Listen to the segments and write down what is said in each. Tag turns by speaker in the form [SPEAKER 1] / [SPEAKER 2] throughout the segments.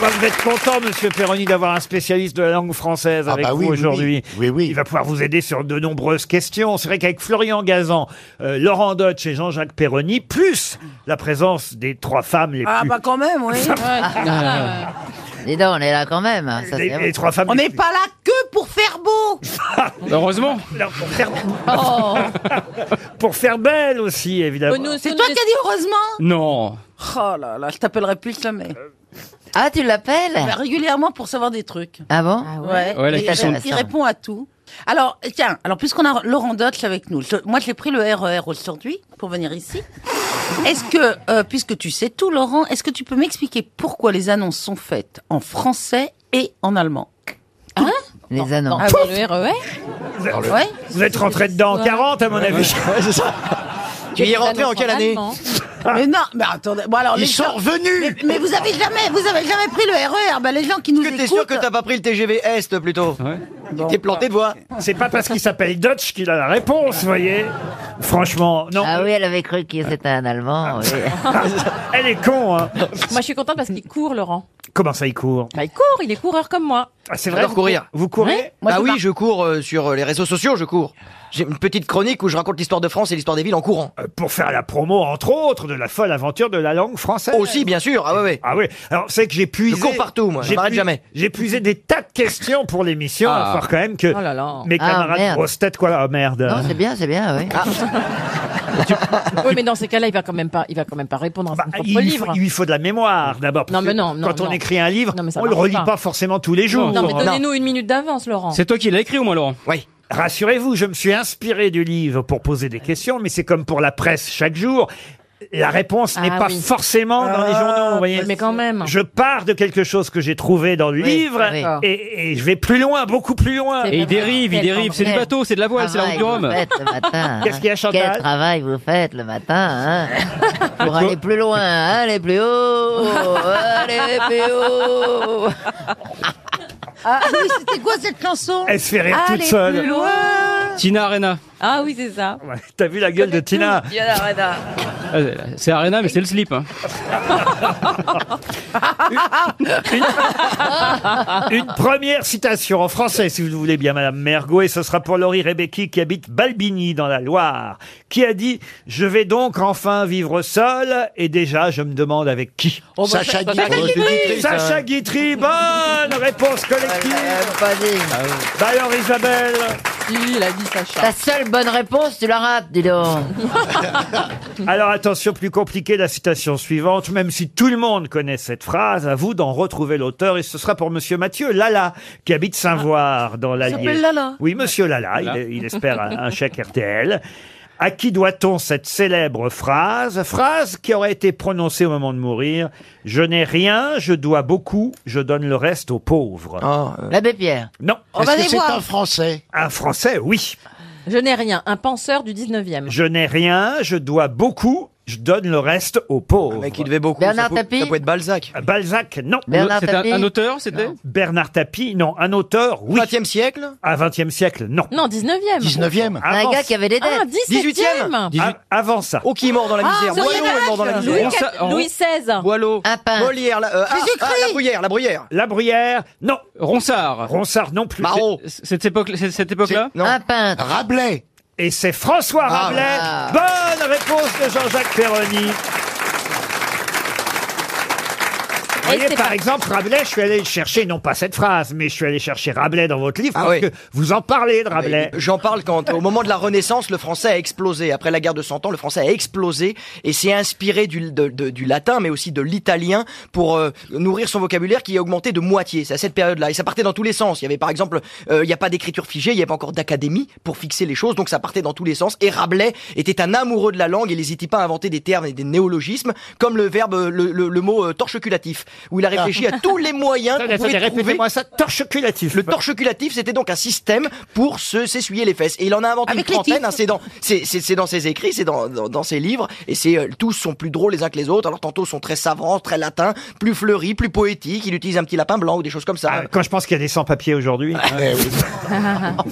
[SPEAKER 1] Bah, vous êtes content, Monsieur Perroni, d'avoir un spécialiste de la langue française
[SPEAKER 2] Ah
[SPEAKER 1] avec
[SPEAKER 2] bah oui,
[SPEAKER 1] vous
[SPEAKER 2] oui,
[SPEAKER 1] aujourd'hui.
[SPEAKER 2] oui. Oui, oui.
[SPEAKER 1] Il va pouvoir vous aider sur de nombreuses questions. C'est vrai qu'avec Florian Gazan, euh, Laurent Deutsch et Jean-Jacques Perroni, plus la présence des trois femmes les
[SPEAKER 3] Ah
[SPEAKER 1] plus...
[SPEAKER 3] bah quand même, oui.
[SPEAKER 4] Ah, Dis donc, on est là quand même. hein, Ça,
[SPEAKER 1] les,
[SPEAKER 4] c'est
[SPEAKER 1] les
[SPEAKER 4] vrai.
[SPEAKER 1] trois femmes
[SPEAKER 3] On
[SPEAKER 1] les
[SPEAKER 3] n'est
[SPEAKER 1] plus-
[SPEAKER 3] pas là que pour faire beau.
[SPEAKER 5] Bah,
[SPEAKER 3] Oh.
[SPEAKER 5] Heureusement.
[SPEAKER 1] Non, pour, faire... pour faire belle aussi, évidemment.
[SPEAKER 3] C'est toi qui as dit heureusement.
[SPEAKER 5] Non.
[SPEAKER 3] Oh là là, je t'appellerai plus jamais.
[SPEAKER 4] Ah, tu
[SPEAKER 3] Mais
[SPEAKER 4] l'appelles
[SPEAKER 3] régulièrement pour savoir des trucs.
[SPEAKER 4] Ah bon
[SPEAKER 3] Ouais.
[SPEAKER 5] Ouais, la
[SPEAKER 3] Et
[SPEAKER 5] question
[SPEAKER 3] il-
[SPEAKER 4] de
[SPEAKER 3] il
[SPEAKER 4] ça.
[SPEAKER 3] répond à tout. Alors, tiens, alors puisqu'on a Laurent Dodge avec nous, je- moi j'ai pris le RER aujourd'hui pour venir ici. Est-ce que, euh, puisque tu sais tout, Laurent, est-ce que tu peux m'expliquer pourquoi les annonces sont faites en français et en allemand Ah
[SPEAKER 4] Les annonces.
[SPEAKER 6] le
[SPEAKER 3] E
[SPEAKER 6] RER
[SPEAKER 3] Ouais.
[SPEAKER 1] Ah Vous êtes rentré dedans en 40, à mon avis.
[SPEAKER 2] Tu y es rentré en quelle année
[SPEAKER 3] Mais non, mais attendez. Bon alors, les
[SPEAKER 2] Ils sont
[SPEAKER 3] gens-
[SPEAKER 2] revenus
[SPEAKER 3] Mais vous avez jamais, vous avez jamais pris le RER. Ben, les gens qui nous
[SPEAKER 2] Est-ce que
[SPEAKER 3] écoutent.
[SPEAKER 2] t'es sûr que t'as pas pris le TGV Est plutôt
[SPEAKER 3] Bon.
[SPEAKER 2] T'es planté de voix.
[SPEAKER 1] C'est pas parce qu'il s'appelle Dutch qu'il a la réponse, vous voyez. Franchement, non. Ah.
[SPEAKER 4] Ah oui, elle avait cru que c'était un Allemand. oui.
[SPEAKER 1] Elle est con, hein.
[SPEAKER 6] Moi, je suis contente parce qu'il court, Laurent.
[SPEAKER 1] Comment ça, il court
[SPEAKER 6] Bah, il court, il est coureur comme moi.
[SPEAKER 1] Ah, C'est
[SPEAKER 2] J'adore courir.
[SPEAKER 1] Vous courez
[SPEAKER 3] Moi,
[SPEAKER 2] ah
[SPEAKER 3] je
[SPEAKER 2] oui,
[SPEAKER 3] marche.
[SPEAKER 2] je cours euh, sur euh, les réseaux sociaux, je cours. J'ai une petite chronique où je raconte l'histoire de France et l'histoire des villes en courant.
[SPEAKER 1] Euh, pour faire la promo, entre autres, de la folle aventure de la langue française.
[SPEAKER 2] Aussi, bien sûr. Ah ouais, ouais.
[SPEAKER 1] Ah oui, alors c'est que j'ai puisé.
[SPEAKER 2] Je cours partout, moi, je
[SPEAKER 1] J'ai
[SPEAKER 2] m'arrête
[SPEAKER 1] pui-
[SPEAKER 2] jamais.
[SPEAKER 1] J'ai puisé des tas de questions pour l'émission,
[SPEAKER 5] Ah.
[SPEAKER 1] il faut quand même que
[SPEAKER 6] Oh là là.
[SPEAKER 1] mes
[SPEAKER 4] Ah,
[SPEAKER 1] camarades
[SPEAKER 4] merde.
[SPEAKER 1] grosses têtes, quoi, ah, merde.
[SPEAKER 4] Non, c'est bien, c'est bien, oui.
[SPEAKER 6] Ah. Oui, mais dans ces cas-là, il va quand même pas, il va quand même pas répondre à
[SPEAKER 1] Bah,
[SPEAKER 6] son
[SPEAKER 1] il,
[SPEAKER 6] propre
[SPEAKER 1] lui faut,
[SPEAKER 6] livre.
[SPEAKER 1] il lui faut de la mémoire d'abord. parce
[SPEAKER 6] Non, mais
[SPEAKER 1] que
[SPEAKER 6] non, non,
[SPEAKER 1] Quand on
[SPEAKER 6] non.
[SPEAKER 1] écrit un livre,
[SPEAKER 6] Non, mais ça
[SPEAKER 1] on le
[SPEAKER 6] marche
[SPEAKER 1] relit
[SPEAKER 6] pas.
[SPEAKER 1] pas forcément tous les jours.
[SPEAKER 6] Non, mais
[SPEAKER 1] Hein.
[SPEAKER 6] donnez-nous une minute d'avance, Laurent.
[SPEAKER 5] C'est toi qui l'as écrit ou moi, Laurent
[SPEAKER 2] Oui.
[SPEAKER 1] Rassurez-vous, je me suis inspiré du livre pour poser
[SPEAKER 6] Ah
[SPEAKER 1] des questions, mais c'est comme pour la presse chaque jour. La réponse n'est
[SPEAKER 6] Ah
[SPEAKER 1] pas
[SPEAKER 6] oui.
[SPEAKER 1] forcément dans les journaux, vous voyez.
[SPEAKER 6] Mais quand même.
[SPEAKER 1] Je pars de quelque chose que j'ai trouvé dans le
[SPEAKER 4] Oui,
[SPEAKER 1] livre
[SPEAKER 4] oui.
[SPEAKER 1] et, et je vais plus loin, beaucoup plus loin.
[SPEAKER 4] Ah,
[SPEAKER 6] C'est
[SPEAKER 5] Et il dérive, il
[SPEAKER 6] Quel
[SPEAKER 5] dérive. C'est du
[SPEAKER 4] bordel.
[SPEAKER 5] bateau, c'est de la voile, c'est
[SPEAKER 6] Ah,
[SPEAKER 5] la route
[SPEAKER 4] Travail vous
[SPEAKER 5] du Rhum.
[SPEAKER 4] faites le matin.
[SPEAKER 1] Qu'est-ce qu'il y a,
[SPEAKER 4] hein.
[SPEAKER 1] Chantal
[SPEAKER 4] Quel travail vous faites le matin, hein Pour aller plus loin, hein, aller plus haut, hein. aller plus haut.
[SPEAKER 3] Ah oui, c'était quoi cette chanson
[SPEAKER 1] Elle se fait rire toute
[SPEAKER 3] Allez
[SPEAKER 1] seule.
[SPEAKER 3] plus loin.
[SPEAKER 5] Tina Arena.
[SPEAKER 6] Ah oui, c'est ça.
[SPEAKER 1] Ouais, T'as vu la gueule de Tina
[SPEAKER 5] Ah, c'est- C'est Arena, mais c'est le slip. hein.
[SPEAKER 1] Une première citation en français, si vous le voulez bien, Madame Mergot, et ce sera pour Laurie Rebecki qui habite Balbigny dans la Loire, qui a dit « Je vais donc enfin vivre seule et déjà je me demande avec qui
[SPEAKER 2] Oh,
[SPEAKER 5] Oh,
[SPEAKER 2] bah,
[SPEAKER 5] bah,
[SPEAKER 2] Sacha Guitry.
[SPEAKER 1] Oh, Sacha Guitry, bonne réponse collective
[SPEAKER 4] Pas dit.
[SPEAKER 1] Bah alors Isabelle,
[SPEAKER 6] Il a dit Sacha.
[SPEAKER 4] Ta seule bonne réponse, tu la rates, dis donc.
[SPEAKER 1] alors attention, plus compliquée la citation suivante, même si tout le monde connaît cette phrase, à vous d'en retrouver l'auteur, et ce sera pour Monsieur Mathieu Lala, qui habite Saint-Voir dans l'Allier.
[SPEAKER 3] Ah, s'appelle Lala.
[SPEAKER 1] Oui, monsieur Lala, il, il espère un, un chèque RTL. À qui doit-on cette célèbre phrase Phrase qui aurait été prononcée au moment de mourir. Je n'ai rien, je dois beaucoup, je donne le reste aux pauvres.
[SPEAKER 4] L'abbé Pierre.
[SPEAKER 1] Non,
[SPEAKER 3] On va les voir.
[SPEAKER 2] français.
[SPEAKER 1] un français, oui.
[SPEAKER 6] Je n'ai rien. Un penseur du 19e.
[SPEAKER 1] Je n'ai rien, je dois beaucoup, je donne le reste aux pauvres.
[SPEAKER 2] Ah,
[SPEAKER 1] Euh,
[SPEAKER 2] Mec, il devait beaucoup.
[SPEAKER 4] Bernard
[SPEAKER 2] ça, peut-
[SPEAKER 4] Tapie.
[SPEAKER 2] ça pouvait être Balzac.
[SPEAKER 1] Balzac, non.
[SPEAKER 4] Bernard
[SPEAKER 5] C'est un,
[SPEAKER 4] Tapie.
[SPEAKER 5] un auteur, c'était
[SPEAKER 1] Bernard Tapie, non. Un auteur, oui.
[SPEAKER 2] 20e siècle
[SPEAKER 1] À 20e siècle, non.
[SPEAKER 6] Non, 19e.
[SPEAKER 2] 19e.
[SPEAKER 4] Un
[SPEAKER 1] Avant,
[SPEAKER 4] gars qui avait des
[SPEAKER 6] Ah,
[SPEAKER 4] dettes. Ah,
[SPEAKER 6] 17e.
[SPEAKER 1] a- avant ça.
[SPEAKER 2] Oh, qui est mort dans la misère
[SPEAKER 6] Louis
[SPEAKER 2] Boileau est mort dans la
[SPEAKER 6] Louis,
[SPEAKER 2] misère.
[SPEAKER 5] On s'a- on-
[SPEAKER 6] Louis XVI.
[SPEAKER 2] Boileau.
[SPEAKER 4] Un pain.
[SPEAKER 2] Molière. La, euh, ah, ah, la bruyère, la bruyère.
[SPEAKER 1] La Bruyère, non.
[SPEAKER 5] Ronsard.
[SPEAKER 1] Ronsard, non plus.
[SPEAKER 2] Marot.
[SPEAKER 5] C'est- Cette époque, c'est- cette époque-là
[SPEAKER 2] Non.
[SPEAKER 4] Un peintre.
[SPEAKER 2] Rabelais. Ah.
[SPEAKER 1] Et c'est François Rabelais.
[SPEAKER 6] Ah.
[SPEAKER 1] Bonne réponse de Jean-Jacques Perroni. Vous voyez,
[SPEAKER 6] c'est
[SPEAKER 1] par
[SPEAKER 6] pas-
[SPEAKER 1] exemple, Rabelais, je suis allé chercher, non pas cette phrase, mais je suis allé chercher Rabelais dans votre livre
[SPEAKER 2] Ah
[SPEAKER 1] parce
[SPEAKER 2] oui.
[SPEAKER 1] que vous en parlez de Rabelais.
[SPEAKER 2] J'en parle quand, au moment de la Renaissance, le français a explosé. Après la guerre de Cent Ans, le français a explosé et s'est inspiré du, de- de- du latin, mais aussi de l'italien, pour euh, nourrir son vocabulaire qui a augmenté de moitié. C'est à cette période-là. Et ça partait dans tous les sens. Il y avait par exemple, euh, il n'y a pas d'écriture figée, il n'y avait pas encore d'académie pour fixer les choses, donc ça partait dans tous les sens. Et Rabelais était un amoureux de la langue et n'hésitait pas à inventer des termes et des néologismes, comme le verbe, euh, le, le- le mot euh, torcheculatif, où il a réfléchi à tous les moyens
[SPEAKER 1] Attendez,
[SPEAKER 2] qu'on
[SPEAKER 1] attendez,
[SPEAKER 2] pouvait trouver.
[SPEAKER 1] répétez-moi Ah. ça, torcheculatif.
[SPEAKER 2] Le torcheculatif, c'était donc un système pour se s'essuyer les fesses. Et il en a inventé
[SPEAKER 3] Avec
[SPEAKER 2] une
[SPEAKER 3] les
[SPEAKER 2] trentaine.
[SPEAKER 3] titres.
[SPEAKER 2] hein, c'est dans, c'est, c'est- c'est dans ses écrits, c'est dans, dans, dans ses livres. Et c'est euh, tous sont plus drôles les uns que les autres. Alors tantôt sont très savants, très latins, plus fleuris, plus poétiques. Il utilise un petit lapin blanc ou des choses comme ça.
[SPEAKER 1] Ah, Quand je pense qu'il y a des sans-papiers aujourd'hui.
[SPEAKER 2] Ah, eh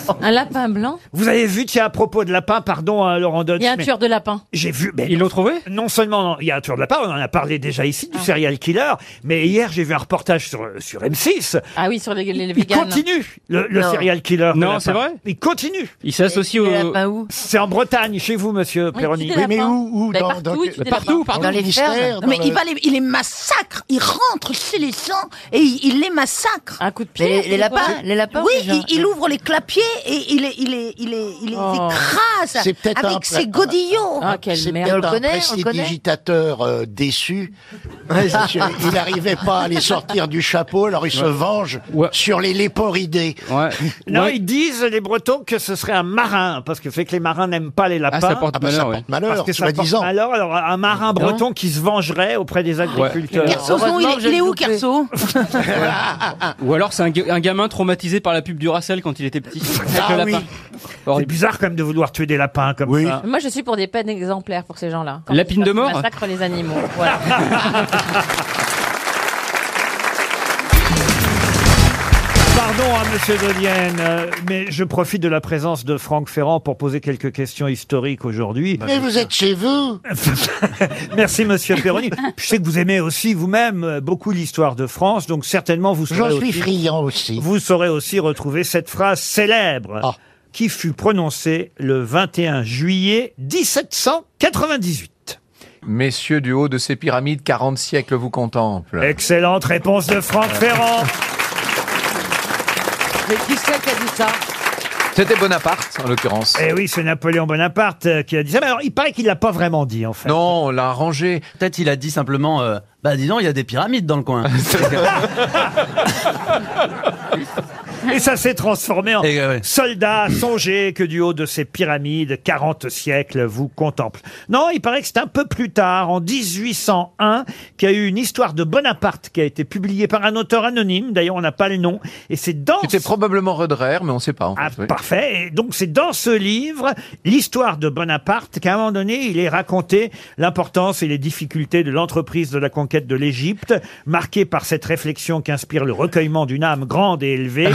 [SPEAKER 6] Un lapin blanc.
[SPEAKER 1] Vous avez vu, tiens, à propos de lapin, pardon, hein, Laurent Dodge.
[SPEAKER 6] Il y a un
[SPEAKER 1] mais
[SPEAKER 6] tueur de lapin.
[SPEAKER 1] J'ai vu, mais
[SPEAKER 5] Ils l'ont trouvé
[SPEAKER 1] non seulement il y a un tueur de lapin, on en a parlé déjà ici, du serial killer, mais mais hier, j'ai vu un reportage sur, sur M6.
[SPEAKER 6] Ah oui, sur les, les
[SPEAKER 1] Il
[SPEAKER 6] véganes.
[SPEAKER 1] continue, le, le
[SPEAKER 7] Non.
[SPEAKER 1] serial killer.
[SPEAKER 8] Non,
[SPEAKER 1] le lapin.
[SPEAKER 8] c'est vrai
[SPEAKER 1] Il continue.
[SPEAKER 8] Il s'associe
[SPEAKER 7] Et
[SPEAKER 8] au.
[SPEAKER 7] le lapin où
[SPEAKER 1] C'est en Bretagne, chez vous, monsieur Perroni.
[SPEAKER 6] tu fais la-
[SPEAKER 9] mais
[SPEAKER 6] lapins.
[SPEAKER 9] où, où
[SPEAKER 3] Bah,
[SPEAKER 6] Mais
[SPEAKER 9] dans,
[SPEAKER 6] partout,
[SPEAKER 9] dans
[SPEAKER 6] il
[SPEAKER 9] quel-
[SPEAKER 6] tue des
[SPEAKER 8] Partout,
[SPEAKER 6] lapins.
[SPEAKER 8] partout.
[SPEAKER 7] Dans les
[SPEAKER 9] ministère,
[SPEAKER 7] fermes.
[SPEAKER 9] dans
[SPEAKER 4] Non, mais
[SPEAKER 9] le-
[SPEAKER 4] il, va les, il les massacre, il rentre chez les gens et il, il les massacre.
[SPEAKER 6] Un coup de pied.
[SPEAKER 7] Mais les, les
[SPEAKER 6] c'est quoi
[SPEAKER 7] lapins, les lapins.
[SPEAKER 4] oui,
[SPEAKER 7] on fait
[SPEAKER 4] il,
[SPEAKER 7] genre-
[SPEAKER 4] il ouvre les clapiers et il les, il les, il les, il les
[SPEAKER 6] Oh.
[SPEAKER 4] écrase
[SPEAKER 9] C'est peut-être un
[SPEAKER 4] avec
[SPEAKER 9] plat-
[SPEAKER 4] ses godillots.
[SPEAKER 6] Ah,
[SPEAKER 9] C'est
[SPEAKER 6] quelle
[SPEAKER 7] Et on
[SPEAKER 6] merde.
[SPEAKER 7] le
[SPEAKER 9] peut-être un
[SPEAKER 7] connaît, on le
[SPEAKER 9] prestidigitateur euh, déçu. Parce que il n'arrivait pas à les sortir du chapeau, alors il se venge
[SPEAKER 8] Ouais.
[SPEAKER 9] sur les léporidés.
[SPEAKER 8] Ouais.
[SPEAKER 1] Non,
[SPEAKER 8] Ouais.
[SPEAKER 1] ils disent, les Bretons, que ce serait un marin, parce que fait que les marins n'aiment pas les lapins.
[SPEAKER 8] Ah, ça porte
[SPEAKER 9] Ah ben, ça
[SPEAKER 8] malheur, ouais.
[SPEAKER 9] porte malheur,
[SPEAKER 1] parce que ça porte
[SPEAKER 9] soi-disant.
[SPEAKER 1] malheur. alors un
[SPEAKER 10] Hein
[SPEAKER 1] marin breton qui se vengerait auprès des agriculteurs.
[SPEAKER 4] Kersauzon,
[SPEAKER 7] heureusement
[SPEAKER 4] il, est-
[SPEAKER 7] que je
[SPEAKER 4] il est
[SPEAKER 7] l'ai
[SPEAKER 4] où,
[SPEAKER 7] loupé.
[SPEAKER 4] Kerso
[SPEAKER 8] Ou alors c'est un, ga- un gamin traumatisé par la pub du Racel quand il était petit. Avec
[SPEAKER 9] Ah
[SPEAKER 8] le lapin.
[SPEAKER 9] oui.
[SPEAKER 1] C'est
[SPEAKER 8] Horrible. Ah.
[SPEAKER 1] bizarre quand même de vouloir tuer des lapins comme
[SPEAKER 9] Oui.
[SPEAKER 11] Ah.
[SPEAKER 1] ça.
[SPEAKER 6] Moi, je suis pour des peines exemplaires pour ces gens-là. Quand
[SPEAKER 8] Lapine
[SPEAKER 6] ils
[SPEAKER 8] de mort
[SPEAKER 6] Massacrent les animaux. Voilà.
[SPEAKER 1] Pardon, hein, monsieur Dolienne, euh, mais je profite de la présence de Franck Ferrand pour poser quelques questions historiques aujourd'hui.
[SPEAKER 9] Mais vous êtes chez vous
[SPEAKER 1] Merci, monsieur Perroni. je sais que vous aimez aussi vous-même euh, beaucoup l'histoire de France, donc certainement vous saurez,
[SPEAKER 9] J'en suis
[SPEAKER 1] aussi,
[SPEAKER 9] friand aussi.
[SPEAKER 1] vous saurez aussi retrouver cette phrase célèbre
[SPEAKER 9] Ah.
[SPEAKER 1] qui fut prononcée le 21 juillet 1798.
[SPEAKER 12] Messieurs du haut de ces pyramides, 40 siècles vous contemplent.
[SPEAKER 1] Excellente réponse de Franck Ferrand.
[SPEAKER 7] Mais qui c'est qui a dit ça
[SPEAKER 12] C'était Bonaparte, en l'occurrence.
[SPEAKER 1] Eh oui, c'est Napoléon Bonaparte euh, qui a dit ça. Mais alors, il paraît qu'il l'a pas vraiment dit, en fait.
[SPEAKER 12] Non, on l'a arrangé.
[SPEAKER 10] Peut-être il a dit simplement, euh, bah dis donc, il y a des pyramides dans le coin.
[SPEAKER 1] Et ça s'est transformé en
[SPEAKER 12] Eh
[SPEAKER 10] Et, euh, ouais.
[SPEAKER 1] soldat, songez que du haut de ces pyramides, 40 siècles vous contemplent. Non, il paraît que c'est un peu plus tard, en 1801, qu'il y a eu une histoire de Bonaparte qui a été publiée par un auteur anonyme. D'ailleurs, on n'a pas le nom. Et c'est dans
[SPEAKER 12] C'était
[SPEAKER 1] ce-
[SPEAKER 12] probablement Roderer, mais on ne sait pas. En
[SPEAKER 1] Ah,
[SPEAKER 12] fait, oui.
[SPEAKER 1] parfait. Et donc, c'est dans ce livre, l'histoire de Bonaparte, qu'à un moment donné, il est raconté l'importance et les difficultés de l'entreprise de la conquête de l'Égypte, marquée par cette réflexion qu'inspire le recueillement d'une âme grande et élevée,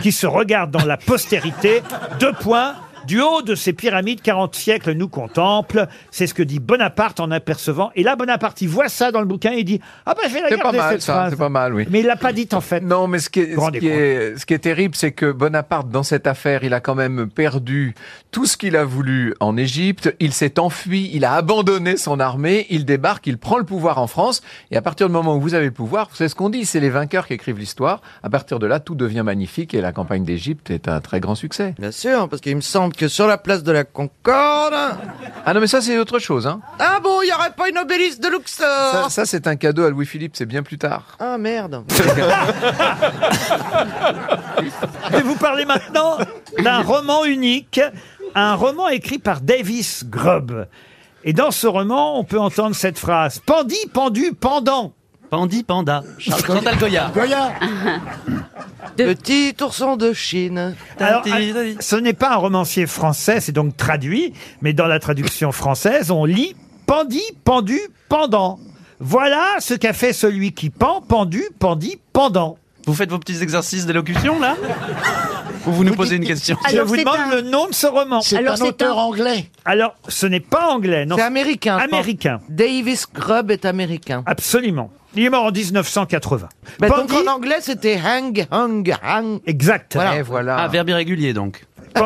[SPEAKER 1] qui se regarde dans la postérité. Deux points. Du haut de ces pyramides, 40 siècles nous contemplent. C'est ce que dit Bonaparte en apercevant. Et là, Bonaparte, il voit ça dans le bouquin et il dit Ah ben, je vais la
[SPEAKER 12] C'est pas
[SPEAKER 1] garder
[SPEAKER 12] mal,
[SPEAKER 1] cette
[SPEAKER 12] ça.
[SPEAKER 1] phrase.
[SPEAKER 12] C'est pas mal, oui.
[SPEAKER 1] Mais il l'a pas dit en fait.
[SPEAKER 12] Non, mais ce qui est,
[SPEAKER 1] Vous vous
[SPEAKER 12] ce
[SPEAKER 1] rendez
[SPEAKER 12] qui est, ce qui est terrible, c'est que Bonaparte, dans cette affaire, il a quand même perdu tout ce qu'il a voulu en Égypte. Il s'est enfui, il a abandonné son armée, il débarque, il prend le pouvoir en France. Et à partir du moment où vous avez le pouvoir, c'est ce qu'on dit, c'est les vainqueurs qui écrivent l'histoire. À partir de là, tout devient magnifique et la campagne d'Égypte est un très grand succès.
[SPEAKER 2] Bien sûr, parce qu'il me semble que sur la place de la Concorde.
[SPEAKER 12] Ah non, mais ça, c'est autre chose. Hein.
[SPEAKER 2] Ah bon, il n'y aurait pas une obélisque de Luxor
[SPEAKER 12] Ça, ça, c'est un cadeau à Louis-Philippe, c'est bien plus tard.
[SPEAKER 2] Ah merde
[SPEAKER 1] Je vais vous parler maintenant d'un roman unique, un roman écrit par Davis Grubb. Et dans ce roman, on peut entendre cette phrase Pendi, pendu, pendant.
[SPEAKER 10] Pandi Panda, Charles- Chantal Goya.
[SPEAKER 9] Goya
[SPEAKER 2] Petit ourson de Chine.
[SPEAKER 1] Alors, euh, ce n'est pas un romancier français, c'est donc traduit, mais dans la traduction française, on lit Pendi, pendu, pendant. Voilà ce qu'a fait celui qui pend, pendu, pendit, pendant.
[SPEAKER 10] Vous faites vos petits exercices d'élocution là Ou vous nous posez une question
[SPEAKER 1] Je vous demande le nom de ce roman.
[SPEAKER 9] C'est un auteur anglais.
[SPEAKER 1] Alors, ce n'est pas anglais, non,
[SPEAKER 2] C'est américain. je pense.
[SPEAKER 1] américain.
[SPEAKER 2] Davis Grubb est américain.
[SPEAKER 1] Absolument. Il est mort en 1980.
[SPEAKER 2] Bah, donc
[SPEAKER 1] Pendy-
[SPEAKER 2] en anglais, c'était hang, hang, hang.
[SPEAKER 1] Exact.
[SPEAKER 12] Et voilà.
[SPEAKER 10] Ah, verbe irrégulier donc.
[SPEAKER 1] Pen-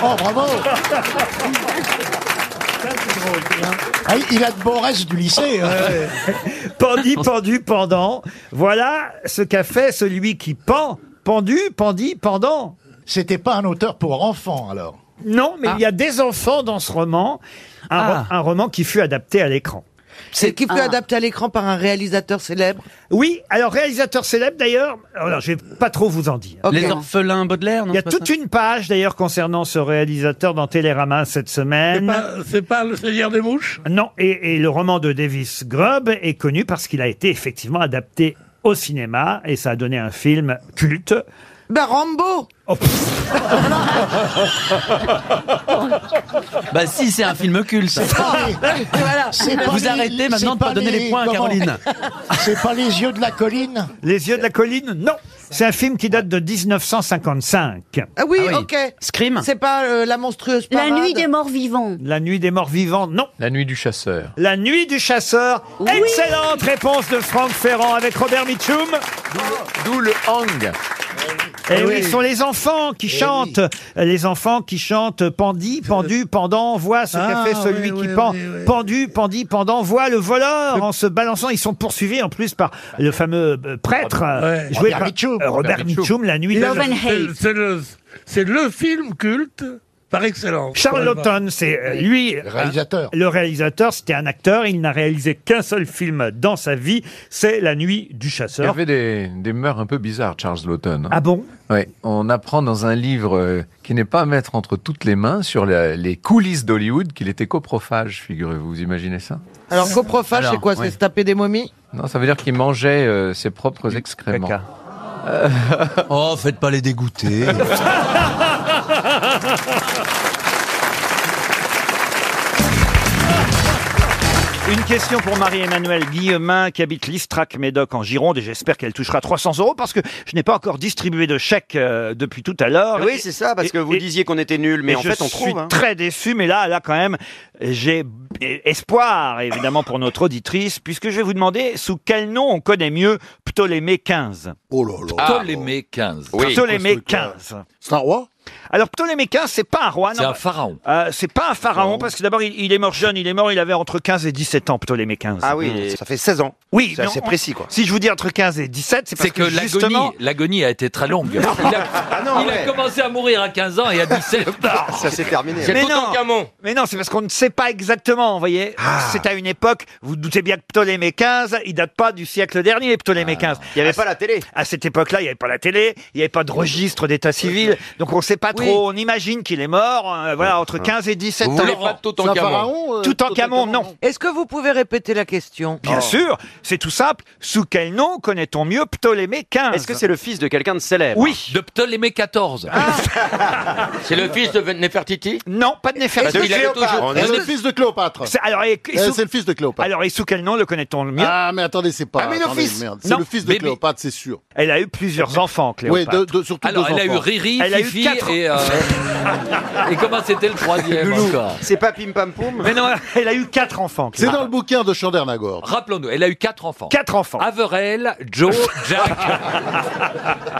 [SPEAKER 9] Oh, bravo Ah, Il a de bons restes du lycée. hein.
[SPEAKER 1] Pendu, pendu, pendant. Voilà ce qu'a fait celui qui pend. Pendu, pendu, pendant.
[SPEAKER 9] C'était pas un auteur pour enfants, alors. Ah.
[SPEAKER 1] Non, mais il y a des enfants dans ce roman. Un, ro- un roman qui fut adapté à l'écran.
[SPEAKER 2] C'est
[SPEAKER 1] Ah.
[SPEAKER 2] qui fut
[SPEAKER 9] Ah.
[SPEAKER 2] adapté à l'écran par un réalisateur célèbre.
[SPEAKER 1] Oui, alors réalisateur célèbre d'ailleurs. Ah, Alors je vais pas trop vous en dire.
[SPEAKER 2] Ok.
[SPEAKER 10] Les orphelins Baudelaire, non
[SPEAKER 1] Il y a
[SPEAKER 10] c'est pas
[SPEAKER 1] toute une page d'ailleurs concernant ce réalisateur dans Télérama cette semaine.
[SPEAKER 13] C'est pas le Seigneur des Mouches
[SPEAKER 1] Non, et, et le roman de Davis Grubb est connu parce qu'il a été effectivement adapté au cinéma et ça a donné un film culte. Oh,
[SPEAKER 14] Ben Rambo
[SPEAKER 10] Bah si, c'est un film culte.
[SPEAKER 14] Voilà.
[SPEAKER 10] Vous arrêtez maintenant de pas donner les points à Caroline.
[SPEAKER 1] C'est pas Les Yeux de la Colline Les Yeux de la Colline, non. C'est un film qui date de 1955.
[SPEAKER 14] Ah oui, ok.
[SPEAKER 10] Scream
[SPEAKER 14] C'est pas euh, la monstrueuse
[SPEAKER 1] La
[SPEAKER 14] parade.
[SPEAKER 1] nuit des
[SPEAKER 14] morts vivants.
[SPEAKER 1] La Nuit des Morts Vivants, non.
[SPEAKER 12] La nuit du chasseur.
[SPEAKER 1] La Nuit du Chasseur. Excellente réponse de Franck Ferrand avec Robert Mitchum.
[SPEAKER 12] D'où le hang.
[SPEAKER 1] Et
[SPEAKER 12] Eh
[SPEAKER 1] oui,
[SPEAKER 12] oui.
[SPEAKER 1] ce sont les enfants
[SPEAKER 13] Eh
[SPEAKER 1] qui chantent, les enfants qui chantent Pendu, pendu, pendant, vois ce qu'a
[SPEAKER 13] Ah,
[SPEAKER 1] fait celui
[SPEAKER 13] oui,
[SPEAKER 1] qui
[SPEAKER 13] oui,
[SPEAKER 1] pend,
[SPEAKER 13] oui, oui.
[SPEAKER 1] pendu, pendu, pendant, vois le voleur en se balançant. Ils sont poursuivis en plus par le fameux euh, prêtre euh, joué
[SPEAKER 13] Robert
[SPEAKER 1] par
[SPEAKER 13] Mitchum.
[SPEAKER 1] euh, Robert Mitchum, la nuit.
[SPEAKER 13] C'est- c'est- c'est le- C'est le film culte par excellence.
[SPEAKER 1] Charlton, c'est euh, lui. Le réalisateur. Le réalisateur, c'était un acteur. Il n'a réalisé qu'un seul film dans sa vie. C'est La Nuit du
[SPEAKER 12] Il y
[SPEAKER 1] Chasseur.
[SPEAKER 12] avait des, des mœurs un peu bizarres, Charles Lawton.
[SPEAKER 1] Ah bon
[SPEAKER 12] Oui, on apprend dans un livre euh, qui n'est pas à mettre entre toutes les mains sur la- les coulisses d'Hollywood qu'il était coprophage, figurez-vous. Vous imaginez ça
[SPEAKER 14] Alors coprophage,
[SPEAKER 12] Alors,
[SPEAKER 14] c'est quoi
[SPEAKER 12] oui.
[SPEAKER 14] C'est se taper des momies
[SPEAKER 12] Non, ça veut dire qu'il mangeait euh, ses propres excréments.
[SPEAKER 15] Euh.
[SPEAKER 12] oh, faites pas les dégoûter.
[SPEAKER 1] Une question pour Marie-Emmanuelle Guillemin qui habite l'Istrac Médoc en Gironde et j'espère qu'elle touchera 300 euros parce que je n'ai pas encore distribué de chèque euh, depuis tout à l'heure.
[SPEAKER 5] Oui, c'est ça, parce que vous disiez qu'on était nuls, mais
[SPEAKER 1] Et
[SPEAKER 5] en
[SPEAKER 1] je
[SPEAKER 5] fait, on
[SPEAKER 1] suis
[SPEAKER 5] trouve. hein.
[SPEAKER 1] très déçu, mais là, là quand même, j'ai espoir évidemment pour notre auditrice puisque je vais vous demander sous quel nom on connaît mieux Ptolémée 15. Oh là
[SPEAKER 5] Ah.
[SPEAKER 1] là.
[SPEAKER 12] Ah,
[SPEAKER 16] Ptolémée 15.
[SPEAKER 1] Ptolémée 15.
[SPEAKER 16] C'est un roi
[SPEAKER 1] Alors Ptolémée XV, c'est pas un roi, non
[SPEAKER 16] C'est un pharaon.
[SPEAKER 1] Euh, c'est pas un pharaon, parce que d'abord, il, il est mort jeune, il est mort, il avait entre 15 et 17 ans, Ptolémée XV.
[SPEAKER 5] Ah oui, ça fait 16 ans.
[SPEAKER 1] Oui,
[SPEAKER 5] c'est
[SPEAKER 1] mais
[SPEAKER 5] assez
[SPEAKER 1] on-
[SPEAKER 5] précis, quoi.
[SPEAKER 1] Si je vous dis entre 15 et 17, c'est parce
[SPEAKER 16] C'est que
[SPEAKER 1] que,
[SPEAKER 16] l'agonie,
[SPEAKER 1] justement... Ah
[SPEAKER 16] l'agonie a été très longue. Il a, il a commencé à mourir à 15 ans et à 17.
[SPEAKER 5] Ça s'est terminé. hein.
[SPEAKER 16] C'est
[SPEAKER 1] Mais
[SPEAKER 16] autant
[SPEAKER 1] non,
[SPEAKER 16] qu'un mot.
[SPEAKER 1] mais non, c'est parce qu'on ne sait pas exactement, vous voyez.
[SPEAKER 5] Ah.
[SPEAKER 1] C'est à une époque, vous doutez bien que Ptolémée XV, il date pas du siècle dernier, Ptolémée XV.
[SPEAKER 5] Ah.
[SPEAKER 1] Il n'y avait pas la télé. À cette époque-là, il n'y avait pas la télé, il n'y avait pas de registre d'état civil, donc on ne sait pas trop, on imagine qu'il est mort, euh, voilà, entre 15 et 17 ans. euh, Tout en camon, non.
[SPEAKER 14] Est-ce que vous pouvez répéter la question Oh.
[SPEAKER 1] Bien sûr, c'est tout simple. Sous quel nom connaît-on mieux Ptolémée XV
[SPEAKER 5] Est-ce que c'est le fils de quelqu'un de célèbre
[SPEAKER 1] Oui.
[SPEAKER 16] De Ptolémée 14.
[SPEAKER 1] Ah.
[SPEAKER 5] C'est le fils de Nefertiti
[SPEAKER 1] Non, pas de Néfertiti.
[SPEAKER 5] Parce qu'il avait toujours-
[SPEAKER 16] On est
[SPEAKER 1] Est-ce
[SPEAKER 16] le
[SPEAKER 1] que-
[SPEAKER 16] fils
[SPEAKER 17] de Cléopâtre.
[SPEAKER 1] C'est- alors, et- et
[SPEAKER 17] Eh,
[SPEAKER 1] sous-
[SPEAKER 17] c'est le fils de Cléopâtre.
[SPEAKER 1] Alors, et sous quel nom le connaît-on le mieux
[SPEAKER 17] Ah, mais attendez, c'est pas.
[SPEAKER 1] Ah, mais le
[SPEAKER 17] attendez,
[SPEAKER 1] fils
[SPEAKER 17] merde. C'est
[SPEAKER 1] Non.
[SPEAKER 17] le fils de
[SPEAKER 1] Bébé.
[SPEAKER 17] Cléopâtre, c'est sûr.
[SPEAKER 1] Elle a eu plusieurs enfants, Cléopâtre.
[SPEAKER 17] Oui, de- de- surtout
[SPEAKER 16] Alors,
[SPEAKER 17] deux
[SPEAKER 16] elle a eu
[SPEAKER 17] enfants.
[SPEAKER 16] Riri,
[SPEAKER 1] Elle a eu
[SPEAKER 16] Fifi
[SPEAKER 1] quatre-
[SPEAKER 16] et, euh, et comment c'était le troisième
[SPEAKER 17] Loulou.
[SPEAKER 16] encore
[SPEAKER 5] C'est pas Pim Pam Poum
[SPEAKER 1] Mais non, elle a eu quatre enfants.
[SPEAKER 17] C'est dans le bouquin de Chandernagore.
[SPEAKER 16] Rappelons-nous, elle a eu quatre enfants.
[SPEAKER 1] Quatre enfants.
[SPEAKER 16] Averell, Joe, Jack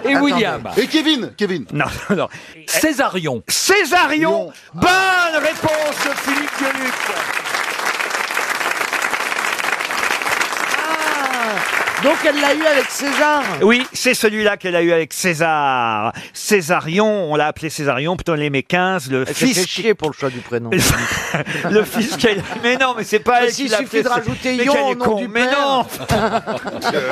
[SPEAKER 16] et William.
[SPEAKER 17] Et Kevin, Kevin.
[SPEAKER 1] Non, non.
[SPEAKER 16] Césarion.
[SPEAKER 1] Césarion Bonne réponse de Philippe Gueluc
[SPEAKER 14] Donc elle l'a eu avec César.
[SPEAKER 1] Oui, c'est celui-là qu'elle a eu avec César. Césarion, on l'a appelé Césarion, Ptolémée XV, le
[SPEAKER 14] Elle s'est fait
[SPEAKER 1] fils...
[SPEAKER 14] chier pour le choix du prénom.
[SPEAKER 1] le fils qu'elle... Mais non, mais c'est pas
[SPEAKER 14] Mais
[SPEAKER 1] elle
[SPEAKER 14] si,
[SPEAKER 1] qui l'a
[SPEAKER 14] suffit
[SPEAKER 1] appelé
[SPEAKER 14] de
[SPEAKER 1] Cé-
[SPEAKER 14] rajouter
[SPEAKER 1] Mais
[SPEAKER 14] Ion
[SPEAKER 1] quel
[SPEAKER 14] au
[SPEAKER 1] est
[SPEAKER 14] nom
[SPEAKER 1] con.
[SPEAKER 14] du
[SPEAKER 1] Mais
[SPEAKER 14] père.
[SPEAKER 1] non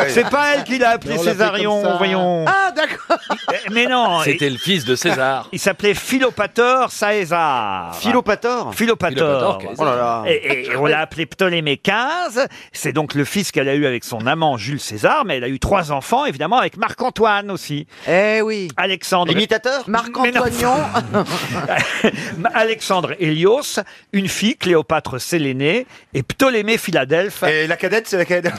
[SPEAKER 1] C'est pas elle qui l'a appelé
[SPEAKER 14] Mais on l'appelait comme
[SPEAKER 1] Césarion,
[SPEAKER 14] ça.
[SPEAKER 1] voyons.
[SPEAKER 14] Ah d'accord.
[SPEAKER 1] Mais non.
[SPEAKER 16] C'était le fils de César.
[SPEAKER 1] Il s'appelait Philopator Caesar.
[SPEAKER 5] Philopator
[SPEAKER 1] Philopator.
[SPEAKER 5] Philopator, oh là là.
[SPEAKER 1] Et, et- et on l'a appelé Ptolémée XV. C'est donc le fils qu'elle a eu avec son amant Jules César, mais elle a eu trois enfants, évidemment, avec Marc-Antoine aussi.
[SPEAKER 14] Eh oui.
[SPEAKER 1] Alexandre.
[SPEAKER 5] Imitateur
[SPEAKER 14] Marc-Antoignon.
[SPEAKER 1] Alexandre Hélios, une fille, Cléopâtre Sélénée, et Ptolémée Philadelphe.
[SPEAKER 5] Et la cadette, c'est la cadette.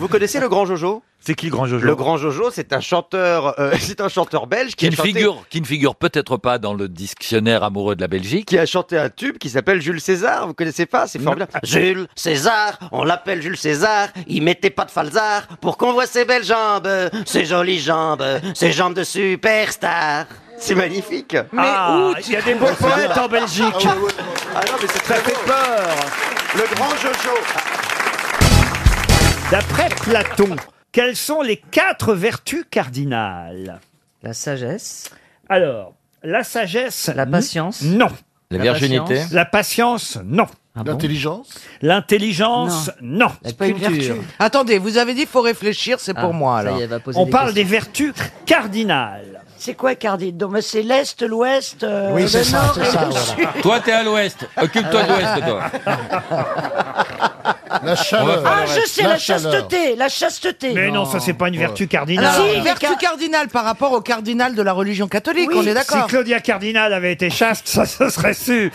[SPEAKER 5] Vous connaissez le grand Jojo
[SPEAKER 1] C'est qui le grand Jojo
[SPEAKER 5] Le grand Jojo, c'est un chanteur, euh, c'est un chanteur belge qui,
[SPEAKER 16] Qui
[SPEAKER 5] a
[SPEAKER 16] ne
[SPEAKER 5] chanté-
[SPEAKER 16] figure, qui ne figure peut-être pas dans le dictionnaire amoureux de la Belgique.
[SPEAKER 5] qui a chanté un tube qui s'appelle Jules César. Vous connaissez pas C'est formidable. Jules César, on l'appelle Jules César. Il mettait pas de falzar pour qu'on voit ses belles jambes, ses jolies jambes, ses jambes de superstar. C'est magnifique.
[SPEAKER 1] Ah, il y a des beaux poètes en Belgique.
[SPEAKER 5] Ah non, mais c'est très fait peur. Le grand Jojo.
[SPEAKER 1] D'après Platon, quelles sont les quatre vertus cardinales La sagesse. Alors, la sagesse. La
[SPEAKER 7] patience.
[SPEAKER 1] Non.
[SPEAKER 7] La La virginité. patience.
[SPEAKER 1] La patience, non. L'intelligence. L'intelligence, non.
[SPEAKER 14] Ah C'est pas une vertu. Attendez, vous avez dit faut réfléchir, c'est pour moi alors.
[SPEAKER 1] On parle des vertus cardinales.
[SPEAKER 18] C'est quoi Cardine Donc, mais c'est l'Est, l'Ouest, euh,
[SPEAKER 1] Oui,
[SPEAKER 18] le
[SPEAKER 1] c'est ça,
[SPEAKER 18] Nord
[SPEAKER 1] c'est
[SPEAKER 18] et
[SPEAKER 1] ça,
[SPEAKER 18] le
[SPEAKER 1] voilà.
[SPEAKER 18] Sud.
[SPEAKER 16] Toi, t'es à l'ouest. Occupe-toi de l'ouest, toi.
[SPEAKER 17] La chaleur.
[SPEAKER 18] Ah, je sais, la, chasteté, la chasteté.
[SPEAKER 1] Mais non, ça, c'est pas une vertu cardinale.
[SPEAKER 14] Alors, vertu cardinale par rapport au cardinal de la religion catholique, on est
[SPEAKER 1] Si
[SPEAKER 14] d'accord.
[SPEAKER 1] Claudia Cardinal avait été chaste, ça, ça serait sûr.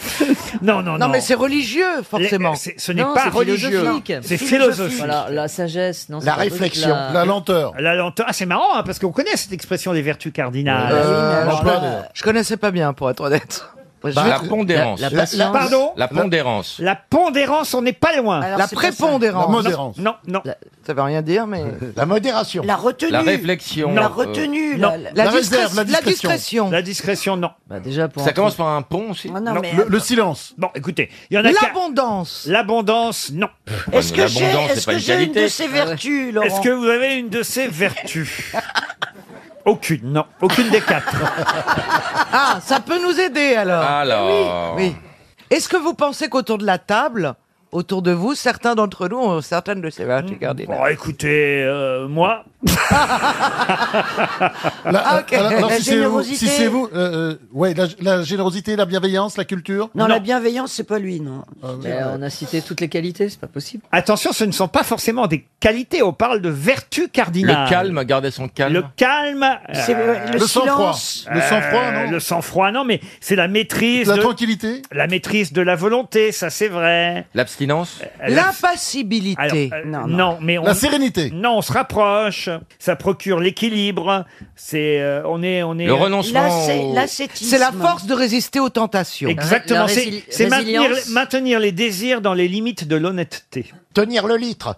[SPEAKER 1] Non, non, non.
[SPEAKER 14] Non, mais c'est religieux, forcément.
[SPEAKER 1] Les- c'est- ce n'est pas religieux. hein. C'est philosophique.
[SPEAKER 7] Voilà, la sagesse, non. c'est pas religieux,
[SPEAKER 1] lenteur. La lenteur. Ah, c'est marrant, hein, parce qu'on connaît cette expression des vertus cardinales.
[SPEAKER 14] Euh, je, je connaissais pas bien, pour être honnête. Moi, je vais
[SPEAKER 15] Bah, la
[SPEAKER 14] te-
[SPEAKER 15] pondérance.
[SPEAKER 14] La- la- la-
[SPEAKER 1] pardon
[SPEAKER 15] La pondérance.
[SPEAKER 1] La pondérance, on n'est pas loin.
[SPEAKER 14] la prépondérance.
[SPEAKER 1] Non, non.
[SPEAKER 14] Ça veut rien dire, mais.
[SPEAKER 9] La modération.
[SPEAKER 14] La retenue.
[SPEAKER 15] La réflexion.
[SPEAKER 14] La
[SPEAKER 15] Euh,
[SPEAKER 14] retenue,
[SPEAKER 1] non.
[SPEAKER 14] la- la- La la réserve, discrétion. la discrétion. La discrétion. Bah,
[SPEAKER 1] La discrétion, non.
[SPEAKER 7] déjà
[SPEAKER 15] Ça commence par un pont aussi.
[SPEAKER 14] Oh,
[SPEAKER 1] Non, le, le silence. Bon, écoutez, il y en a qu'à-
[SPEAKER 14] L'abondance.
[SPEAKER 1] L'abondance, non. Ah
[SPEAKER 18] Est-ce que j'ai est-ce que j'ai une de ces vertus, Laurent
[SPEAKER 1] Est-ce que vous avez une de ces vertus Aucune, non. Aucune des quatre.
[SPEAKER 14] Ah, ça peut nous aider alors.
[SPEAKER 15] Alors.
[SPEAKER 14] Oui. Est-ce que vous pensez qu'autour de la table, autour de vous, certains d'entre nous ont certaines de ces vertus cardinales
[SPEAKER 1] Hmm. Bon, écoutez, euh, moi...
[SPEAKER 17] La,
[SPEAKER 14] Ah, ok.
[SPEAKER 17] alors, alors,
[SPEAKER 14] La
[SPEAKER 17] si c'est vous, si
[SPEAKER 14] générosité.
[SPEAKER 17] c'est vous, euh, euh, ouais, la, la générosité, la bienveillance, la culture. Ah
[SPEAKER 18] non, la bienveillance, c'est pas lui, non.
[SPEAKER 7] Mais
[SPEAKER 1] euh,
[SPEAKER 7] on a cité toutes les qualités, c'est pas possible.
[SPEAKER 1] Attention, ce ne sont pas forcément des qualités, on parle de vertus cardinales.
[SPEAKER 15] Le calme, garder son calme.
[SPEAKER 1] Le calme. euh,
[SPEAKER 15] C'est le- le Le sang-froid. silence. Le sang-froid, non
[SPEAKER 1] Le sang-froid, non, mais c'est la maîtrise. La tranquillité La maîtrise de la volonté, ça c'est vrai.
[SPEAKER 15] L'abstinence.
[SPEAKER 1] Euh, Alors,
[SPEAKER 14] L'impassibilité.
[SPEAKER 1] euh, non, mais on, Non, on se rapproche. Ça procure l'équilibre. C'est, euh, on est, on est.
[SPEAKER 15] Le renoncement
[SPEAKER 14] C'est la force de résister aux tentations.
[SPEAKER 1] Exactement. C'est- C'est maintenir, maintenir les désirs dans les limites de l'honnêteté. Tenir le litre.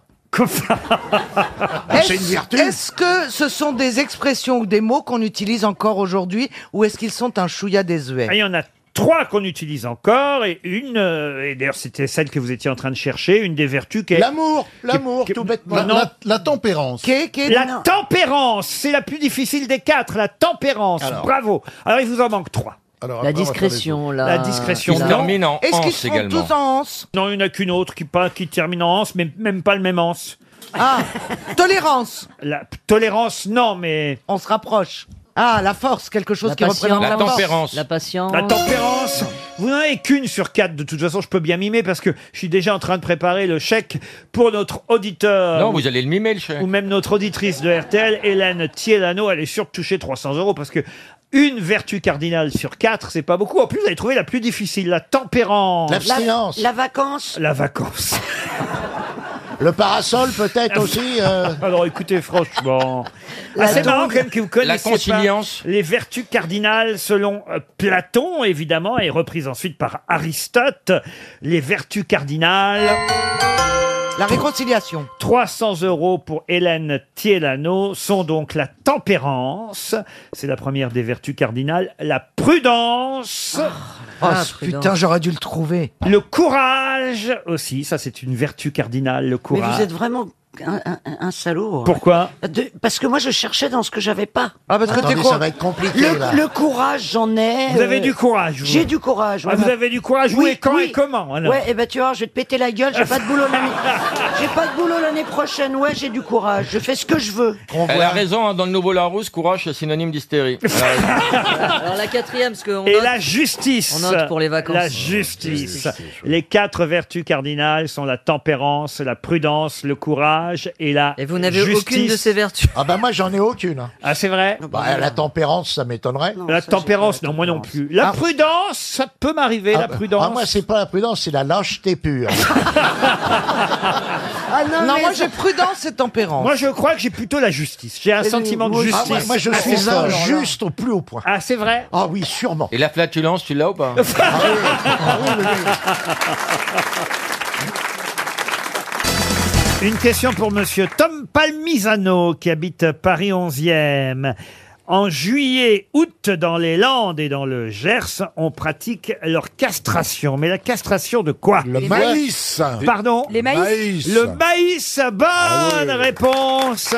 [SPEAKER 14] Est-ce est-ce que ce sont des expressions ou des mots qu'on utilise encore aujourd'hui ou est-ce qu'ils sont un chouïa désuet
[SPEAKER 1] Il y en a trois qu'on utilise encore et une, euh, et d'ailleurs c'était celle que vous étiez en train de chercher, une des vertus qui est...
[SPEAKER 9] L'amour, l'amour,
[SPEAKER 1] qui-
[SPEAKER 9] tout bêtement.
[SPEAKER 1] Non,
[SPEAKER 9] La-
[SPEAKER 1] tempérance.
[SPEAKER 9] qu'est-
[SPEAKER 1] la
[SPEAKER 9] non.
[SPEAKER 1] tempérance, c'est la plus difficile des quatre, la tempérance.
[SPEAKER 9] Alors.
[SPEAKER 1] Bravo. Alors il vous en manque trois.
[SPEAKER 7] La après, on va faire les discrétion, autres. la-
[SPEAKER 1] La discrétion.
[SPEAKER 15] Ils
[SPEAKER 1] non.
[SPEAKER 15] terminent en Est-ce qu'ils anse sont également tous
[SPEAKER 14] en anse
[SPEAKER 1] Non, il n'y en a qu'une autre qui, pas, qui termine en anse, mais même pas le même anse.
[SPEAKER 14] Ah, tolérance.
[SPEAKER 1] La p- tolérance, non, mais...
[SPEAKER 14] On se rapproche. Ah, la force, quelque chose qui représente la, force.
[SPEAKER 7] La patience.
[SPEAKER 1] La tempérance. Vous n'en avez qu'une sur quatre. De toute façon, je peux bien mimer parce que je suis déjà en train de préparer le chèque pour notre auditeur.
[SPEAKER 15] Non, vous allez le mimer, le chien.
[SPEAKER 1] Ou même notre auditrice de RTL, Hélène Thielano, elle est sûre de toucher 300 euros parce que une vertu cardinale sur quatre, c'est pas beaucoup. En plus, vous avez trouvé la plus difficile, la tempérance.
[SPEAKER 18] La, la vacance.
[SPEAKER 1] La vacance.
[SPEAKER 9] Le parasol peut-être aussi. euh,
[SPEAKER 1] Ah, Alors écoutez, franchement.
[SPEAKER 9] La
[SPEAKER 1] Ah, c'est
[SPEAKER 9] dose.
[SPEAKER 1] marrant quand même que vous connaissez
[SPEAKER 9] La conciliance.
[SPEAKER 1] pas les vertus cardinales selon euh, Platon, évidemment, et reprise ensuite par Aristote. Les vertus cardinales.
[SPEAKER 14] La réconciliation.
[SPEAKER 1] 300 euros pour Hélène Thielano sont donc la tempérance, c'est la première des vertus cardinales, la prudence, Ah,
[SPEAKER 14] Oh, putain, j'aurais dû le trouver.
[SPEAKER 1] le courage aussi, ça c'est une vertu cardinale, le
[SPEAKER 18] Mais
[SPEAKER 1] courage.
[SPEAKER 18] vous êtes vraiment un, un- un salaud. hein.
[SPEAKER 1] Pourquoi
[SPEAKER 18] De- Parce que moi, je cherchais dans ce que j'avais pas.
[SPEAKER 14] Ah, parce
[SPEAKER 1] que Attendez, t'es quoi ça va être compliqué,
[SPEAKER 18] Le,
[SPEAKER 1] là.
[SPEAKER 18] le courage, j'en ai.
[SPEAKER 1] Vous avez
[SPEAKER 18] euh,
[SPEAKER 1] du courage, vous.
[SPEAKER 18] J'ai du courage.
[SPEAKER 1] Ah, vous avez du courage, vous, et quand et comment, alors
[SPEAKER 18] Ouais, et ben tu vois, je vais te péter la gueule. J'ai pas de boulot l'année. J'ai pas de boulot l'année prochaine. Ouais, j'ai du courage. Je fais ce que je veux.
[SPEAKER 15] Elle a raison, hein, dans le nouveau Larousse, courage c'est synonyme d'hystérie. Euh,
[SPEAKER 7] Alors la quatrième, parce qu'on
[SPEAKER 1] Et
[SPEAKER 7] note-
[SPEAKER 1] la justice.
[SPEAKER 7] On note pour les vacances.
[SPEAKER 1] La justice. Les quatre vertus cardinales sont la tempérance, la prudence, le courage et la Et vous
[SPEAKER 7] n'avez aucune de ces vertus.
[SPEAKER 9] Ah bah moi j'en ai aucune. hein.
[SPEAKER 1] Ah c'est vrai
[SPEAKER 9] Bah, la tempérance, ça m'étonnerait.
[SPEAKER 1] La tempérance, non, moi non plus. La
[SPEAKER 9] Ah.
[SPEAKER 1] prudence, ça peut m'arriver, la prudence.
[SPEAKER 9] Ah, moi, c'est pas la prudence, c'est la lâcheté pure.
[SPEAKER 14] Ah non, moi j'ai prudence et tempérance.
[SPEAKER 1] Moi, je crois que j'ai plutôt la justice. J'ai un
[SPEAKER 9] Mais
[SPEAKER 1] sentiment de
[SPEAKER 9] moi aussi.
[SPEAKER 1] justice.
[SPEAKER 9] Ah, moi- moi, je suis
[SPEAKER 1] ça,
[SPEAKER 9] un juste au plus haut point.
[SPEAKER 1] Ah, c'est vrai Ah,
[SPEAKER 9] Ah oui, sûrement.
[SPEAKER 15] Et la flatulence, tu l'as ou pas
[SPEAKER 1] Une question pour monsieur Tom Palmisano, qui habite Paris 11e. En juillet, août, dans les Landes et dans le Gers, on pratique leur castration. Mais la castration de quoi Le
[SPEAKER 19] Les maïs. maïs.
[SPEAKER 1] Pardon
[SPEAKER 19] Les maïs. Maïs. Ah
[SPEAKER 1] Le maïs, bonne réponse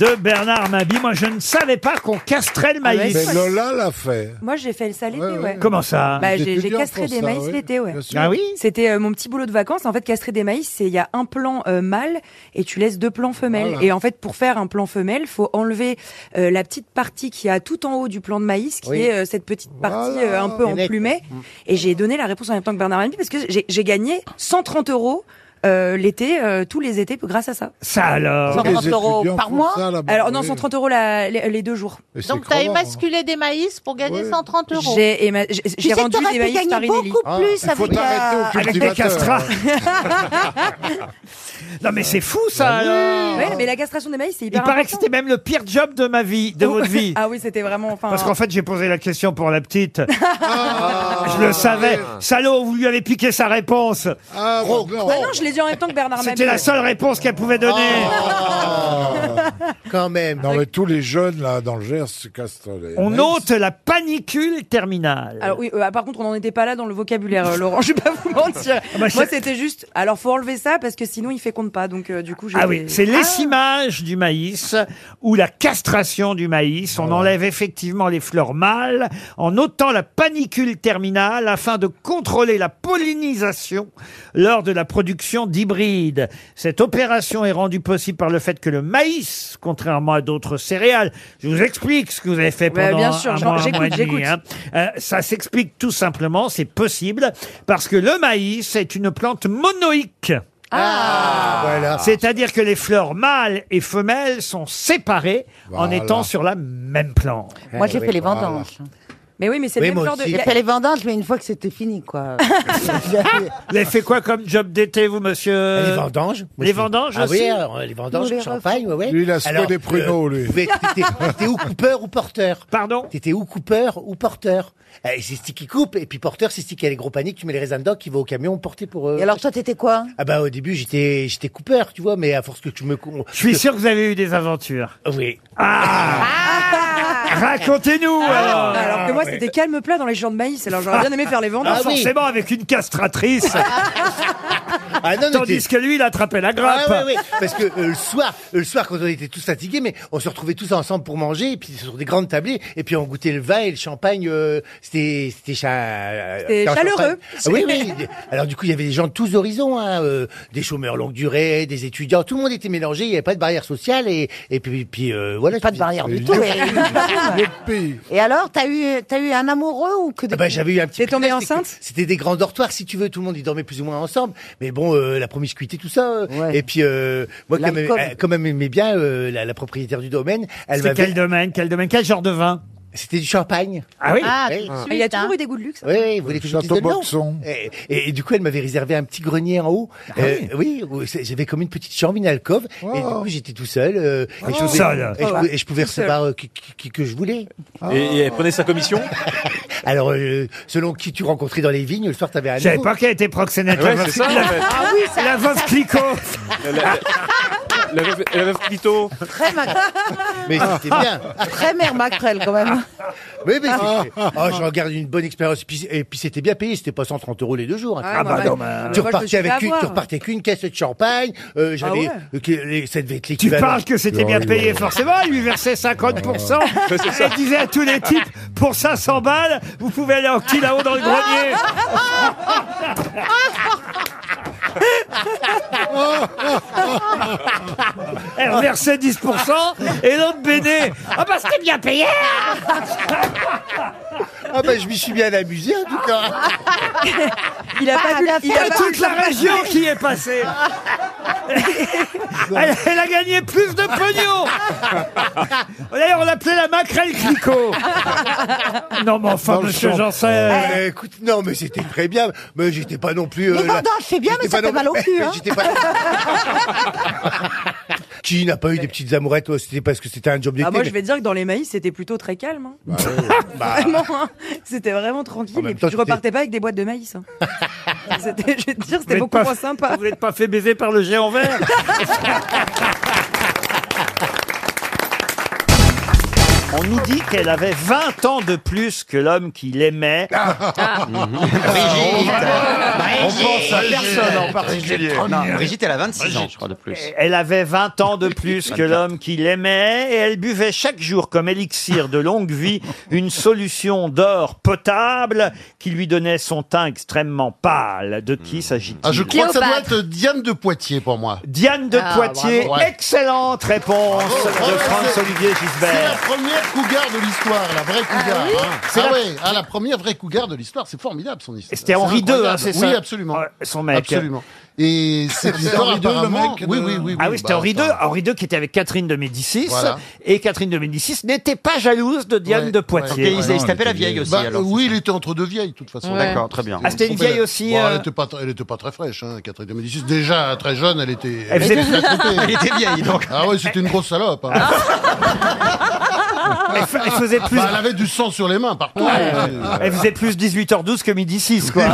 [SPEAKER 1] de Bernard Mabi. Moi, je ne savais pas qu'on castrait le maïs.
[SPEAKER 19] Ah Mais Lola l'a fait.
[SPEAKER 20] Moi, j'ai fait ça l'été, ouais.
[SPEAKER 1] Comment ça
[SPEAKER 20] Bah,
[SPEAKER 1] Des
[SPEAKER 20] J'ai j'ai
[SPEAKER 1] étudiants
[SPEAKER 20] castré
[SPEAKER 1] font
[SPEAKER 20] des
[SPEAKER 1] ça,
[SPEAKER 20] maïs
[SPEAKER 1] ouais.
[SPEAKER 20] l'été, ouais.
[SPEAKER 1] Bien sûr. Ah oui
[SPEAKER 20] C'était euh, mon petit boulot de vacances. En fait, castrer des maïs, c'est il y a un plan euh, mâle et tu laisses deux plans femelles.
[SPEAKER 19] Voilà.
[SPEAKER 20] Et en fait, pour faire un plan femelle, faut enlever euh, la petite partie qui a tout en haut du plan de maïs, qui
[SPEAKER 19] Oui.
[SPEAKER 20] est euh, cette petite partie
[SPEAKER 19] Voilà.
[SPEAKER 20] euh, un peu
[SPEAKER 19] Les mecs.
[SPEAKER 1] Mm.
[SPEAKER 20] emplumet. Et j'ai donné la réponse en même temps que Bernard Henry parce que j'ai j'ai gagné 130 euros. euh, l'été, euh, tous les étés, grâce à ça.
[SPEAKER 1] Ça alors
[SPEAKER 20] 130
[SPEAKER 1] Les
[SPEAKER 20] euros
[SPEAKER 1] étudiants
[SPEAKER 20] par
[SPEAKER 1] font
[SPEAKER 20] mois
[SPEAKER 1] ça là-bas,
[SPEAKER 20] Alors non,
[SPEAKER 1] oui.
[SPEAKER 20] 130 euros la- les, les deux jours.
[SPEAKER 11] Donc, tu as émasculé des maïs pour gagner 130 euros.
[SPEAKER 20] J'ai éma- j'ai-
[SPEAKER 11] Tu
[SPEAKER 20] j'ai
[SPEAKER 11] sais que
[SPEAKER 20] rendu
[SPEAKER 11] t'aurais
[SPEAKER 20] des
[SPEAKER 11] pu
[SPEAKER 20] maïs
[SPEAKER 11] gagner
[SPEAKER 20] Farinelli.
[SPEAKER 11] beaucoup
[SPEAKER 20] Ah,
[SPEAKER 11] plus
[SPEAKER 20] il faut
[SPEAKER 11] avec
[SPEAKER 20] t'arrêter
[SPEAKER 11] la-
[SPEAKER 20] au
[SPEAKER 1] Avec des castrats.
[SPEAKER 20] euh,
[SPEAKER 1] non mais c'est fou ça
[SPEAKER 19] Ah
[SPEAKER 1] alors.
[SPEAKER 20] Ouais, mais la castration des maïs, c'est
[SPEAKER 1] Il
[SPEAKER 20] hyper
[SPEAKER 1] paraît que c'était même le pire job de ma vie, de votre vie.
[SPEAKER 20] Ah oui, c'était vraiment. Enfin,
[SPEAKER 1] Parce qu'en fait, j'ai posé la question pour la petite. je le savais. Salaud, vous lui avez piqué sa réponse.
[SPEAKER 20] Ah, non, je l'ai dit en même temps que Bernard
[SPEAKER 1] C'était
[SPEAKER 20] Mabille.
[SPEAKER 1] la seule réponse qu'elle pouvait donner.
[SPEAKER 19] Quand même. Non, mais tous les jeunes, là, dans le Gers, se cassent les
[SPEAKER 1] On
[SPEAKER 19] mecs.
[SPEAKER 1] ôte la panicule terminale.
[SPEAKER 20] Alors oui, euh, par contre, on n'en était pas là dans le vocabulaire, euh, Laurent. Je vais pas vous mentir.
[SPEAKER 1] Ah bah,
[SPEAKER 20] Moi,
[SPEAKER 1] c'est-
[SPEAKER 20] c'était juste. Alors, faut enlever ça parce que sinon, il féconde pas. Donc, euh, du coup, j'ai.
[SPEAKER 1] Ah oui, c'est l'essimage du maïs ou la castration du maïs. On enlève effectivement les fleurs mâles en ôtant la panicule terminale afin de contrôler la pollinisation lors de la production d'hybrides. Cette opération est rendue possible par le fait que le maïs, contrairement à d'autres céréales, je vous explique ce que vous avez fait
[SPEAKER 20] Ouais,
[SPEAKER 1] pendant
[SPEAKER 20] bien sûr,
[SPEAKER 1] un
[SPEAKER 20] j'en-
[SPEAKER 1] mois, un
[SPEAKER 20] j'écoute,
[SPEAKER 1] mois et demi,
[SPEAKER 20] j'écoute.
[SPEAKER 1] hein. Euh, ça s'explique tout simplement, c'est possible parce que le maïs est une plante monoïque. C'est-à-dire que les fleurs mâles et femelles sont séparées en
[SPEAKER 11] Voilà.
[SPEAKER 1] étant sur la même plante.
[SPEAKER 4] Moi, j'ai fait les vendanges.
[SPEAKER 20] Mais oui, mais
[SPEAKER 1] c'est le Oui, même moi genre de- aussi.
[SPEAKER 4] J'ai fait les vendanges, mais une fois que c'était fini, quoi.
[SPEAKER 1] Vous avez fait quoi comme job d'été, vous, monsieur Les vendanges. Euh, Les vendanges
[SPEAKER 21] Ah oui,
[SPEAKER 1] aussi
[SPEAKER 21] alors, les vendanges,
[SPEAKER 1] Nous les
[SPEAKER 21] le champagne, ouais, ouais.
[SPEAKER 1] Lui, il a secoué
[SPEAKER 21] Alors,
[SPEAKER 1] des pruneaux,
[SPEAKER 21] euh,
[SPEAKER 1] lui.
[SPEAKER 21] pouvez- T'étais t'étais ou coupeur ou porteur.
[SPEAKER 1] Pardon
[SPEAKER 21] T'étais ou coupeur ou porteur. Euh, c'est ce qui coupe, et puis porteur, c'est ce qui a les gros paniers, tu mets les raisins dedans, qui va au camion porter pour eux.
[SPEAKER 4] Et alors, toi, t'étais quoi
[SPEAKER 21] Ah bah, au début, j'étais j'étais coupeur, tu vois, mais à force que tu me... cou-
[SPEAKER 1] Je suis sûr que vous avez eu des aventures.
[SPEAKER 21] Ah Oui.
[SPEAKER 1] Racontez-nous alors
[SPEAKER 20] Ah, Alors que moi, c'était calme plat dans les champs de maïs. Alors, j'aurais bien aimé faire les vendanges.
[SPEAKER 1] Ah, forcément avec une castratrice.
[SPEAKER 21] Ah. non, mais
[SPEAKER 1] Tandis que lui, il attrapait la grappe.
[SPEAKER 21] Ah oui, oui, parce que euh, le soir, euh, le soir quand on était tous fatigués, mais on se retrouvait tous ensemble pour manger, et puis sur des grandes tablées, et puis on goûtait le vin et le champagne. euh, c'était c'était cha- euh,
[SPEAKER 20] C'était
[SPEAKER 21] c'était un
[SPEAKER 20] chaleureux.
[SPEAKER 21] champagne. Ah oui, oui. Alors du coup, il y avait des gens de tous horizons, hein, euh, des chômeurs longue durée, des étudiants, tout le monde était mélangé. Il n'y avait pas de barrière sociale et et puis puis euh, voilà. Pas de barrière
[SPEAKER 4] du tout, et- Et alors, t'as eu, t'as eu un amoureux ou que des...
[SPEAKER 21] Ah bah, j'avais eu un petit. T'es
[SPEAKER 20] tombée enceinte
[SPEAKER 21] C'était des grands dortoirs, si tu veux. Tout le monde, ils dormaient plus ou moins ensemble. Mais bon, euh, la promiscuité, tout ça. euh, Et puis, euh, moi, quand même,
[SPEAKER 1] L'alcool.
[SPEAKER 21] euh, quand même, aimais bien euh, la, la propriétaire du domaine. Elle
[SPEAKER 1] C'était
[SPEAKER 21] m'avait-
[SPEAKER 1] quel domaine Quel domaine Quel genre de vin
[SPEAKER 21] C'était du champagne.
[SPEAKER 1] Ah oui Ah
[SPEAKER 20] Ah,
[SPEAKER 21] Oui.
[SPEAKER 20] Il y a toujours eu des goûts de luxe.
[SPEAKER 21] Oui, oui,
[SPEAKER 1] Euh,
[SPEAKER 21] vous voulez que je vous dise
[SPEAKER 20] Château
[SPEAKER 21] le nom
[SPEAKER 20] Boxon.
[SPEAKER 21] Et, et- et du coup, elle m'avait réservé un petit grenier en haut.
[SPEAKER 1] Ah
[SPEAKER 21] Euh, oui, où c'est- j'avais comme une petite chambre, une alcôve. Et du coup, j'étais tout seul. euh, et, je
[SPEAKER 1] Tout
[SPEAKER 21] pouvais,
[SPEAKER 1] seul.
[SPEAKER 21] et je pouvais- et je pouvais
[SPEAKER 1] Oh. Tout seul.
[SPEAKER 21] recevoir euh, qui, qui- qui que je voulais.
[SPEAKER 22] Et, et elle prenait sa commission
[SPEAKER 21] Alors, euh, selon qui tu rencontrais dans les vignes, le soir, t'avais un.
[SPEAKER 1] Je savais
[SPEAKER 21] nouveau.
[SPEAKER 1] pas qu'elle était proxénète. la
[SPEAKER 22] Ouais,
[SPEAKER 1] veuve-
[SPEAKER 22] c'est ça, en
[SPEAKER 1] la-
[SPEAKER 22] fait.
[SPEAKER 4] Ah oui, ça...
[SPEAKER 1] La veuve Clicquot
[SPEAKER 22] La, la, la meuf- la meuf Clito
[SPEAKER 4] Très ma-
[SPEAKER 21] Mais c'était bien.
[SPEAKER 4] Très mère Macrel, quand même.
[SPEAKER 21] Oui, mais c'était- oh, je regarde une bonne expérience. Puis- Et puis c'était bien payé, c'était pas 130 euros les deux jours. hein.
[SPEAKER 1] Ah, bah, non, bah, moi,
[SPEAKER 21] tu
[SPEAKER 1] je me
[SPEAKER 21] repartais
[SPEAKER 1] suis
[SPEAKER 21] avec
[SPEAKER 1] fait
[SPEAKER 21] une, tu
[SPEAKER 1] avoir.
[SPEAKER 21] repartais avec une caisse de champagne. euh, J'avais,
[SPEAKER 1] Ah
[SPEAKER 21] euh, que- les- ça devait être
[SPEAKER 1] Tu
[SPEAKER 21] l'équivalent.
[SPEAKER 1] parles que c'était bien payé, forcément. Il lui versait 50%.
[SPEAKER 21] Ouais, c'est ça.
[SPEAKER 1] Elle disait à tous les types, pour 500 balles, vous pouvez aller en petit
[SPEAKER 14] Ah,
[SPEAKER 1] là-haut dans le
[SPEAKER 21] Ah.
[SPEAKER 1] grenier.
[SPEAKER 14] Eh,
[SPEAKER 1] Elle versait 10% et l'autre béné. Ah bah c'était bien payé hein.
[SPEAKER 21] Ah bah je m'y suis bien amusé en tout cas.
[SPEAKER 20] Il a pas vu
[SPEAKER 1] Il y a toute la région qui est passée. Elle, elle a gagné plus de pognon. D'ailleurs, on l'appelait la maquerelle Clicot.
[SPEAKER 20] Ah,
[SPEAKER 1] Non, mais enfin,
[SPEAKER 21] Dans le
[SPEAKER 1] monsieur
[SPEAKER 21] champ.
[SPEAKER 1] Janssen.
[SPEAKER 21] Euh, écoute, non, mais c'était très bien. Mais j'étais pas non plus. euh,
[SPEAKER 1] Les vendanges,
[SPEAKER 21] c'est bien,
[SPEAKER 1] mais ça fait mal au cul, hein.
[SPEAKER 21] Qui n'a pas eu des petites amourettes toi, C'était parce que c'était un job d'été.
[SPEAKER 20] Ah, moi,
[SPEAKER 21] mais-
[SPEAKER 20] je vais dire que dans les maïs, c'était plutôt très calme. hein.
[SPEAKER 21] Bah,
[SPEAKER 20] Vraiment, hein. c'était vraiment
[SPEAKER 21] En
[SPEAKER 20] tranquille.
[SPEAKER 21] même
[SPEAKER 20] Et puis,
[SPEAKER 21] temps,
[SPEAKER 20] je
[SPEAKER 21] tu t'es-
[SPEAKER 20] repartais pas avec des boîtes de maïs. hein. C'était- je vais te
[SPEAKER 1] Vous
[SPEAKER 20] dire, c'était
[SPEAKER 1] n'êtes
[SPEAKER 20] beaucoup
[SPEAKER 1] pas-
[SPEAKER 20] moins sympa.
[SPEAKER 1] Vous n'êtes pas fait baiser par le géant vert On nous dit qu'elle avait 20 ans de plus que l'homme qui l'aimait.
[SPEAKER 10] Ah.
[SPEAKER 1] Ah,
[SPEAKER 10] Brigitte.
[SPEAKER 1] pense à personne en particulier.
[SPEAKER 10] Non, Brigitte, elle a 26 ans, je crois, de plus.
[SPEAKER 1] Elle avait 20 ans de plus que l'homme qui l'aimait et elle buvait chaque jour comme élixir de longue vie une solution d'or potable qui lui donnait son teint extrêmement pâle. De qui s'agit-il
[SPEAKER 17] Ah, je crois que ça doit être Diane de Poitiers pour moi.
[SPEAKER 1] Diane de
[SPEAKER 17] Ah,
[SPEAKER 1] Poitiers,
[SPEAKER 17] bravo. Ouais.
[SPEAKER 1] excellente réponse
[SPEAKER 17] Bravo,
[SPEAKER 1] de
[SPEAKER 17] bravo, c'est-
[SPEAKER 1] Franz-Olivier
[SPEAKER 17] C'est la
[SPEAKER 1] Gisbert.
[SPEAKER 17] première cougar de l'histoire, la vraie cougar.
[SPEAKER 1] oui
[SPEAKER 17] hein.
[SPEAKER 1] C'est
[SPEAKER 17] Ah
[SPEAKER 1] la-
[SPEAKER 17] ouais, ah, la première vraie cougar de l'histoire, c'est formidable son histoire.
[SPEAKER 1] C'était Henri II,
[SPEAKER 17] C'est
[SPEAKER 1] hein,
[SPEAKER 17] incroyable.
[SPEAKER 1] c'est ça
[SPEAKER 17] Oui, absolument.
[SPEAKER 1] Son mec.
[SPEAKER 17] Absolument. Et c'est une histoire apparemment... Oui, oui, oui.
[SPEAKER 1] Ah
[SPEAKER 17] oui,
[SPEAKER 1] oui, c'était Henri II. Henri II qui était avec Catherine de Médicis.
[SPEAKER 17] Voilà.
[SPEAKER 1] Et Catherine de Médicis n'était pas jalouse de Diane
[SPEAKER 17] Ouais,
[SPEAKER 1] de
[SPEAKER 17] ouais.
[SPEAKER 1] Poitiers.
[SPEAKER 17] Ok, il s'est- il se tapait la vieille aussi, alors,
[SPEAKER 1] euh,
[SPEAKER 17] Oui, il était entre deux vieilles, de toute façon. ben,
[SPEAKER 1] Ouais. D'accord, très bien. Ah, c'était une vieille aussi, euh,
[SPEAKER 17] Elle n'était pas, tr- elle était pas très fraîche, hein, Catherine de Médicis. Déjà, très jeune, elle était...
[SPEAKER 1] Elle faisait-
[SPEAKER 17] était très trompée.
[SPEAKER 1] Elle était vieille, donc.
[SPEAKER 17] Ah oui, c'était une grosse salope. hein.
[SPEAKER 1] Elle, fa- elle faisait plus...
[SPEAKER 17] Bah, elle avait du sang sur les mains, partout.
[SPEAKER 1] Elle faisait plus 18h12 que midi 6, quoi.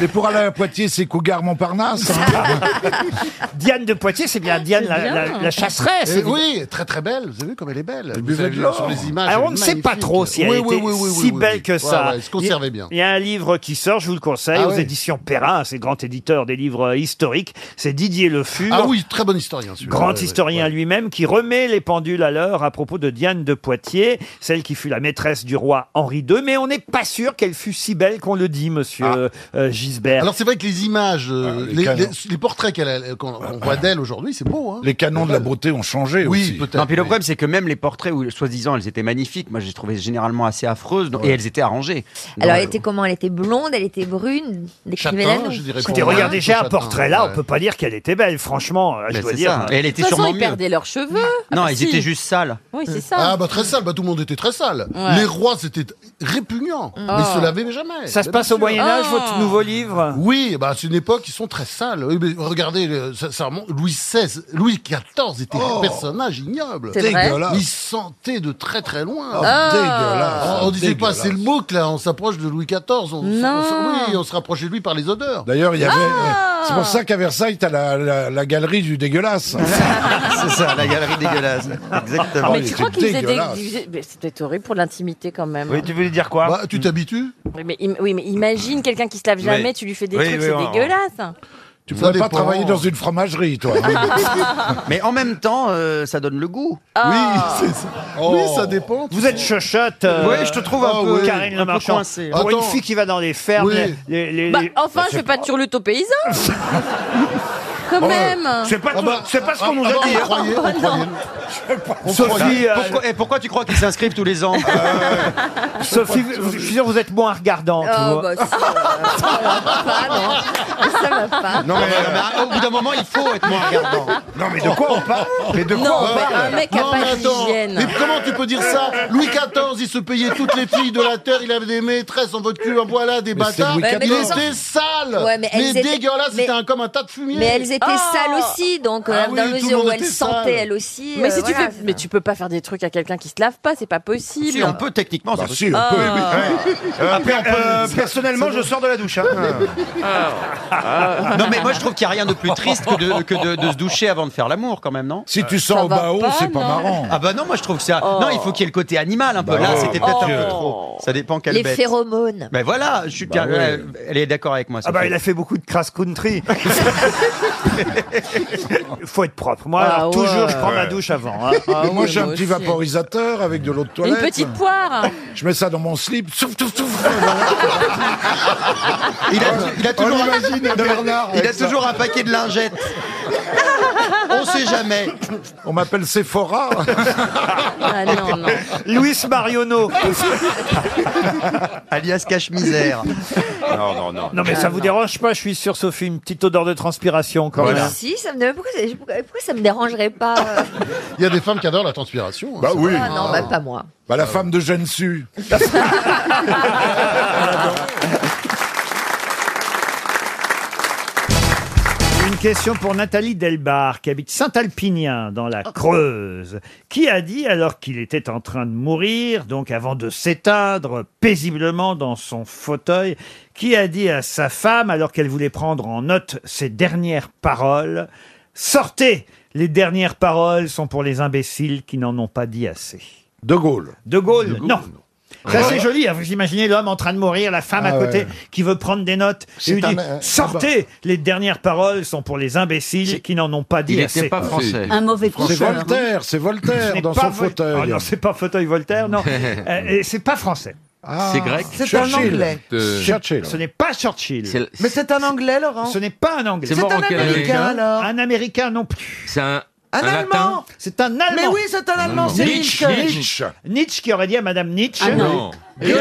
[SPEAKER 8] Mais pour aller Euh, à Poitiers, c'est Cougar Montparnasse. hein.
[SPEAKER 1] Diane de Poitiers, c'est bien Diane la,
[SPEAKER 17] bien.
[SPEAKER 1] la- la chasseresse.
[SPEAKER 17] Eh oui, très très belle. Vous avez vu comme elle est belle.
[SPEAKER 1] Elle
[SPEAKER 17] Vous
[SPEAKER 1] buvait
[SPEAKER 17] avez
[SPEAKER 1] de
[SPEAKER 17] vu
[SPEAKER 1] l'or.
[SPEAKER 17] sur les images.
[SPEAKER 1] Alors,
[SPEAKER 17] elle
[SPEAKER 1] Ah, on
[SPEAKER 17] est
[SPEAKER 1] ne sait pas
[SPEAKER 17] magnifique.
[SPEAKER 1] trop si elle
[SPEAKER 17] Oui,
[SPEAKER 1] était
[SPEAKER 17] oui, oui, oui,
[SPEAKER 1] si
[SPEAKER 17] oui, oui.
[SPEAKER 1] belle que
[SPEAKER 17] Ouais,
[SPEAKER 1] ça.
[SPEAKER 17] ouais, elle se conservait bien.
[SPEAKER 1] Il y a un livre qui sort, je vous le conseille,
[SPEAKER 17] Ah
[SPEAKER 1] aux
[SPEAKER 17] oui.
[SPEAKER 1] éditions Perrin, hein, c'est grand éditeur des livres euh, historiques. C'est Didier Le Fur.
[SPEAKER 17] Ah oui, très bon historien. celui-là.
[SPEAKER 1] Grand
[SPEAKER 17] Ouais, ouais.
[SPEAKER 1] historien lui-même qui remet les pendules à l'heure à propos de Diane de Poitiers, celle qui fut la maîtresse du roi Henri II, mais on n'est pas sûr qu'elle fût si belle qu'on le dit, monsieur euh, Gisbert.
[SPEAKER 17] Ah. Alors c'est vrai que les images, euh,
[SPEAKER 8] les
[SPEAKER 17] les,
[SPEAKER 8] canons.
[SPEAKER 17] les- les portraits qu'elle a- qu'on qu'on voit d'elle aujourd'hui, c'est beau. Hein
[SPEAKER 8] Les canons de la beauté ont changé
[SPEAKER 17] Oui,
[SPEAKER 8] aussi.
[SPEAKER 17] peut-être.
[SPEAKER 5] Non, puis le problème, c'est que même les portraits où, soi-disant, elles étaient magnifiques, moi, je les trouvais généralement assez affreuses donc- et elles étaient arrangées. Donc,
[SPEAKER 7] Alors,
[SPEAKER 5] euh,
[SPEAKER 7] elle était comment Elle était blonde, elle était brune, décrivez la
[SPEAKER 17] je dirais
[SPEAKER 1] Écoutez,
[SPEAKER 17] pour moi,
[SPEAKER 1] regardez, j'ai un
[SPEAKER 17] Chatin,
[SPEAKER 1] portrait là,
[SPEAKER 17] ouais.
[SPEAKER 1] on peut pas dire qu'elle était belle, franchement, euh, je
[SPEAKER 5] Mais
[SPEAKER 1] dois
[SPEAKER 5] Ben, c'est
[SPEAKER 1] dire.
[SPEAKER 5] ça. Et elle
[SPEAKER 11] De toute façon, ils perdaient leurs cheveux.
[SPEAKER 5] Non,
[SPEAKER 11] Ah,
[SPEAKER 5] ils
[SPEAKER 11] si.
[SPEAKER 5] étaient juste sales.
[SPEAKER 11] Oui, c'est ça.
[SPEAKER 17] Ah bah très sale, bah, tout le monde était très sale.
[SPEAKER 11] Ouais. Mm. Oh.
[SPEAKER 17] Les rois c'était répugnant, mais ils se lavaient jamais.
[SPEAKER 1] Ça se passe
[SPEAKER 17] Mais bien
[SPEAKER 1] au
[SPEAKER 17] sûr.
[SPEAKER 1] Moyen Âge,
[SPEAKER 11] Ah.
[SPEAKER 1] votre nouveau livre
[SPEAKER 17] Oui, bah c'est une époque ils sont très sales. Oui, mais regardez, euh, ça, ça remonte- Louis XVI, Louis XIV était
[SPEAKER 8] Oh.
[SPEAKER 17] un personnage ignoble.
[SPEAKER 8] C'est vrai Dégueulasse.
[SPEAKER 17] Il sentait de très très loin.
[SPEAKER 8] Oh, Ah. dégueulasse.
[SPEAKER 17] On, on disait pas
[SPEAKER 8] Dégueulasse.
[SPEAKER 17] c'est le mot que là, on s'approche de Louis XIV. On, on- oui, on se rapprochait de lui par les odeurs.
[SPEAKER 8] D'ailleurs, il y avait.
[SPEAKER 11] Ah.
[SPEAKER 8] euh, C'est pour ça qu'à Versailles, t'as la, la, la galerie du dégueulasse.
[SPEAKER 5] c'est ça, la galerie dégueulasse. Exactement.
[SPEAKER 8] Ah,
[SPEAKER 11] Ah, mais tu crois qu'ils faisaient des. ils faisaient- mais C'était horrible pour l'intimité quand même.
[SPEAKER 5] Oui, tu voulais dire quoi
[SPEAKER 17] Bah, tu t'habitues
[SPEAKER 11] Oui, mais, im- oui, mais imagine quelqu'un qui se lave jamais,
[SPEAKER 8] Oui.
[SPEAKER 11] tu lui fais des
[SPEAKER 8] Oui,
[SPEAKER 11] trucs,
[SPEAKER 8] oui,
[SPEAKER 11] c'est
[SPEAKER 8] on-
[SPEAKER 11] dégueulasse.
[SPEAKER 8] Tu
[SPEAKER 17] Ça
[SPEAKER 8] pourrais pas
[SPEAKER 17] dépend.
[SPEAKER 8] travailler dans une fromagerie, toi. hein.
[SPEAKER 5] Mais en même temps, euh, ça donne le goût.
[SPEAKER 17] Oui, c'est ça. Oui, ça dépend.
[SPEAKER 1] Oh.
[SPEAKER 17] Ah,
[SPEAKER 1] Vous êtes chochotte. euh,
[SPEAKER 5] Ouais, Ah. Oh. je te trouve un peu-
[SPEAKER 1] Karine
[SPEAKER 5] un
[SPEAKER 1] Le
[SPEAKER 5] peu
[SPEAKER 1] Marchand.
[SPEAKER 5] coincée.
[SPEAKER 1] Pour une
[SPEAKER 5] Attends.
[SPEAKER 1] fille qui va dans les fermes,
[SPEAKER 5] Oui.
[SPEAKER 1] les, les-
[SPEAKER 11] Bah,
[SPEAKER 1] les-
[SPEAKER 11] enfin, je fais pas de turlute aux paysans. quand même. Oh,
[SPEAKER 13] C'est
[SPEAKER 1] Ah
[SPEAKER 13] pas, tout-
[SPEAKER 1] bah,
[SPEAKER 5] bah,
[SPEAKER 13] c'est pas ce qu'on nous
[SPEAKER 17] ah,
[SPEAKER 13] a dit.
[SPEAKER 17] on
[SPEAKER 13] hein.
[SPEAKER 17] croyait,
[SPEAKER 6] Oh,
[SPEAKER 17] on croyait.
[SPEAKER 1] Sophie, euh,
[SPEAKER 5] pourquoi, et pourquoi tu crois qu'ils s'inscrivent tous les ans
[SPEAKER 1] Sophie, vous- je suis sûr que vous êtes moins regardante.
[SPEAKER 13] Oh,
[SPEAKER 1] vous.
[SPEAKER 13] bah,
[SPEAKER 7] Ça va pas.
[SPEAKER 5] Non, mais, euh, mais au bout d'un moment, il faut être moins regardant.
[SPEAKER 8] Non, mais de quoi on parle
[SPEAKER 5] Mais de
[SPEAKER 11] Non,
[SPEAKER 5] quoi on
[SPEAKER 11] mais
[SPEAKER 5] parle
[SPEAKER 11] un mec a
[SPEAKER 17] Non, mais
[SPEAKER 11] pas
[SPEAKER 17] attends,
[SPEAKER 11] d'hygiène.
[SPEAKER 17] mais comment tu peux dire ça Louis XIV, il se payait toutes les filles de la terre, il avait des maîtresses en votre cul, en voilà, des
[SPEAKER 8] Mais c'est
[SPEAKER 17] bâtards.
[SPEAKER 8] Louis
[SPEAKER 17] Il
[SPEAKER 7] XIV. Ouais, mais
[SPEAKER 17] était
[SPEAKER 7] non.
[SPEAKER 17] sale
[SPEAKER 7] Ouais, mais
[SPEAKER 17] Mais
[SPEAKER 7] elles étaient-
[SPEAKER 17] dégueulasse,
[SPEAKER 7] mais-
[SPEAKER 17] c'était un- comme un tas de fumier
[SPEAKER 7] Mais elles étaient
[SPEAKER 11] Ah.
[SPEAKER 7] sales aussi, donc euh,
[SPEAKER 17] Ah oui,
[SPEAKER 7] dans
[SPEAKER 17] tout
[SPEAKER 7] la
[SPEAKER 17] le
[SPEAKER 7] mesure
[SPEAKER 17] monde
[SPEAKER 7] où elles
[SPEAKER 17] était sale.
[SPEAKER 7] sentaient elles aussi.
[SPEAKER 11] Mais
[SPEAKER 7] euh,
[SPEAKER 11] si tu
[SPEAKER 7] voilà.
[SPEAKER 11] fais, mais tu peux pas faire des trucs à quelqu'un qui se lave pas, c'est pas possible.
[SPEAKER 5] Si, on peut techniquement. c'est
[SPEAKER 8] Bah, si,
[SPEAKER 5] possible. Ah. Euh,
[SPEAKER 8] on peut.
[SPEAKER 10] personnellement, je sors de la douche.
[SPEAKER 5] hein.
[SPEAKER 8] Ah.
[SPEAKER 5] Ah. Non, mais moi, je trouve qu'il n'y a rien de plus triste que de, que de- de se doucher avant de faire l'amour, quand même, non
[SPEAKER 8] Si tu sens au bas haut, c'est pas
[SPEAKER 11] non
[SPEAKER 8] marrant.
[SPEAKER 5] Ah bah non, moi je trouve que ça.
[SPEAKER 11] Oh.
[SPEAKER 5] Non, il faut qu'il y ait le côté animal un peu.
[SPEAKER 8] Bah
[SPEAKER 5] Là,
[SPEAKER 8] ouais,
[SPEAKER 5] c'était
[SPEAKER 8] mon
[SPEAKER 5] peut-être
[SPEAKER 8] Dieu.
[SPEAKER 5] un peu trop. Ça dépend quelle
[SPEAKER 7] Les
[SPEAKER 5] bête.
[SPEAKER 7] phéromones.
[SPEAKER 5] Mais voilà, je suis
[SPEAKER 8] Bah
[SPEAKER 5] bien-
[SPEAKER 8] ouais.
[SPEAKER 5] elle est d'accord avec moi.
[SPEAKER 1] Ah bah
[SPEAKER 5] Sophie.
[SPEAKER 1] il a fait beaucoup de crass country. Faut être propre. Moi,
[SPEAKER 11] Ah
[SPEAKER 1] alors, toujours,
[SPEAKER 11] ouais.
[SPEAKER 1] je
[SPEAKER 17] Euh,
[SPEAKER 1] prends ma douche avant. hein.
[SPEAKER 8] Et moi, j'ai un
[SPEAKER 11] moi
[SPEAKER 8] petit
[SPEAKER 11] aussi.
[SPEAKER 8] vaporisateur avec de l'eau de
[SPEAKER 11] Une
[SPEAKER 8] toilette.
[SPEAKER 11] petite poire.
[SPEAKER 8] Je mets ça dans mon slip. Souf, souf, souf.
[SPEAKER 5] il a, il a toujours,
[SPEAKER 8] imagine Oh, Bernard
[SPEAKER 5] il a
[SPEAKER 8] avec ça.
[SPEAKER 5] toujours un paquet de lingettes. On sait jamais.
[SPEAKER 8] On m'appelle Sephora.
[SPEAKER 11] Ah non, non.
[SPEAKER 1] Luis Mariono.
[SPEAKER 5] Alias cache-misère.
[SPEAKER 22] Non, non, non.
[SPEAKER 1] Non mais
[SPEAKER 11] Ah
[SPEAKER 1] ça vous dérange pas, je suis sûr, Sophie, une petite odeur de transpiration quand
[SPEAKER 7] Mais
[SPEAKER 1] même.
[SPEAKER 7] si, ça me... pourquoi, ça- pourquoi- pourquoi ça me dérangerait pas euh,
[SPEAKER 17] Il y a des femmes qui adorent la transpiration. hein,
[SPEAKER 8] Bah
[SPEAKER 17] c'est
[SPEAKER 8] oui.
[SPEAKER 7] Ah non, bah, pas moi.
[SPEAKER 8] Bah, la femme de Jeanne Su.
[SPEAKER 1] Une question pour Nathalie Delbar, qui habite Saint-Alpinien, dans la Creuse, qui a dit, alors qu'il était en train de mourir, donc avant de s'éteindre paisiblement dans son fauteuil, qui a dit à sa femme, alors qu'elle voulait prendre en note ses dernières paroles, Sortez Les dernières paroles sont pour les imbéciles qui n'en ont pas dit assez.
[SPEAKER 8] De Gaulle.
[SPEAKER 1] De Gaulle, non. Ça, c'est joli. hein. Vous imaginez l'homme en train de mourir, la femme à
[SPEAKER 8] Ah
[SPEAKER 1] côté
[SPEAKER 8] ouais.
[SPEAKER 1] qui veut prendre des notes. Et
[SPEAKER 8] C'est
[SPEAKER 1] lui
[SPEAKER 8] un- euh,
[SPEAKER 1] dit
[SPEAKER 8] un-
[SPEAKER 1] Sortez Les dernières paroles sont pour les imbéciles qui n'en ont pas dit
[SPEAKER 10] Il
[SPEAKER 1] assez.
[SPEAKER 10] n'était pas français.
[SPEAKER 8] C'est-
[SPEAKER 23] Un mauvais
[SPEAKER 8] C'est
[SPEAKER 23] coucheur.
[SPEAKER 8] Voltaire, c'est
[SPEAKER 1] Ce
[SPEAKER 8] Voltaire
[SPEAKER 1] n'est
[SPEAKER 8] dans
[SPEAKER 1] pas
[SPEAKER 8] son
[SPEAKER 1] Vol- Ah
[SPEAKER 8] fauteuil.
[SPEAKER 1] non, c'est pas fauteuil Voltaire, non. Euh, et c'est pas français.
[SPEAKER 5] Ah,
[SPEAKER 10] C'est grec.
[SPEAKER 14] C'est un
[SPEAKER 8] Ah, Churchill.
[SPEAKER 14] anglais.
[SPEAKER 10] Euh,
[SPEAKER 8] Churchill.
[SPEAKER 1] Ce n'est pas Churchill.
[SPEAKER 10] C'est
[SPEAKER 14] Mais c'est un anglais, Laurent.
[SPEAKER 1] Ce n'est pas un anglais.
[SPEAKER 10] C'est
[SPEAKER 14] C'est
[SPEAKER 10] mort
[SPEAKER 14] un
[SPEAKER 10] en quelle
[SPEAKER 14] américain
[SPEAKER 10] année
[SPEAKER 14] alors.
[SPEAKER 1] Un américain non plus.
[SPEAKER 10] c'est un,
[SPEAKER 14] Un,
[SPEAKER 10] latin.
[SPEAKER 14] allemand.
[SPEAKER 1] C'est un allemand.
[SPEAKER 14] Mais oui, c'est un allemand, c'est
[SPEAKER 10] Nietzsche.
[SPEAKER 14] Nietzsche.
[SPEAKER 10] Nietzsche.
[SPEAKER 1] Nietzsche qui aurait dit à Madame Nietzsche
[SPEAKER 10] Non.
[SPEAKER 1] Goethe,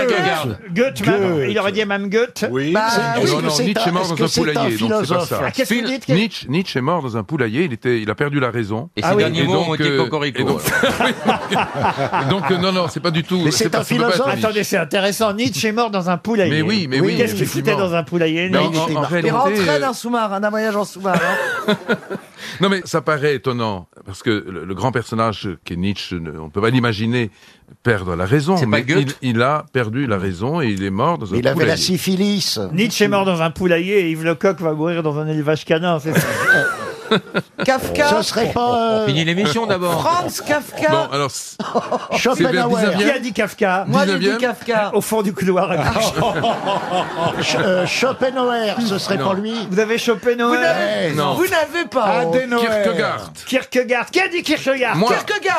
[SPEAKER 1] Goethe, même, il aurait dit même Goethe. Bah Oui,
[SPEAKER 15] Oh non, non, Nietzsche est mort dans un poulailler, donc c'est pas ça.
[SPEAKER 1] Ah,
[SPEAKER 15] Phil- Nietzsche, Nietzsche est mort dans un poulailler, il, était, il a perdu la raison.
[SPEAKER 12] Et ses derniers mots ont été
[SPEAKER 15] euh,
[SPEAKER 12] cocorico,
[SPEAKER 15] et donc, et donc, euh, non, non, c'est pas du tout.
[SPEAKER 1] Mais
[SPEAKER 15] c'est pas- ça peut pas être Nietzsche.
[SPEAKER 1] Attendez, c'est intéressant. Nietzsche est mort dans un poulailler.
[SPEAKER 15] Mais oui, mais oui,
[SPEAKER 1] Qu'est-ce qu'il foutait
[SPEAKER 15] effectivement.
[SPEAKER 1] dans un poulailler
[SPEAKER 15] Mais en-
[SPEAKER 1] Nietzsche
[SPEAKER 15] en- en
[SPEAKER 1] Il
[SPEAKER 14] Il
[SPEAKER 15] réalité,
[SPEAKER 14] rentrait
[SPEAKER 15] euh,
[SPEAKER 14] d'un sous-marin, d'un voyage en sous-marin.
[SPEAKER 15] Non, mais ça paraît étonnant, parce que le, le grand personnage qui est Nietzsche, ne- on ne peut pas l'imaginer perdre la raison.
[SPEAKER 1] C'est
[SPEAKER 15] mais
[SPEAKER 1] pas Goethe
[SPEAKER 15] il, il a perdu la raison et il est mort dans un
[SPEAKER 1] Il avait
[SPEAKER 15] poulailler.
[SPEAKER 1] la
[SPEAKER 9] syphilis.
[SPEAKER 1] Nietzsche est mort dans un poulailler et Yves Lecoq va mourir dans un élevage canin, c'est ça
[SPEAKER 14] Kafka.
[SPEAKER 9] Ce serait
[SPEAKER 15] euh,
[SPEAKER 9] pas.
[SPEAKER 1] Fini l'émission d'abord.
[SPEAKER 14] Euh, Franz Kafka.
[SPEAKER 15] Bon, alors. c'est- c'est vers
[SPEAKER 9] Schopenhauer.
[SPEAKER 15] 19e.
[SPEAKER 1] Qui a dit Kafka
[SPEAKER 9] Moi, j'ai dit 19e.
[SPEAKER 1] Kafka. Au fond du couloir. à gauche.
[SPEAKER 5] Ah.
[SPEAKER 9] Ch- euh, Schopenhauer, ce serait
[SPEAKER 1] Non.
[SPEAKER 9] pas lui.
[SPEAKER 1] Vous avez Schopenhauer
[SPEAKER 9] Vous
[SPEAKER 16] Eh,
[SPEAKER 9] n'avez-
[SPEAKER 15] Non. vous
[SPEAKER 14] n'avez pas.
[SPEAKER 5] Ah,
[SPEAKER 15] Kierkegaard.
[SPEAKER 1] Kierkegaard. Qui a dit Kierkegaard
[SPEAKER 15] Moi. Kierkegaard.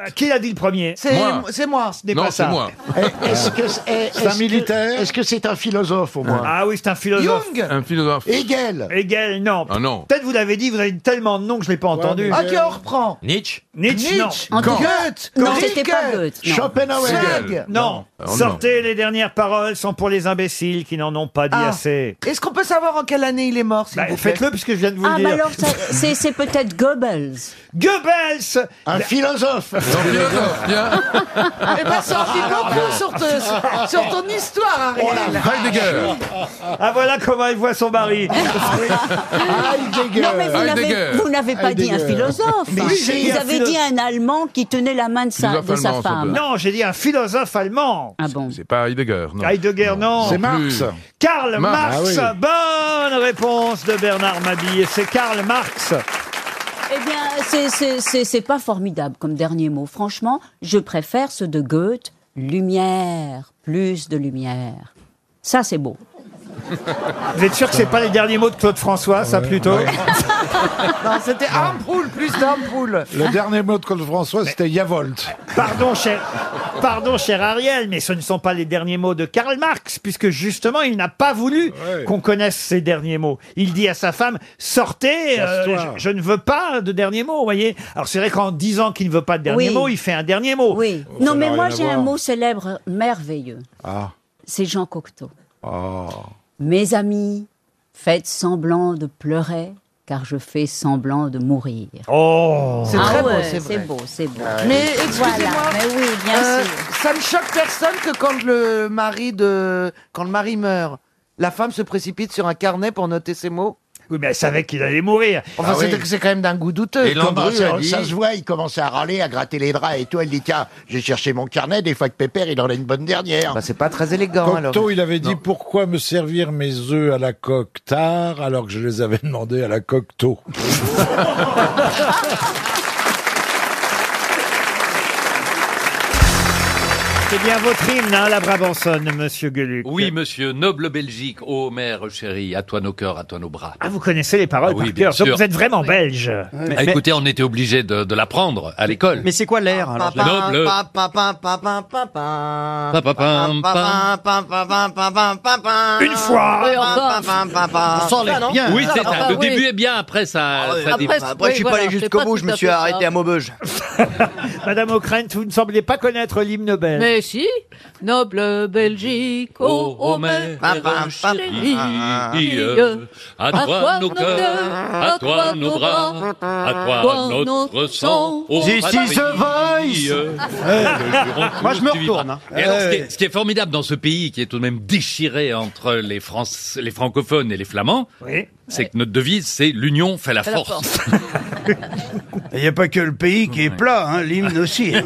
[SPEAKER 1] Euh, Qui l'a dit le premier
[SPEAKER 14] C'est
[SPEAKER 15] Moi.
[SPEAKER 14] c'est moi.
[SPEAKER 1] Ce n'est
[SPEAKER 15] Non,
[SPEAKER 1] pas
[SPEAKER 15] c'est
[SPEAKER 1] ça.
[SPEAKER 15] moi.
[SPEAKER 9] Eh, Est-ce que c'est
[SPEAKER 1] C'est un
[SPEAKER 9] militaire Est-ce que c'est un philosophe au moins
[SPEAKER 1] Ah oui, c'est un philosophe.
[SPEAKER 15] Un philosophe.
[SPEAKER 9] Hegel.
[SPEAKER 1] Hegel, non.
[SPEAKER 15] Ah non.
[SPEAKER 1] Peut-être vous l'avez dit, vous avez dit tellement de noms que je ne l'ai pas entendu.
[SPEAKER 16] Ah,
[SPEAKER 14] Ok, on reprend.
[SPEAKER 15] Nietzsche.
[SPEAKER 1] Nietzsche, non.
[SPEAKER 14] Kant. Goethe.
[SPEAKER 1] Kant.
[SPEAKER 14] Non, c'était pas Goethe, non. Schopenhauer. Zweig.
[SPEAKER 1] Non.
[SPEAKER 14] Non.
[SPEAKER 1] Sortez, les dernières paroles sont pour les imbéciles qui n'en ont pas dit
[SPEAKER 14] Ah.
[SPEAKER 1] assez.
[SPEAKER 14] Est-ce qu'on peut savoir en quelle année il est mort s'il
[SPEAKER 1] Bah,
[SPEAKER 14] vous plaît
[SPEAKER 1] Faites-le puisque je viens de vous
[SPEAKER 11] Ah,
[SPEAKER 1] le
[SPEAKER 11] bah
[SPEAKER 1] dire.
[SPEAKER 11] alors, ça- c'est c'est peut-être Goebbels.
[SPEAKER 1] Goebbels
[SPEAKER 9] Un philosophe.
[SPEAKER 15] philosophe, bien.
[SPEAKER 14] Eh ben, ça en dit
[SPEAKER 1] Ah.
[SPEAKER 14] beaucoup sur, te- sur ton histoire,
[SPEAKER 1] Oh,
[SPEAKER 14] Ariel.
[SPEAKER 15] Heidegger.
[SPEAKER 1] Ah voilà comment il voit son mari.
[SPEAKER 11] Non, mais vous n'avez-
[SPEAKER 15] Heidegger.
[SPEAKER 11] vous n'avez pas dit un
[SPEAKER 1] Heidegger.
[SPEAKER 11] philosophe.
[SPEAKER 1] Mais
[SPEAKER 11] Vous
[SPEAKER 1] j'ai dit un
[SPEAKER 11] avez dit un Allemand qui tenait la main de sa, de sa femme.
[SPEAKER 1] Non, j'ai dit un philosophe allemand.
[SPEAKER 11] Ah bon
[SPEAKER 15] C'est pas Heidegger, non.
[SPEAKER 1] Heidegger, non.
[SPEAKER 15] C'est Marx.
[SPEAKER 1] Karl Marx.
[SPEAKER 15] Marx. Ah
[SPEAKER 1] Bonne réponse de Bernard Mabille. C'est Karl Marx.
[SPEAKER 11] Eh bien, c'est- c'est- c'est c'est pas formidable comme dernier mot. Franchement, je préfère ce de Goethe, lumière, plus de lumière. Ça, c'est beau.
[SPEAKER 1] Vous êtes sûr que c'est pas les derniers mots de Claude François, ça plutôt
[SPEAKER 14] Non, c'était un poule plus d'un poule.
[SPEAKER 17] Le dernier mot de Claude François, c'était Yavolt.
[SPEAKER 1] Pardon, cher, pardon, cher Ariel, mais ce ne sont pas les derniers mots de Karl Marx, puisque justement, il n'a pas voulu
[SPEAKER 17] Ouais.
[SPEAKER 1] qu'on connaisse ses derniers mots. Il dit à sa femme Sortez, euh,
[SPEAKER 17] Casse-toi.
[SPEAKER 1] je, je ne veux pas de derniers mots, vous voyez. Alors, c'est vrai qu'en disant qu'il ne veut pas de derniers
[SPEAKER 11] Oui.
[SPEAKER 1] mots, il fait un dernier mot.
[SPEAKER 11] Oui.
[SPEAKER 17] Oh,
[SPEAKER 11] non, mais moi, j'ai un mot célèbre merveilleux.
[SPEAKER 17] Ah.
[SPEAKER 11] C'est Jean Cocteau. Mes amis, faites semblant de pleurer, car je fais semblant de mourir.
[SPEAKER 1] Oh
[SPEAKER 14] C'est
[SPEAKER 11] Ah
[SPEAKER 14] très beau,
[SPEAKER 11] ouais,
[SPEAKER 14] c'est vrai.
[SPEAKER 11] C'est beau, c'est beau.
[SPEAKER 14] Mais excusez-moi,
[SPEAKER 11] Voilà, mais oui, bien
[SPEAKER 14] euh,
[SPEAKER 11] sûr.
[SPEAKER 14] ça ne choque personne que quand le mari de quand le mari meurt, la femme se précipite sur un carnet pour noter ses mots.
[SPEAKER 1] Oui, mais elle savait qu'il allait mourir.
[SPEAKER 14] Enfin,
[SPEAKER 9] Ah
[SPEAKER 14] c'est
[SPEAKER 9] oui.
[SPEAKER 14] c'est quand même d'un goût douteux.
[SPEAKER 9] Il commence à- ça se voit, il commençait à râler, à gratter les draps et tout. Elle dit tiens, j'ai cherché mon carnet. Des fois que Pépère, il en a une bonne dernière.
[SPEAKER 14] c'est pas très élégant
[SPEAKER 17] Cocteau, il avait dit pourquoi me servir mes œufs à la coque tard alors que je les avais demandés à la coque tôt.
[SPEAKER 1] C'est bien votre hymne, hein, la Brabançonne, monsieur Gueluc.
[SPEAKER 16] Oui, monsieur, noble Belgique, ô mère chérie, à toi nos cœurs, à toi nos bras.
[SPEAKER 1] Ah, vous connaissez les paroles
[SPEAKER 16] Ah oui,
[SPEAKER 1] par
[SPEAKER 16] bien
[SPEAKER 1] cœur, donc
[SPEAKER 16] sûr.
[SPEAKER 1] vous êtes vraiment belge.
[SPEAKER 16] Ah, écoutez, on était obligé de, de l'apprendre à l'école. Mais c'est quoi l'air Noble.
[SPEAKER 24] Une
[SPEAKER 1] fois.
[SPEAKER 24] Oui, encore.
[SPEAKER 16] Oui, c'est ça. Le
[SPEAKER 24] oui.
[SPEAKER 16] début est bien, après ça.
[SPEAKER 24] Ah ouais.
[SPEAKER 16] ça
[SPEAKER 24] Après,
[SPEAKER 16] dé-
[SPEAKER 24] après,
[SPEAKER 16] Oui,
[SPEAKER 24] je suis
[SPEAKER 25] pas
[SPEAKER 16] voilà.
[SPEAKER 25] allé
[SPEAKER 16] c'est
[SPEAKER 25] jusqu'au
[SPEAKER 16] pas
[SPEAKER 25] bout,
[SPEAKER 16] tout
[SPEAKER 25] je me
[SPEAKER 16] à
[SPEAKER 25] suis
[SPEAKER 16] fait
[SPEAKER 25] arrêté
[SPEAKER 16] ça.
[SPEAKER 25] à Maubeuge.
[SPEAKER 1] Madame O'Krent, vous ne semblez pas connaître l'hymne belge.
[SPEAKER 3] Mais si, noble Belgique,
[SPEAKER 1] Oh,
[SPEAKER 3] ô ô mère
[SPEAKER 5] Ah,
[SPEAKER 1] Ah, bah,
[SPEAKER 5] bah,
[SPEAKER 3] chérie,
[SPEAKER 16] À toi nos cœurs, à toi nos bras, à toi notre sang. ô
[SPEAKER 3] This
[SPEAKER 16] patrie.
[SPEAKER 3] is the voice.
[SPEAKER 16] Euh,
[SPEAKER 3] Ouais.
[SPEAKER 16] jurons tous
[SPEAKER 3] Moi, je me
[SPEAKER 16] du vivant.
[SPEAKER 3] retourne, hein.
[SPEAKER 16] Et alors, ce, qui
[SPEAKER 3] Ouais.
[SPEAKER 5] Euh,
[SPEAKER 16] est, ce qui est formidable dans ce pays, qui est tout de même déchiré entre les, France, les francophones et les flamands, c'est que notre devise, c'est l'union fait la force.
[SPEAKER 5] Il n'y a pas que le pays qui est plat, hein, l'hymne aussi. hein.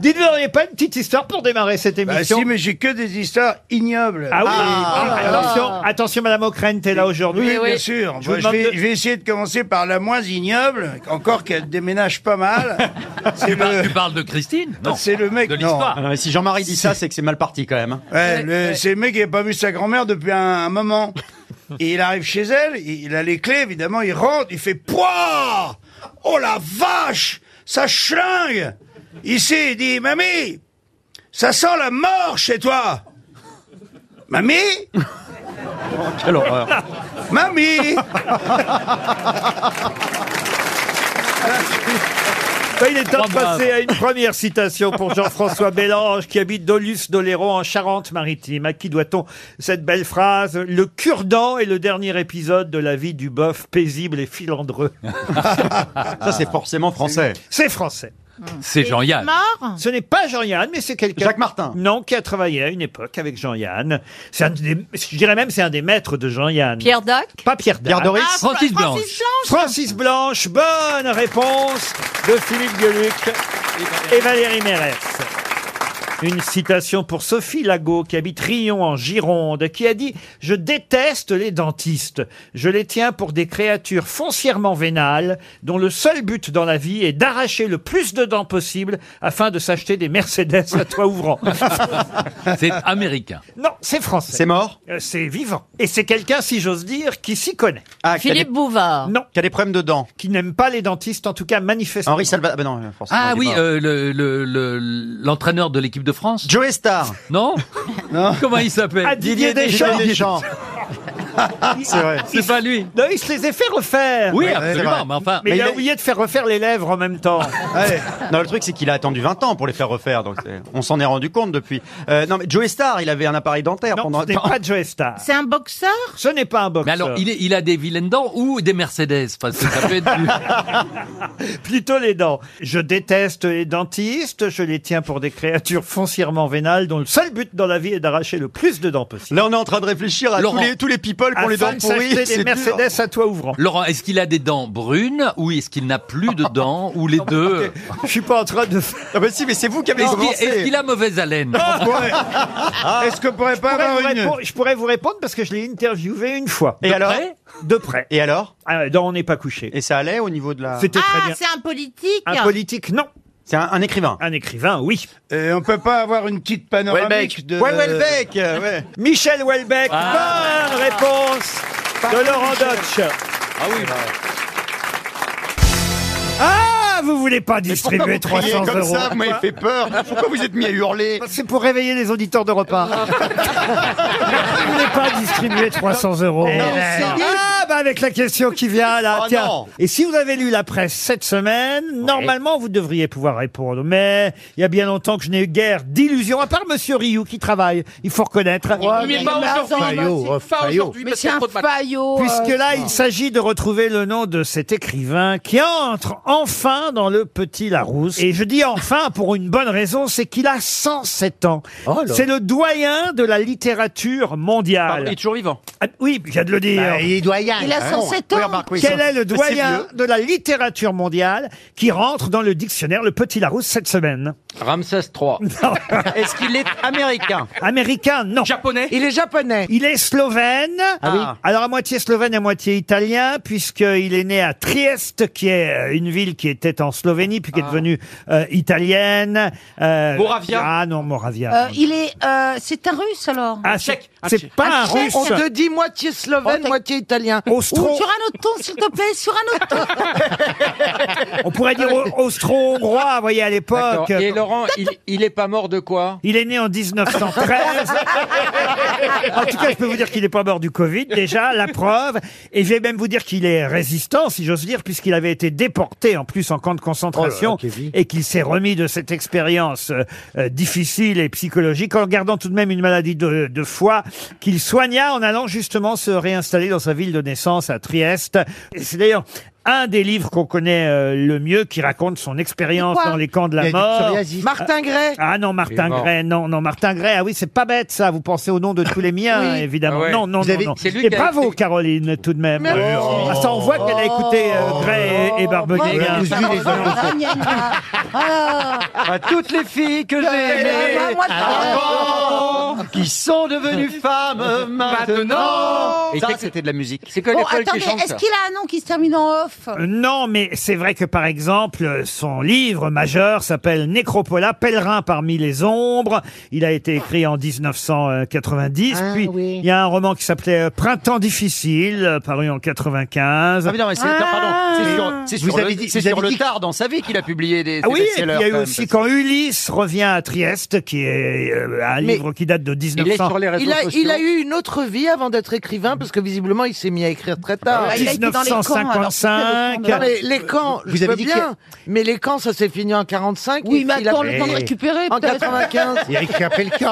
[SPEAKER 1] Dites-nous, il n'y a pas une petite histoire pour démarrer cette
[SPEAKER 5] Bah
[SPEAKER 1] émission
[SPEAKER 5] si, mais j'ai que des histoires ignobles.
[SPEAKER 1] Ah oui,
[SPEAKER 5] Ah,
[SPEAKER 1] ah,
[SPEAKER 5] ah, ah.
[SPEAKER 1] attention, attention, Madame O'Krent est là aujourd'hui.
[SPEAKER 5] Oui, bien sûr. Bah,
[SPEAKER 1] Je
[SPEAKER 5] Je,
[SPEAKER 1] vous demande
[SPEAKER 5] vais,
[SPEAKER 1] de-
[SPEAKER 5] je vais essayer de commencer par la moins ignoble, encore qu'elle déménage pas mal. C'est le-
[SPEAKER 16] Tu parles de Christine Non.
[SPEAKER 5] C'est le mec.
[SPEAKER 16] De
[SPEAKER 5] non.
[SPEAKER 16] l'histoire.
[SPEAKER 5] Ah, si Jean-Marie dit ça, c'est que c'est mal parti quand même. hein. Ouais, le- c'est le mec qui n'a pas vu sa grand-mère depuis un, un moment. Et il arrive Euh, chez elle, il, il a les clés évidemment, il rentre, il fait Pouah Oh la vache Ça chlingue Ici, il dit Mamie Ça sent la mort chez toi Mamie Oh, Quelle horreur Mamie
[SPEAKER 1] Ben, il est temps de
[SPEAKER 12] Trois
[SPEAKER 1] passer
[SPEAKER 12] braves.
[SPEAKER 1] à une première citation pour Jean-François Bélange, qui habite Dolus d'Oléron en Charente-Maritime. À qui doit-on cette belle phrase Le cure-dent est le dernier épisode de la vie du bœuf paisible et filandreux.
[SPEAKER 10] Ça, c'est forcément français.
[SPEAKER 1] C'est français.
[SPEAKER 16] C'est Jean-Yann.
[SPEAKER 1] Ce n'est pas Jean-Yann, mais c'est quelqu'un. Jacques Martin. Non, qui a travaillé à une époque avec Jean-Yann. C'est un des- je dirais même, c'est un des maîtres de Jean-Yann.
[SPEAKER 6] Pierre Dac
[SPEAKER 1] Pas Pierre Dac.
[SPEAKER 6] Pierre Doris. Ah, Francis Fra- Blanche. Francis Blanche.
[SPEAKER 1] Francis Blanche, bonne réponse de Philippe Gueluc et Valérie Mérès. Une citation pour Sophie Lago, qui habite Rion en Gironde, qui a dit « Je déteste les dentistes. Je les tiens pour des créatures foncièrement vénales, dont le seul but dans la vie est d'arracher le plus de dents possible afin de s'acheter des Mercedes à toit ouvrant.
[SPEAKER 16] C'est américain. »
[SPEAKER 1] Non, c'est français.
[SPEAKER 16] C'est mort
[SPEAKER 1] Euh, C'est vivant. Et c'est quelqu'un, si j'ose dire, qui s'y connaît.
[SPEAKER 10] qui a Philippe des-
[SPEAKER 1] Bouvard. Non. Qui a des problèmes de dents. Qui n'aime pas les dentistes, en tout cas manifestement.
[SPEAKER 10] Henri Salva... ben non, forcément,
[SPEAKER 16] Ah
[SPEAKER 10] il est
[SPEAKER 16] oui,
[SPEAKER 10] mort.
[SPEAKER 16] euh, le- le- le- l'entraîneur de l'équipe de France.
[SPEAKER 10] Joe Star.
[SPEAKER 16] Non, Comment il s'appelle
[SPEAKER 1] Ah, Didier Deschamps.
[SPEAKER 16] euh, Didier Deschamps.
[SPEAKER 1] C'est vrai.
[SPEAKER 16] C'est pas lui.
[SPEAKER 1] Non, il se les a fait refaire.
[SPEAKER 10] Oui, Oui, absolument, c'est vrai. mais enfin-
[SPEAKER 1] Mais
[SPEAKER 10] Mais
[SPEAKER 1] il a
[SPEAKER 10] il a-
[SPEAKER 1] oublié de faire refaire les lèvres en même temps.
[SPEAKER 10] Non, le truc, c'est qu'il a attendu 20 ans pour les faire refaire. Donc c'est- on s'en est rendu compte depuis. Euh, non, mais Joe Star, il avait un appareil dentaire pendant.
[SPEAKER 1] ce n'est pas Joe Star.
[SPEAKER 10] C'est
[SPEAKER 16] un boxeur
[SPEAKER 1] Ce n'est pas un boxeur.
[SPEAKER 16] Mais alors, il, est- il a des vilaines dents ou des Mercedes Parce que ça peut être.
[SPEAKER 1] Plutôt les dents. Je déteste les dentistes, je les tiens pour des créatures foncièrement vénales dont le seul but dans la vie est d'arracher le plus de dents possible.
[SPEAKER 10] Là, on est en train de réfléchir
[SPEAKER 1] à
[SPEAKER 10] tous les, tous les people qui ont les dents pourries.
[SPEAKER 1] des
[SPEAKER 10] c'est dur.
[SPEAKER 1] Mercedes à toi ouvrant.
[SPEAKER 16] Laurent, est-ce qu'il a des dents brunes ou est-ce qu'il n'a plus de dents ou les deux
[SPEAKER 1] Je suis pas en train de.
[SPEAKER 10] Ah bah si, mais c'est vous qui avez
[SPEAKER 16] Est-ce qu'il
[SPEAKER 10] commencé.
[SPEAKER 16] est-ce qu'il a mauvaise haleine
[SPEAKER 18] Ah,
[SPEAKER 10] Est-ce que pourrait
[SPEAKER 1] Ah. Je
[SPEAKER 10] pas
[SPEAKER 1] pourrais,
[SPEAKER 10] avoir
[SPEAKER 1] vous
[SPEAKER 10] une
[SPEAKER 1] répondre, je pourrais vous répondre parce que je l'ai interviewé une fois.
[SPEAKER 10] Et
[SPEAKER 1] De
[SPEAKER 10] alors
[SPEAKER 1] près De près.
[SPEAKER 10] Et alors
[SPEAKER 1] Dans On n'est pas couché.
[SPEAKER 10] Et ça allait au niveau de la.
[SPEAKER 1] C'était
[SPEAKER 3] Ah,
[SPEAKER 4] Ah,
[SPEAKER 1] très bien.
[SPEAKER 19] c'est un politique.
[SPEAKER 1] Un politique, non.
[SPEAKER 10] C'est un, un écrivain.
[SPEAKER 1] Un écrivain, oui.
[SPEAKER 23] Et on peut pas avoir une petite panoramique
[SPEAKER 10] Welbeck.
[SPEAKER 23] de.
[SPEAKER 10] Ouais, Welbeck, euh, ouais.
[SPEAKER 1] Michel Houellebecq, bonne réponse de Laurent Dodge.
[SPEAKER 16] Ah oui.
[SPEAKER 1] Ah, vous voulez pas
[SPEAKER 10] pourquoi
[SPEAKER 1] distribuer
[SPEAKER 10] vous criez
[SPEAKER 1] 300
[SPEAKER 10] comme
[SPEAKER 1] euros Bah,
[SPEAKER 10] ça Vous m'avez fait peur. Pourquoi vous êtes mis à hurler
[SPEAKER 1] C'est pour réveiller les auditeurs de repas. vous voulez pas distribuer 300 euros
[SPEAKER 12] Non,
[SPEAKER 1] Eh,
[SPEAKER 12] c'est bien.
[SPEAKER 1] Ah, bah avec la question qui vient là,
[SPEAKER 12] Oh,
[SPEAKER 1] tiens.
[SPEAKER 12] non.
[SPEAKER 1] Et si vous avez lu la presse cette semaine, normalement vous devriez pouvoir répondre. Mais il y a bien longtemps que je n'ai eu guère d'illusions, à part Monsieur Rioux qui travaille, il faut reconnaître.
[SPEAKER 12] mais pas
[SPEAKER 4] Bah,
[SPEAKER 12] aujourd'hui. pas aujourd'hui, parce qu'il y a trop de matchs.
[SPEAKER 1] euh,
[SPEAKER 4] euh,
[SPEAKER 10] euh,
[SPEAKER 1] Puisque là, il s'agit de retrouver le nom de cet écrivain qui entre enfin dans le Petit Larousse. Et je dis enfin pour une bonne raison, c'est qu'il a 107 ans.
[SPEAKER 12] Oh là.
[SPEAKER 1] c'est le doyen de la littérature mondiale.
[SPEAKER 10] Pardon, il est toujours vivant.
[SPEAKER 1] Ah, oui, je viens de le dire.
[SPEAKER 10] Bah, il est doyen. Il a 107 ans. Oui, remarque, oui,
[SPEAKER 1] Quel
[SPEAKER 10] ça-
[SPEAKER 1] est le
[SPEAKER 10] c'est
[SPEAKER 1] doyen
[SPEAKER 10] vieux.
[SPEAKER 1] de la littérature mondiale qui rentre dans le dictionnaire le Petit Larousse cette semaine
[SPEAKER 15] Ramsès III.
[SPEAKER 10] Est-ce qu'il est américain
[SPEAKER 1] Américain, non. Japonais
[SPEAKER 14] Il est japonais.
[SPEAKER 1] Il est slovène.
[SPEAKER 10] Ah oui.
[SPEAKER 1] Alors à moitié slovène, à moitié italien, puisqu'il est né à Trieste, qui est euh, une ville qui était en Slovénie, puis qui est
[SPEAKER 15] Ah.
[SPEAKER 1] devenue euh, italienne. Euh,
[SPEAKER 19] Moravia.
[SPEAKER 1] Ah non, Moravia.
[SPEAKER 4] Euh, il est, euh, c'est un russe alors.
[SPEAKER 1] Ah, c'est- C'est pas un russe.
[SPEAKER 14] On te dit moitié slovène, moitié italien.
[SPEAKER 1] Austro-
[SPEAKER 14] Ou-
[SPEAKER 4] Sur un autre ton, s'il te plaît, sur un autre ton.
[SPEAKER 1] On pourrait dire au- austro-hongrois, vous voyez, à l'époque.
[SPEAKER 15] D'accord. Et Laurent, il, il est pas mort de quoi
[SPEAKER 1] Il est né en 1913.
[SPEAKER 13] Ah
[SPEAKER 1] En tout cas, je peux vous dire qu'il n'est pas mort du Covid, déjà, la preuve. Et je vais même vous dire qu'il est résistant, si j'ose dire, puisqu'il avait été déporté en plus en camp de concentration
[SPEAKER 12] Oh là là, Kevin.
[SPEAKER 1] et qu'il s'est remis de cette expérience euh, euh, difficile et psychologique en gardant tout de même une maladie de, de foie qu'il soigna en allant justement se réinstaller dans sa ville de naissance à Trieste. Et c'est d'ailleurs un des livres qu'on connaît euh, le mieux qui raconte son expérience
[SPEAKER 14] C'est quoi
[SPEAKER 1] dans les camps de
[SPEAKER 14] Il y
[SPEAKER 1] la
[SPEAKER 14] a du
[SPEAKER 1] mort.
[SPEAKER 14] psoriasis. Martin Gray.
[SPEAKER 1] Ah non,
[SPEAKER 14] Il est
[SPEAKER 1] Martin
[SPEAKER 14] mort.
[SPEAKER 1] Gray, non, non, Martin Gray. Ah oui, c'est pas bête ça. Vous pensez au nom de tous les miens,
[SPEAKER 14] Oui.
[SPEAKER 1] évidemment.
[SPEAKER 14] Ah ouais.
[SPEAKER 1] Non, non,
[SPEAKER 14] Vous
[SPEAKER 1] non,
[SPEAKER 14] avez-
[SPEAKER 1] non.
[SPEAKER 14] c'est lui
[SPEAKER 1] Et
[SPEAKER 14] qui a
[SPEAKER 1] bravo, Caroline, tout de même.
[SPEAKER 14] Merci.
[SPEAKER 1] Ah, ça, on voit qu'elle a écouté
[SPEAKER 10] Oh.
[SPEAKER 1] euh, Gray et, et Barbeguet.
[SPEAKER 14] Oh,
[SPEAKER 1] hein.
[SPEAKER 14] vous avez les hommes de cette-
[SPEAKER 13] Ah,
[SPEAKER 12] Ah,
[SPEAKER 15] À toutes les filles que j'ai
[SPEAKER 13] bah,
[SPEAKER 12] aimées
[SPEAKER 15] avant, qui sont devenues femmes maintenant.
[SPEAKER 10] Et c'était de la musique.
[SPEAKER 15] C'est que
[SPEAKER 4] Bon,
[SPEAKER 15] l'école
[SPEAKER 4] attendez,
[SPEAKER 15] qui chante
[SPEAKER 4] est-ce qu'il a un nom qui se termine en off
[SPEAKER 1] Euh, Non, mais c'est vrai que par exemple, euh, son livre majeur s'appelle Nécropola, pèlerin parmi les ombres. Il a été écrit en 1990.
[SPEAKER 12] Ah,
[SPEAKER 1] Puis il
[SPEAKER 12] oui.
[SPEAKER 1] y a un roman qui s'appelait euh, Printemps difficile, euh, paru en 95.
[SPEAKER 10] Ah, mais non, mais c'est, non, pardon, c'est sur, c'est
[SPEAKER 1] Ah. Vous
[SPEAKER 10] sur le,
[SPEAKER 1] avez dit-
[SPEAKER 10] c'est
[SPEAKER 1] vous avez
[SPEAKER 10] sur le
[SPEAKER 1] dit-
[SPEAKER 10] tard dans sa vie qu'il a publié des.
[SPEAKER 1] Ah
[SPEAKER 10] des
[SPEAKER 1] oui, et puis
[SPEAKER 10] best-sellers,
[SPEAKER 1] il y a eu
[SPEAKER 10] quand même.
[SPEAKER 1] aussi quand Ulysse revient à Trieste, qui est euh, un
[SPEAKER 10] Mais-
[SPEAKER 1] livre qui date de 1900.
[SPEAKER 14] Il a, il a eu une autre vie avant d'être écrivain parce que visiblement il s'est mis à écrire très tard.
[SPEAKER 1] Ah, il a été dans les camps, alors, 1955.
[SPEAKER 14] Non, mais les camps,
[SPEAKER 1] Vous
[SPEAKER 14] je
[SPEAKER 1] avez
[SPEAKER 14] peux
[SPEAKER 1] dit
[SPEAKER 14] bien,
[SPEAKER 1] qu'il
[SPEAKER 14] mais les camps ça s'est fini en 45.
[SPEAKER 1] Oui, mais
[SPEAKER 14] il a
[SPEAKER 1] attends,
[SPEAKER 14] pris
[SPEAKER 1] le temps de récupérer,
[SPEAKER 14] En
[SPEAKER 1] peut-être.
[SPEAKER 14] 95.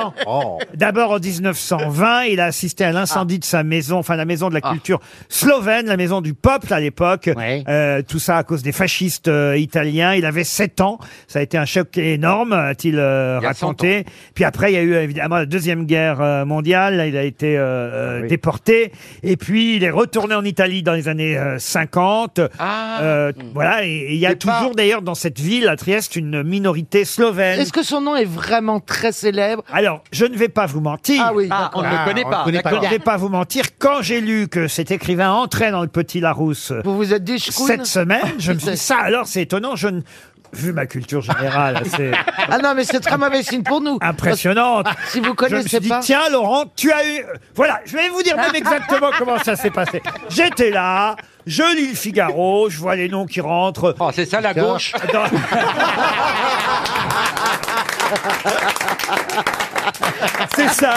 [SPEAKER 1] D'abord en 1920, il a assisté à l'incendie de sa maison, enfin la maison de
[SPEAKER 21] Ah.
[SPEAKER 1] la culture slovène, la maison du peuple à l'époque. Euh, tout ça à cause des fascistes euh, italiens. Il avait 7 ans. Ça a été un choc énorme, a-t-il euh,
[SPEAKER 21] Il y a 100
[SPEAKER 1] raconté. Puis après, il y a eu évidemment la deuxième guerre euh, mondiale. Là, Il a été
[SPEAKER 21] Ah
[SPEAKER 1] euh, déporté. Et puis, il est retourné en Italie dans les années euh, 50.
[SPEAKER 21] Ah.
[SPEAKER 1] Euh, Voilà. Et et il y a toujours d'ailleurs dans cette ville, à Trieste, une minorité slovène.
[SPEAKER 14] Est-ce que son nom est vraiment très célèbre
[SPEAKER 1] Alors, je ne vais pas vous mentir.
[SPEAKER 14] Ah oui, Ah, on ne le d'accord. connaît
[SPEAKER 1] Ah,
[SPEAKER 14] pas,
[SPEAKER 1] on ne le
[SPEAKER 14] d'accord.
[SPEAKER 1] Je ne vais pas vous mentir. Quand j'ai lu que cet écrivain entrait dans le Petit Larousse
[SPEAKER 14] vous vous êtes dit, Schkoun
[SPEAKER 1] cette semaine, je me suis dit, ça alors c'est étonnant, je ne... Vu ma culture générale, c'est
[SPEAKER 14] Ah non, mais c'est très mauvais signe pour nous.
[SPEAKER 1] impressionnante.
[SPEAKER 14] Parce- Si vous
[SPEAKER 1] je me
[SPEAKER 14] connaissez
[SPEAKER 1] suis dit,
[SPEAKER 14] pas.
[SPEAKER 1] tiens Laurent, tu as eu... Voilà, je vais vous dire même exactement comment ça s'est passé. J'étais là, je lis le Figaro, je vois les noms qui rentrent. Oh, c'est ça la
[SPEAKER 13] gauche
[SPEAKER 1] C'est ça.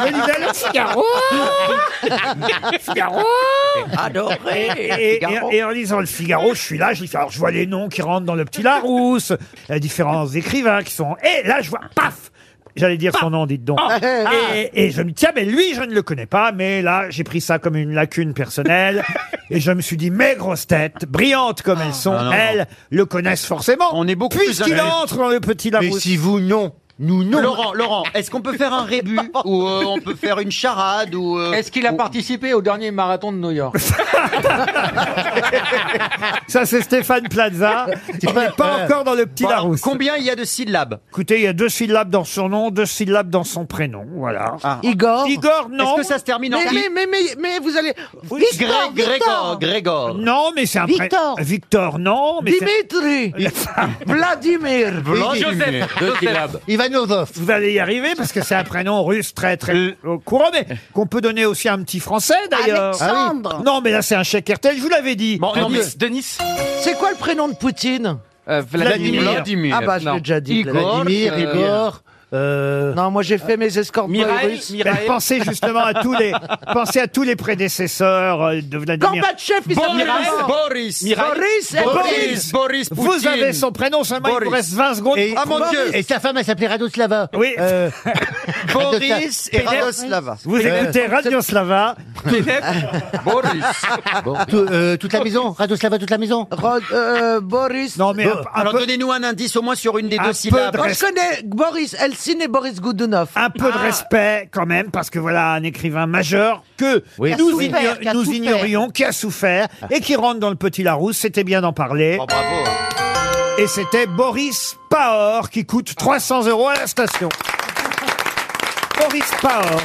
[SPEAKER 1] Je lisais le Figaro. Figaro.
[SPEAKER 13] Adoré,
[SPEAKER 1] Et, et-
[SPEAKER 13] Figaro.
[SPEAKER 1] et en lisant le Figaro, je suis là, je lis. Alors je vois les noms qui rentrent dans le petit Larousse, les différents écrivains qui sont. Et là, je vois, paf. J'allais dire son nom, dites donc.
[SPEAKER 21] Oh. Ah.
[SPEAKER 1] Et, et je me dis, tiens, mais lui, je ne le connais pas, mais là, j'ai pris ça comme une lacune personnelle. et je me suis dit, mes grosses têtes, brillantes comme elles sont,
[SPEAKER 21] Ah, non, non.
[SPEAKER 1] elles le connaissent forcément. On est beaucoup Puisqu'il entre dans le petit Larousse.
[SPEAKER 21] Mais si vous, non. Nous, non.
[SPEAKER 5] Laurent, Laurent, est-ce qu'on peut faire un rébut ou euh, on peut faire une charade ou euh,
[SPEAKER 12] Est-ce qu'il a participé au dernier marathon de New York
[SPEAKER 1] Ça, c'est Stéphane Plaza. On n'est pas encore dans le petit
[SPEAKER 5] Bon,
[SPEAKER 1] Larousse.
[SPEAKER 5] Combien il y a de syllabes
[SPEAKER 1] Écoutez, il y a deux syllabes dans son nom, deux syllabes dans son prénom. Voilà.
[SPEAKER 14] Igor
[SPEAKER 1] Igor, non.
[SPEAKER 5] Ah. Est-ce que ça se termine en
[SPEAKER 14] mais,
[SPEAKER 5] I
[SPEAKER 14] mais, mais, mais, mais vous allez.
[SPEAKER 5] Gré- Grégor, Grégor.
[SPEAKER 1] Non, mais c'est un pré-
[SPEAKER 14] Victor.
[SPEAKER 1] Victor, non. Mais c'est-
[SPEAKER 14] Dimitri Vladimir
[SPEAKER 1] Ivanov. Vous allez y arriver parce que c'est un prénom russe très
[SPEAKER 5] Euh.
[SPEAKER 1] très au courant, mais qu'on peut donner aussi à un petit français d'ailleurs.
[SPEAKER 14] Alexandre. Ah oui.
[SPEAKER 1] Non, mais là c'est un chèque RTL, je vous l'avais dit.
[SPEAKER 12] Denis.
[SPEAKER 14] C'est quoi le prénom de Poutine
[SPEAKER 5] Euh,
[SPEAKER 1] Euh,
[SPEAKER 12] Vladimir. Vladimir.
[SPEAKER 14] Ah bah, je
[SPEAKER 12] Non.
[SPEAKER 14] l'ai déjà dit.
[SPEAKER 12] Igor,
[SPEAKER 14] Vladimir,
[SPEAKER 12] euh,
[SPEAKER 14] Igor. Non, moi j'ai fait mes escortes.
[SPEAKER 1] Mireille, Ben, pensez justement à tous les pensez à tous les prédécesseurs euh, de Vladimir.
[SPEAKER 14] Gorbatchev, il s'appelait comment Mireille. Boris, eh, Boris.
[SPEAKER 1] Boris,
[SPEAKER 14] Boris
[SPEAKER 1] Vous
[SPEAKER 14] Poutine.
[SPEAKER 1] avez son prénom seulement, il vous
[SPEAKER 14] Boris.
[SPEAKER 1] reste 20 secondes.
[SPEAKER 14] Et- Ah, mon Dieu.
[SPEAKER 21] Et sa femme, elle s'appelait Euh. Radoslava.
[SPEAKER 1] Oui.
[SPEAKER 21] Boris et Radoslava.
[SPEAKER 1] Vous écoutez Radio Slava.
[SPEAKER 21] Boris. euh, toute la maison. Radoslava, toute la maison.
[SPEAKER 14] euh, Boris.
[SPEAKER 1] Non, mais
[SPEAKER 5] Alors donnez-nous un indice au moins sur une des
[SPEAKER 1] Un
[SPEAKER 5] deux
[SPEAKER 1] peu
[SPEAKER 5] syllabes.
[SPEAKER 1] de
[SPEAKER 14] Moi, je connais Boris Elsin et Boris Goudounov.
[SPEAKER 1] Un peu de respect quand même, parce que voilà un écrivain majeur que
[SPEAKER 14] Oui.
[SPEAKER 1] nous,
[SPEAKER 14] Qui a souffert,
[SPEAKER 1] igno-
[SPEAKER 14] qui a
[SPEAKER 1] nous
[SPEAKER 14] souffert.
[SPEAKER 1] ignorions, qui a souffert et qui rentre dans le petit Larousse. C'était bien d'en parler.
[SPEAKER 14] Oh,
[SPEAKER 1] Et c'était Boris Paor qui coûte 300 euros à la station. Boris Paor.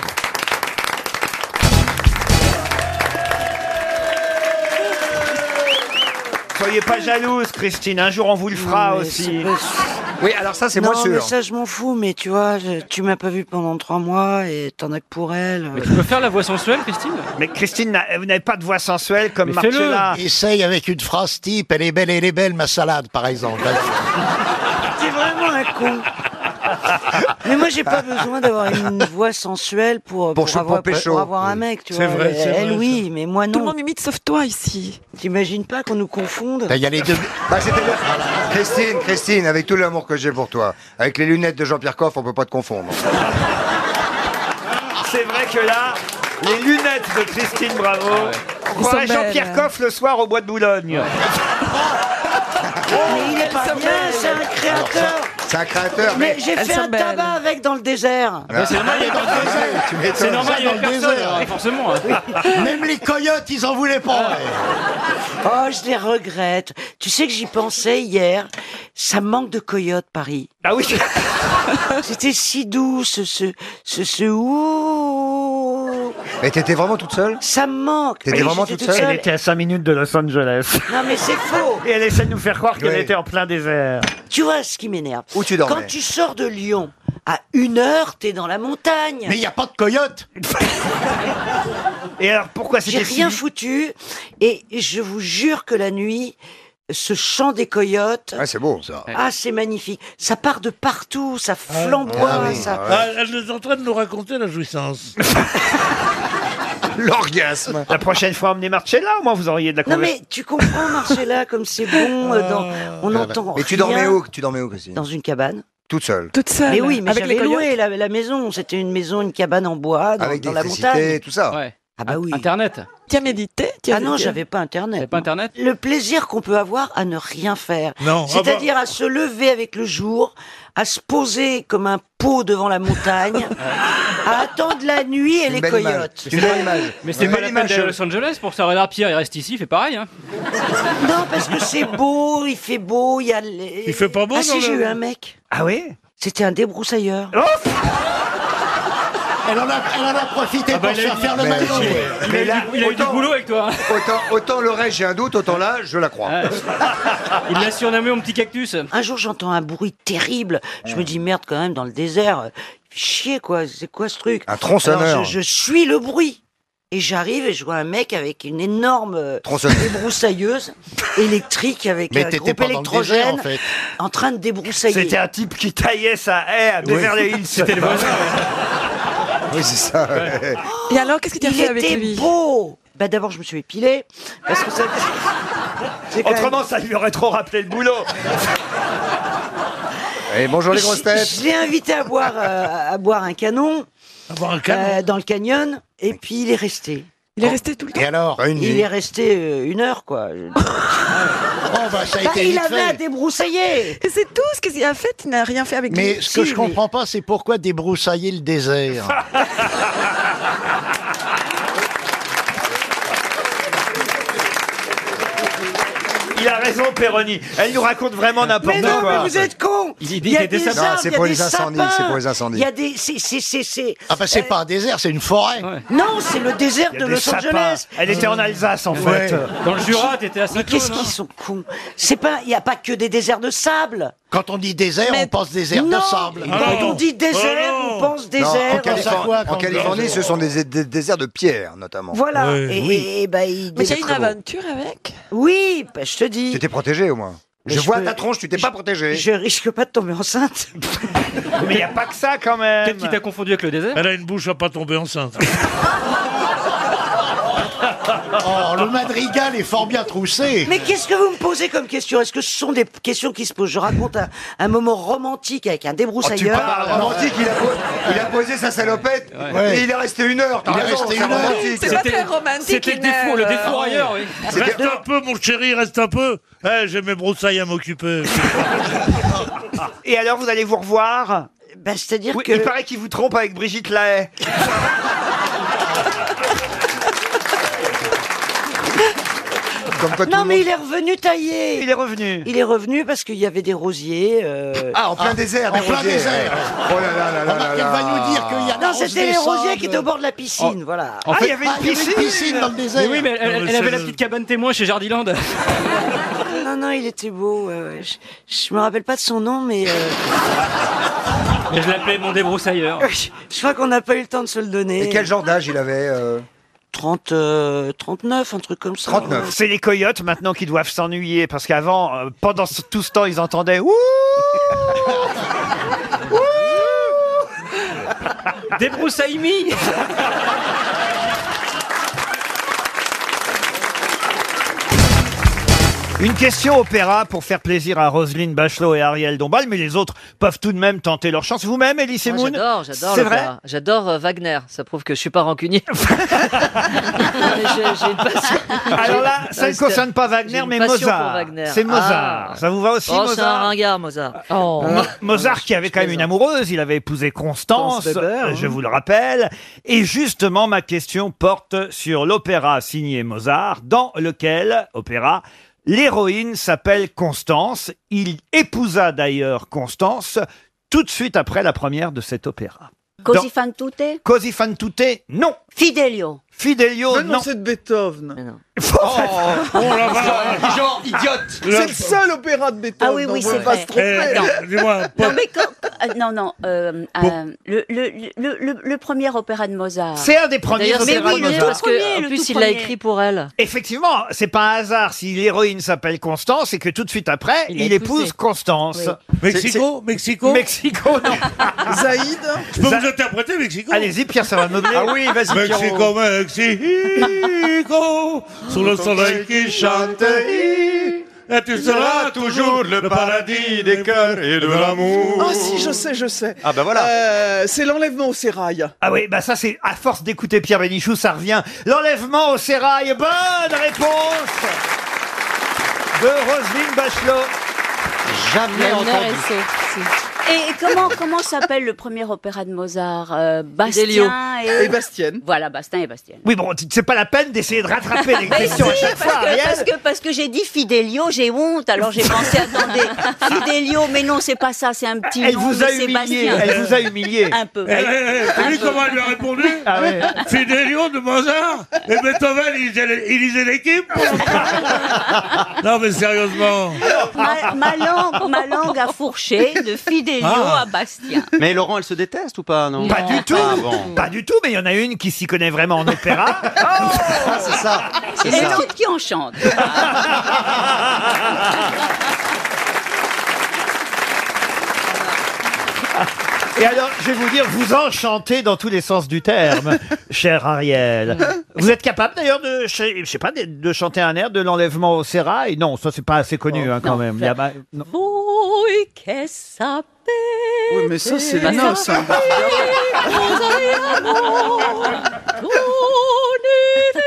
[SPEAKER 1] Soyez pas jalouse, Christine. Un jour, on vous le fera
[SPEAKER 18] Non, mais
[SPEAKER 1] aussi.
[SPEAKER 18] c'est pas-
[SPEAKER 5] Oui, alors ça, c'est
[SPEAKER 18] non,
[SPEAKER 5] moins sûr.
[SPEAKER 18] mais ça, je m'en fous, mais tu vois, je- tu m'as pas vu pendant trois mois et t'en as que pour elle.
[SPEAKER 5] tu peux faire la voix sensuelle, Christine
[SPEAKER 1] Mais Christine, n'a- vous n'avez pas de voix sensuelle comme Marcella.
[SPEAKER 9] Essaye avec une phrase type, elle est belle, elle est belle, ma salade, par exemple. Ah,
[SPEAKER 18] Ah, T'es vraiment un con. Mais moi, j'ai
[SPEAKER 13] Ah.
[SPEAKER 18] pas besoin d'avoir une voix sensuelle pour,
[SPEAKER 9] Pour se
[SPEAKER 18] avoir,
[SPEAKER 9] pomper chaud.
[SPEAKER 18] pour avoir un mec, tu
[SPEAKER 9] C'est
[SPEAKER 18] vois.
[SPEAKER 9] vrai, c'est
[SPEAKER 18] elle,
[SPEAKER 9] vrai,
[SPEAKER 18] oui, mais moi, non. Tout le monde m'imite sauf toi ici. T'imagines pas qu'on nous confonde
[SPEAKER 7] Il y a les deux. Bah, c'était bien. Christine, Christine, avec tout l'amour que j'ai pour toi, avec les lunettes de Jean-Pierre Coff, on peut pas te confondre.
[SPEAKER 1] C'est vrai que là, les lunettes de Christine Bravo.
[SPEAKER 5] Ah
[SPEAKER 1] On croirait
[SPEAKER 18] Ils sont
[SPEAKER 1] Jean-Pierre
[SPEAKER 18] belles.
[SPEAKER 1] Coff le soir au bois de Boulogne.
[SPEAKER 18] Mais il est pas bien, c'est un créateur.
[SPEAKER 7] C'est un créateur, mais.
[SPEAKER 18] Mais j'ai fait un tabac avec dans le désert.
[SPEAKER 7] Ah, c'est normal, il y a pas de désert. Tu m'étonnes.
[SPEAKER 18] C'est normal,
[SPEAKER 7] Ça,
[SPEAKER 18] il y a
[SPEAKER 7] dans le
[SPEAKER 18] personne,
[SPEAKER 7] désert.
[SPEAKER 18] hein, forcément, hein.
[SPEAKER 7] Même les coyotes, ils en voulaient pas. ouais.
[SPEAKER 18] Oh, je les regrette. Tu sais que j'y pensais hier. Ça me manque de coyote, Paris.
[SPEAKER 1] Ah oui
[SPEAKER 18] C'était si doux, ce, ce, ce, ce ouh.
[SPEAKER 7] Et t'étais vraiment toute seule
[SPEAKER 18] Ça me manque.
[SPEAKER 7] T'étais
[SPEAKER 18] Oui,
[SPEAKER 7] vraiment
[SPEAKER 18] j'étais
[SPEAKER 7] toute seule
[SPEAKER 18] toute seule.
[SPEAKER 1] à 5 minutes de Los Angeles.
[SPEAKER 18] Non, mais c'est faux.
[SPEAKER 1] Et elle essaie de nous faire croire qu'elle
[SPEAKER 7] Oui.
[SPEAKER 1] était en plein désert.
[SPEAKER 18] Tu vois ce qui m'énerve
[SPEAKER 7] Où tu dormais
[SPEAKER 18] Quand tu sors de Lyon, à une heure, t'es dans la montagne.
[SPEAKER 7] Mais il n'y a pas de coyotes
[SPEAKER 1] Et alors pourquoi
[SPEAKER 18] J'ai
[SPEAKER 1] c'était
[SPEAKER 18] rien
[SPEAKER 1] si-
[SPEAKER 18] foutu. Et je vous jure que la nuit, ce chant des coyotes.
[SPEAKER 26] Ah, c'est beau ça.
[SPEAKER 18] Ah, c'est magnifique. Ça part de partout, ça flamboie,
[SPEAKER 13] Ah oui.
[SPEAKER 18] ça.
[SPEAKER 13] Ah, elle est en train de nous raconter la jouissance.
[SPEAKER 1] L'orgasme. La prochaine fois, emmenez Marcella, au moins vous auriez de la
[SPEAKER 18] Non
[SPEAKER 1] conversation.
[SPEAKER 18] mais tu comprends Marcella comme c'est bon euh, dans-
[SPEAKER 26] Oh.
[SPEAKER 18] on entend
[SPEAKER 26] Mais tu
[SPEAKER 18] rien.
[SPEAKER 26] dormais où Tu dormais où, Christine
[SPEAKER 18] Dans une cabane.
[SPEAKER 26] Toute seule.
[SPEAKER 18] Mais oui, mais
[SPEAKER 26] Avec les
[SPEAKER 18] j'avais loué
[SPEAKER 26] coyotes.
[SPEAKER 18] la, la maison, c'était une maison, une cabane en bois dans,
[SPEAKER 26] Avec
[SPEAKER 18] dans la
[SPEAKER 26] l'électricité,
[SPEAKER 18] montagne.
[SPEAKER 26] tout ça.
[SPEAKER 18] Ah bah oui.
[SPEAKER 5] Internet.
[SPEAKER 18] Tu as médité Ah non, j'avais pas internet.
[SPEAKER 5] pas internet
[SPEAKER 18] Le plaisir qu'on peut avoir à ne rien faire.
[SPEAKER 5] Non, ah bah.
[SPEAKER 18] C'est-à-dire à se lever avec le jour, à se poser comme un pot devant la montagne, à attendre la nuit et les coyotes.
[SPEAKER 5] Mais c'est pas la peine d'aller à Los Angeles pour se ralentir. Il reste ici, il fait pareil. Hein.
[SPEAKER 18] Non, parce que c'est beau, il fait beau, il y a les...
[SPEAKER 5] Il fait pas beau
[SPEAKER 18] Ah
[SPEAKER 5] dans
[SPEAKER 18] si,
[SPEAKER 5] le- Oh,
[SPEAKER 18] j'ai eu un mec.
[SPEAKER 1] Ah oui
[SPEAKER 18] C'était un débroussailleur.
[SPEAKER 9] Elle en a, elle en a profité
[SPEAKER 26] Ah bah,
[SPEAKER 9] pour
[SPEAKER 26] il
[SPEAKER 9] se
[SPEAKER 26] a
[SPEAKER 9] faire
[SPEAKER 26] eu-
[SPEAKER 9] faire le
[SPEAKER 26] bah,
[SPEAKER 9] maillot.
[SPEAKER 26] il a eu- il a eu du- il a eu du boulot
[SPEAKER 5] avec toi.
[SPEAKER 26] Autant, autant le reste, j'ai un doute, autant là, je la crois.
[SPEAKER 5] Il l'a surnommé mon petit cactus.
[SPEAKER 18] Un jour, j'entends un bruit terrible. Je me dis, merde, quand même, dans le désert. euh, Chier, quoi. C'est quoi ce truc
[SPEAKER 26] Un tronçonneur.
[SPEAKER 18] Alors, je, je suis le bruit. Et j'arrive et je vois un mec avec une énorme euh,
[SPEAKER 26] Tronçonneuse.
[SPEAKER 18] débroussailleuse électrique avec
[SPEAKER 26] Mais
[SPEAKER 18] un
[SPEAKER 26] t'étais
[SPEAKER 18] groupe
[SPEAKER 26] pas dans le désert,
[SPEAKER 18] électrogène
[SPEAKER 26] en fait.
[SPEAKER 18] en train de débroussailler.
[SPEAKER 1] C'était un type qui taillait sa haie à Beverly Hills.
[SPEAKER 26] C'était le voisin, Oui, c'est ça.
[SPEAKER 18] Et alors, qu'est-ce que
[SPEAKER 13] tu as fait avec
[SPEAKER 18] Il était beau Bah d'abord, je me suis épilé parce que ça. C'est quand même-
[SPEAKER 1] Autrement, ça lui aurait trop rappelé le boulot.
[SPEAKER 26] Et bonjour les grosses
[SPEAKER 18] Je-
[SPEAKER 26] têtes.
[SPEAKER 18] Je l'ai invité à boire, euh, à boire un canon.
[SPEAKER 13] un canon.
[SPEAKER 18] euh, dans le canyon. Et puis il est resté.
[SPEAKER 13] Il est resté tout le temps.
[SPEAKER 26] Et alors Une
[SPEAKER 18] Il
[SPEAKER 26] nuit.
[SPEAKER 18] est resté euh, une heure, quoi.
[SPEAKER 9] Bon, bah, ça a
[SPEAKER 18] Bah,
[SPEAKER 9] été
[SPEAKER 18] il
[SPEAKER 9] vite
[SPEAKER 18] avait
[SPEAKER 9] fait.
[SPEAKER 18] à débroussailler.
[SPEAKER 13] Et c'est tout ce qu'il a fait, il n'a rien fait avec
[SPEAKER 9] Mais ce que je comprends pas, c'est pourquoi débroussailler le désert.
[SPEAKER 1] Il a raison, Péroni. Elle nous raconte vraiment n'importe
[SPEAKER 18] Mais
[SPEAKER 1] quoi.
[SPEAKER 18] non, mais vous êtes con.
[SPEAKER 1] Il dit
[SPEAKER 18] y a
[SPEAKER 1] qu'il était
[SPEAKER 18] des
[SPEAKER 1] sapin.
[SPEAKER 18] arbres,
[SPEAKER 1] Non, c'est
[SPEAKER 18] il y a
[SPEAKER 1] pour
[SPEAKER 18] des
[SPEAKER 1] les incendies,
[SPEAKER 18] sapins,
[SPEAKER 26] c'est pour les incendies.
[SPEAKER 18] Il y a des, c'est, c'est, c'est, c'est- euh,
[SPEAKER 9] Ah bah c'est pas un désert, c'est une forêt.
[SPEAKER 18] Non, c'est le désert
[SPEAKER 26] Il y a
[SPEAKER 18] de
[SPEAKER 26] des
[SPEAKER 18] Los
[SPEAKER 26] sapins.
[SPEAKER 18] Angeles.
[SPEAKER 26] Elle était en Alsace, en Ouais. fait. Dans le Jura,
[SPEAKER 5] t'étais à
[SPEAKER 18] Mais qu'est-ce qu'ils sont cons hein. C'est pas, il y a pas que des déserts de sable.
[SPEAKER 9] Quand on dit désert, on pense désert
[SPEAKER 18] non.
[SPEAKER 9] de sable.
[SPEAKER 18] Quand on dit désert,
[SPEAKER 26] Oh.
[SPEAKER 18] on pense
[SPEAKER 26] Non,
[SPEAKER 18] désert.
[SPEAKER 26] en Californie,
[SPEAKER 9] quoi,
[SPEAKER 26] en
[SPEAKER 9] quand-
[SPEAKER 26] Californie, ce sont des, des déserts de pierre, notamment.
[SPEAKER 18] Voilà. et, et- et bah, il-
[SPEAKER 13] Mais t'as eu une
[SPEAKER 18] aventure avec Oui, bah, je te dis.
[SPEAKER 26] Tu t'es protégé au moins.
[SPEAKER 18] Mais
[SPEAKER 26] je,
[SPEAKER 18] je
[SPEAKER 26] vois
[SPEAKER 18] peux-
[SPEAKER 26] ta tronche, tu t'es pas protégé.
[SPEAKER 18] Je risque pas de tomber enceinte.
[SPEAKER 1] Mais il n'y a pas que ça quand même.
[SPEAKER 5] Peut-être qu'il t'a confondu avec le désert.
[SPEAKER 13] Elle a une bouche à pas tomber enceinte.
[SPEAKER 9] Oh, le madrigal est fort bien troussé.
[SPEAKER 18] Mais qu'est-ce que vous me posez comme question Est-ce que ce sont des questions qui se posent Je raconte un, un moment romantique avec un débroussailleur.
[SPEAKER 26] Oh, parles romantique, il a, po- il a posé sa salopette
[SPEAKER 9] Ouais.
[SPEAKER 26] et il est resté une heure. t'as
[SPEAKER 9] Il est
[SPEAKER 26] raison, c'est
[SPEAKER 9] resté une heure.
[SPEAKER 26] romantique.
[SPEAKER 13] Ah, C'est pas très romantique, euh,
[SPEAKER 5] C'était le défaut, le défaut ailleurs, oui.
[SPEAKER 13] Reste un peu, mon chéri, reste un peu. Eh, J'ai mes broussailles à m'occuper.
[SPEAKER 1] Et alors, vous allez vous revoir
[SPEAKER 18] ben, C'est-à-dire
[SPEAKER 1] Oui,
[SPEAKER 18] que...
[SPEAKER 1] Il paraît qu'il vous trompe avec Brigitte Lahaye.
[SPEAKER 18] non, mais il est revenu taillé.
[SPEAKER 1] Il est revenu.
[SPEAKER 18] Il est revenu parce qu'il y avait des rosiers. euh,
[SPEAKER 26] Ah, en plein désert,
[SPEAKER 9] en
[SPEAKER 26] des
[SPEAKER 9] plein
[SPEAKER 26] rosiers. Ah.
[SPEAKER 9] désert.
[SPEAKER 26] Oh là là là là là
[SPEAKER 9] Remarque, elle va
[SPEAKER 26] là.
[SPEAKER 9] nous dire qu'il y a la
[SPEAKER 18] Non,
[SPEAKER 9] rose
[SPEAKER 18] c'était
[SPEAKER 9] des
[SPEAKER 18] les rosiers
[SPEAKER 9] sables.
[SPEAKER 18] qui étaient au bord de la piscine,
[SPEAKER 26] Oh.
[SPEAKER 18] voilà.
[SPEAKER 5] En
[SPEAKER 1] Ah,
[SPEAKER 5] fait-
[SPEAKER 1] il y avait une
[SPEAKER 9] Ah, il y avait
[SPEAKER 1] piscine.
[SPEAKER 9] une piscine dans le désert.
[SPEAKER 5] Mais oui, mais elle, elle
[SPEAKER 13] c'est
[SPEAKER 5] avait la
[SPEAKER 13] le-
[SPEAKER 5] petite cabane témoin chez Jardiland.
[SPEAKER 18] Non, non, il était beau. ouais, ouais. Je, je me rappelle pas de son nom, mais euh,
[SPEAKER 5] Et je l'appelais mon débroussailleur.
[SPEAKER 18] je crois qu'on n'a pas eu le temps de se le donner.
[SPEAKER 26] Et quel genre d'âge il avait euh
[SPEAKER 18] 30, euh, 39, un truc comme ça.
[SPEAKER 1] 39. C'est les coyotes maintenant qui doivent s'ennuyer parce qu'avant, euh, pendant ce- tout ce temps, ils entendaient Ouh
[SPEAKER 5] Débroussaille-mi
[SPEAKER 1] Une question opéra pour faire plaisir à Roselyne Bachelot et Ariel Dombal, mais les autres peuvent tout de même tenter leur chance. Vous-même, Elie
[SPEAKER 20] Moi,
[SPEAKER 1] Semoun
[SPEAKER 20] Ah, J'adore, j'adore
[SPEAKER 1] C'est
[SPEAKER 20] l'opéra.
[SPEAKER 1] vrai
[SPEAKER 20] J'adore euh, Wagner. Ça prouve que je suis pas rancunier. Non, mais j'ai- j'ai une passion-
[SPEAKER 1] Alors là,
[SPEAKER 20] j'ai-
[SPEAKER 1] ça ne
[SPEAKER 20] j'ai-
[SPEAKER 1] concerne pas
[SPEAKER 20] j'ai
[SPEAKER 1] Wagner,
[SPEAKER 20] une
[SPEAKER 1] mais
[SPEAKER 20] passion
[SPEAKER 1] Mozart.
[SPEAKER 20] pour Wagner.
[SPEAKER 1] C'est Mozart.
[SPEAKER 20] Ah.
[SPEAKER 1] Ça vous va aussi,
[SPEAKER 20] Oh, c'est un
[SPEAKER 1] Mozart Euh,
[SPEAKER 20] ringard, Mozart. Oh.
[SPEAKER 11] Oh.
[SPEAKER 1] Mo-
[SPEAKER 11] Ah,
[SPEAKER 1] Mozart qui avait quand même une amoureuse, il avait épousé Constance,
[SPEAKER 20] Constance Weber,
[SPEAKER 1] je
[SPEAKER 20] hein.
[SPEAKER 1] vous le rappelle. Et justement, ma question porte sur l'opéra signé Mozart, dans lequel opéra l'héroïne s'appelle Constance. Il épousa d'ailleurs Constance tout de suite après la première de cet opéra.
[SPEAKER 11] Così
[SPEAKER 1] Dans-
[SPEAKER 11] fan tutte
[SPEAKER 1] Così fan tutte, non.
[SPEAKER 11] Fidelio.
[SPEAKER 1] Fidelio, non.
[SPEAKER 20] Beethoven.
[SPEAKER 22] Oh la vache
[SPEAKER 27] Genre idiote.
[SPEAKER 22] Le-
[SPEAKER 13] C'est le seul opéra de Beethoven.
[SPEAKER 11] Ah oui, oui,
[SPEAKER 13] donc on
[SPEAKER 11] c'est
[SPEAKER 13] peut pas
[SPEAKER 11] vrai.
[SPEAKER 13] se tromper.
[SPEAKER 22] Eh, non, dis-moi,
[SPEAKER 11] Non, mais quand- euh, non, non, euh,
[SPEAKER 22] Bon.
[SPEAKER 11] euh, le, le- le- le- le premier opéra de Mozart.
[SPEAKER 1] C'est un des premiers
[SPEAKER 11] D'ailleurs,
[SPEAKER 1] opéras
[SPEAKER 11] mais oui,
[SPEAKER 1] de
[SPEAKER 11] le
[SPEAKER 1] Mozart.
[SPEAKER 11] tout premier,
[SPEAKER 5] Parce que, en
[SPEAKER 11] le
[SPEAKER 5] plus,
[SPEAKER 11] tout
[SPEAKER 5] il l'a
[SPEAKER 11] premier.
[SPEAKER 5] écrit pour elle.
[SPEAKER 1] Effectivement, c'est pas un hasard si l'héroïne s'appelle Constance et que tout de suite après, il,
[SPEAKER 5] Il l'a
[SPEAKER 1] épouse
[SPEAKER 5] épousée.
[SPEAKER 1] Constance.
[SPEAKER 5] Oui.
[SPEAKER 22] Mexico
[SPEAKER 1] Mexico Mexico, non.
[SPEAKER 3] Ah.
[SPEAKER 22] Zaïd Je peux vous interpréter Mexico
[SPEAKER 1] Allez-y, Pierre, ça va meubler.
[SPEAKER 22] Ah oui, vas-y, Mexico,
[SPEAKER 1] Pierrot.
[SPEAKER 22] Mexico Sous le soleil qui chante Et tu seras toujours le paradis des cœurs et de l'amour
[SPEAKER 13] Ah si, je sais, je sais.
[SPEAKER 1] Ah, bah voilà.
[SPEAKER 13] Euh, c'est l'enlèvement au sérail.
[SPEAKER 1] Ah oui, bah ça c'est à force d'écouter Pierre Bénichou, ça revient. L'enlèvement au sérail, bonne réponse de Roselyne Bachelot. Jamais
[SPEAKER 11] Et comment comment s'appelle le premier opéra de Mozart Euh,
[SPEAKER 1] Fidelio.
[SPEAKER 11] Bastien et...
[SPEAKER 1] Et
[SPEAKER 13] Bastienne.
[SPEAKER 11] Voilà, Bastien et Bastienne.
[SPEAKER 1] Oui bon, c'est pas la peine d'essayer de rattraper les
[SPEAKER 11] Mais
[SPEAKER 1] questions à
[SPEAKER 11] si,
[SPEAKER 1] chaque
[SPEAKER 11] parce
[SPEAKER 1] fois,
[SPEAKER 11] que-
[SPEAKER 1] Ariel.
[SPEAKER 11] parce que, parce que j'ai dit Fidelio, j'ai honte, alors j'ai pensé, attendez, Fidelio, mais non, c'est pas ça, c'est un petit
[SPEAKER 1] Elle
[SPEAKER 11] nom
[SPEAKER 1] vous
[SPEAKER 11] de
[SPEAKER 1] a humilié,
[SPEAKER 11] Sébastien.
[SPEAKER 1] elle vous a humilié.
[SPEAKER 11] Un peu.
[SPEAKER 22] Eh, eh, eh, T'as vu comment elle lui a répondu
[SPEAKER 1] Ah ouais.
[SPEAKER 22] Fidelio de Mozart Et Beethoven, il lisait les- il lisait l'équipe Non mais sérieusement
[SPEAKER 1] Ah
[SPEAKER 11] Ma, ma langue, ma langue a fourché de Fidelio
[SPEAKER 28] Ah.
[SPEAKER 11] à Bastien.
[SPEAKER 28] Mais Laurent, elle se déteste ou pas non
[SPEAKER 1] Pas du tout,
[SPEAKER 28] Ah, bon.
[SPEAKER 1] pas du tout, mais il y en a une qui s'y connaît vraiment en opéra.
[SPEAKER 28] Ah, c'est ça.
[SPEAKER 11] Et
[SPEAKER 1] C'est ça.
[SPEAKER 11] l'autre qui en chante.
[SPEAKER 1] Et alors, je vais vous dire, vous enchantez dans tous les sens du terme, cher Ariel. Vous êtes capable d'ailleurs de, je sais- je sais pas, de, de chanter un air de l'enlèvement au sérail Non, ça c'est pas assez connu hein, quand même. Il y a pas- non.
[SPEAKER 5] Oui, qu'est-ce que ça
[SPEAKER 13] Oui, mais ça, c'est les
[SPEAKER 5] Bah,
[SPEAKER 13] noces. hein.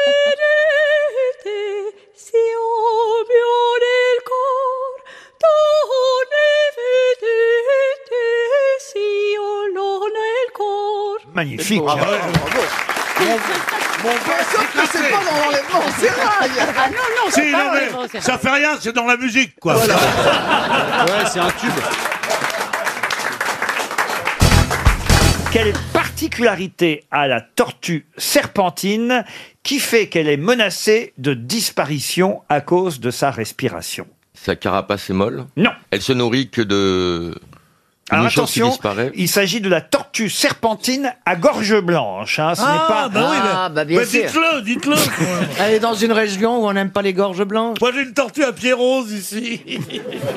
[SPEAKER 1] Magnifique.
[SPEAKER 13] Mon père, sauf que c'est pas dans l'enlèvement au sérail.
[SPEAKER 5] Ah non, non,
[SPEAKER 22] Si, non, mais ça fait rien, c'est dans la musique, quoi.
[SPEAKER 28] Ouais, c'est un tube.
[SPEAKER 1] Quelle particularité a la tortue serpentine qui fait qu'elle est menacée de disparition à cause de sa respiration
[SPEAKER 12] Sa carapace est molle
[SPEAKER 1] Non.
[SPEAKER 12] Elle se nourrit que de...
[SPEAKER 1] Alors
[SPEAKER 12] une chose qui
[SPEAKER 1] attention,
[SPEAKER 12] disparaît.
[SPEAKER 1] il s'agit de la tortue serpentine à gorge blanche. hein, ce
[SPEAKER 14] Ah,
[SPEAKER 1] n'est pas...
[SPEAKER 14] bah
[SPEAKER 22] dites-le, dites-le.
[SPEAKER 14] Elle est dans une région où on n'aime pas les gorges blanches.
[SPEAKER 22] Moi, j'ai une tortue à pied rose ici.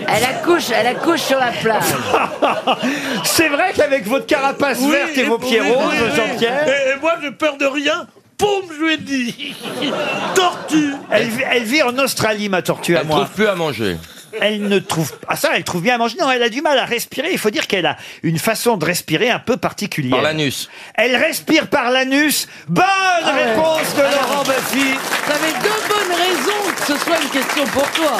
[SPEAKER 5] Elle accouche, elle accouche sur la plage.
[SPEAKER 1] C'est vrai qu'avec votre carapace
[SPEAKER 22] Oui,
[SPEAKER 1] verte et vos
[SPEAKER 22] oui,
[SPEAKER 1] pieds
[SPEAKER 22] oui,
[SPEAKER 1] roses,
[SPEAKER 22] oui.
[SPEAKER 1] Jean-Pierre...
[SPEAKER 22] Et, et moi, j'ai peur de rien. Poum, je lui ai dit. Tortue.
[SPEAKER 1] Elle, vit- elle vit en Australie, ma tortue à
[SPEAKER 12] Elle
[SPEAKER 1] moi.
[SPEAKER 12] trouve plus à manger.
[SPEAKER 1] Elle ne trouve pas ça, elle trouve bien à manger. Non, elle a du mal à respirer. Il faut dire qu'elle a une façon de respirer un peu particulière.
[SPEAKER 12] Par l'anus.
[SPEAKER 1] Elle respire par l'anus. Bonne
[SPEAKER 12] ouais.
[SPEAKER 1] réponse de Laurent Baffy.
[SPEAKER 5] T'avais deux bonnes raisons que ce soit une question pour toi.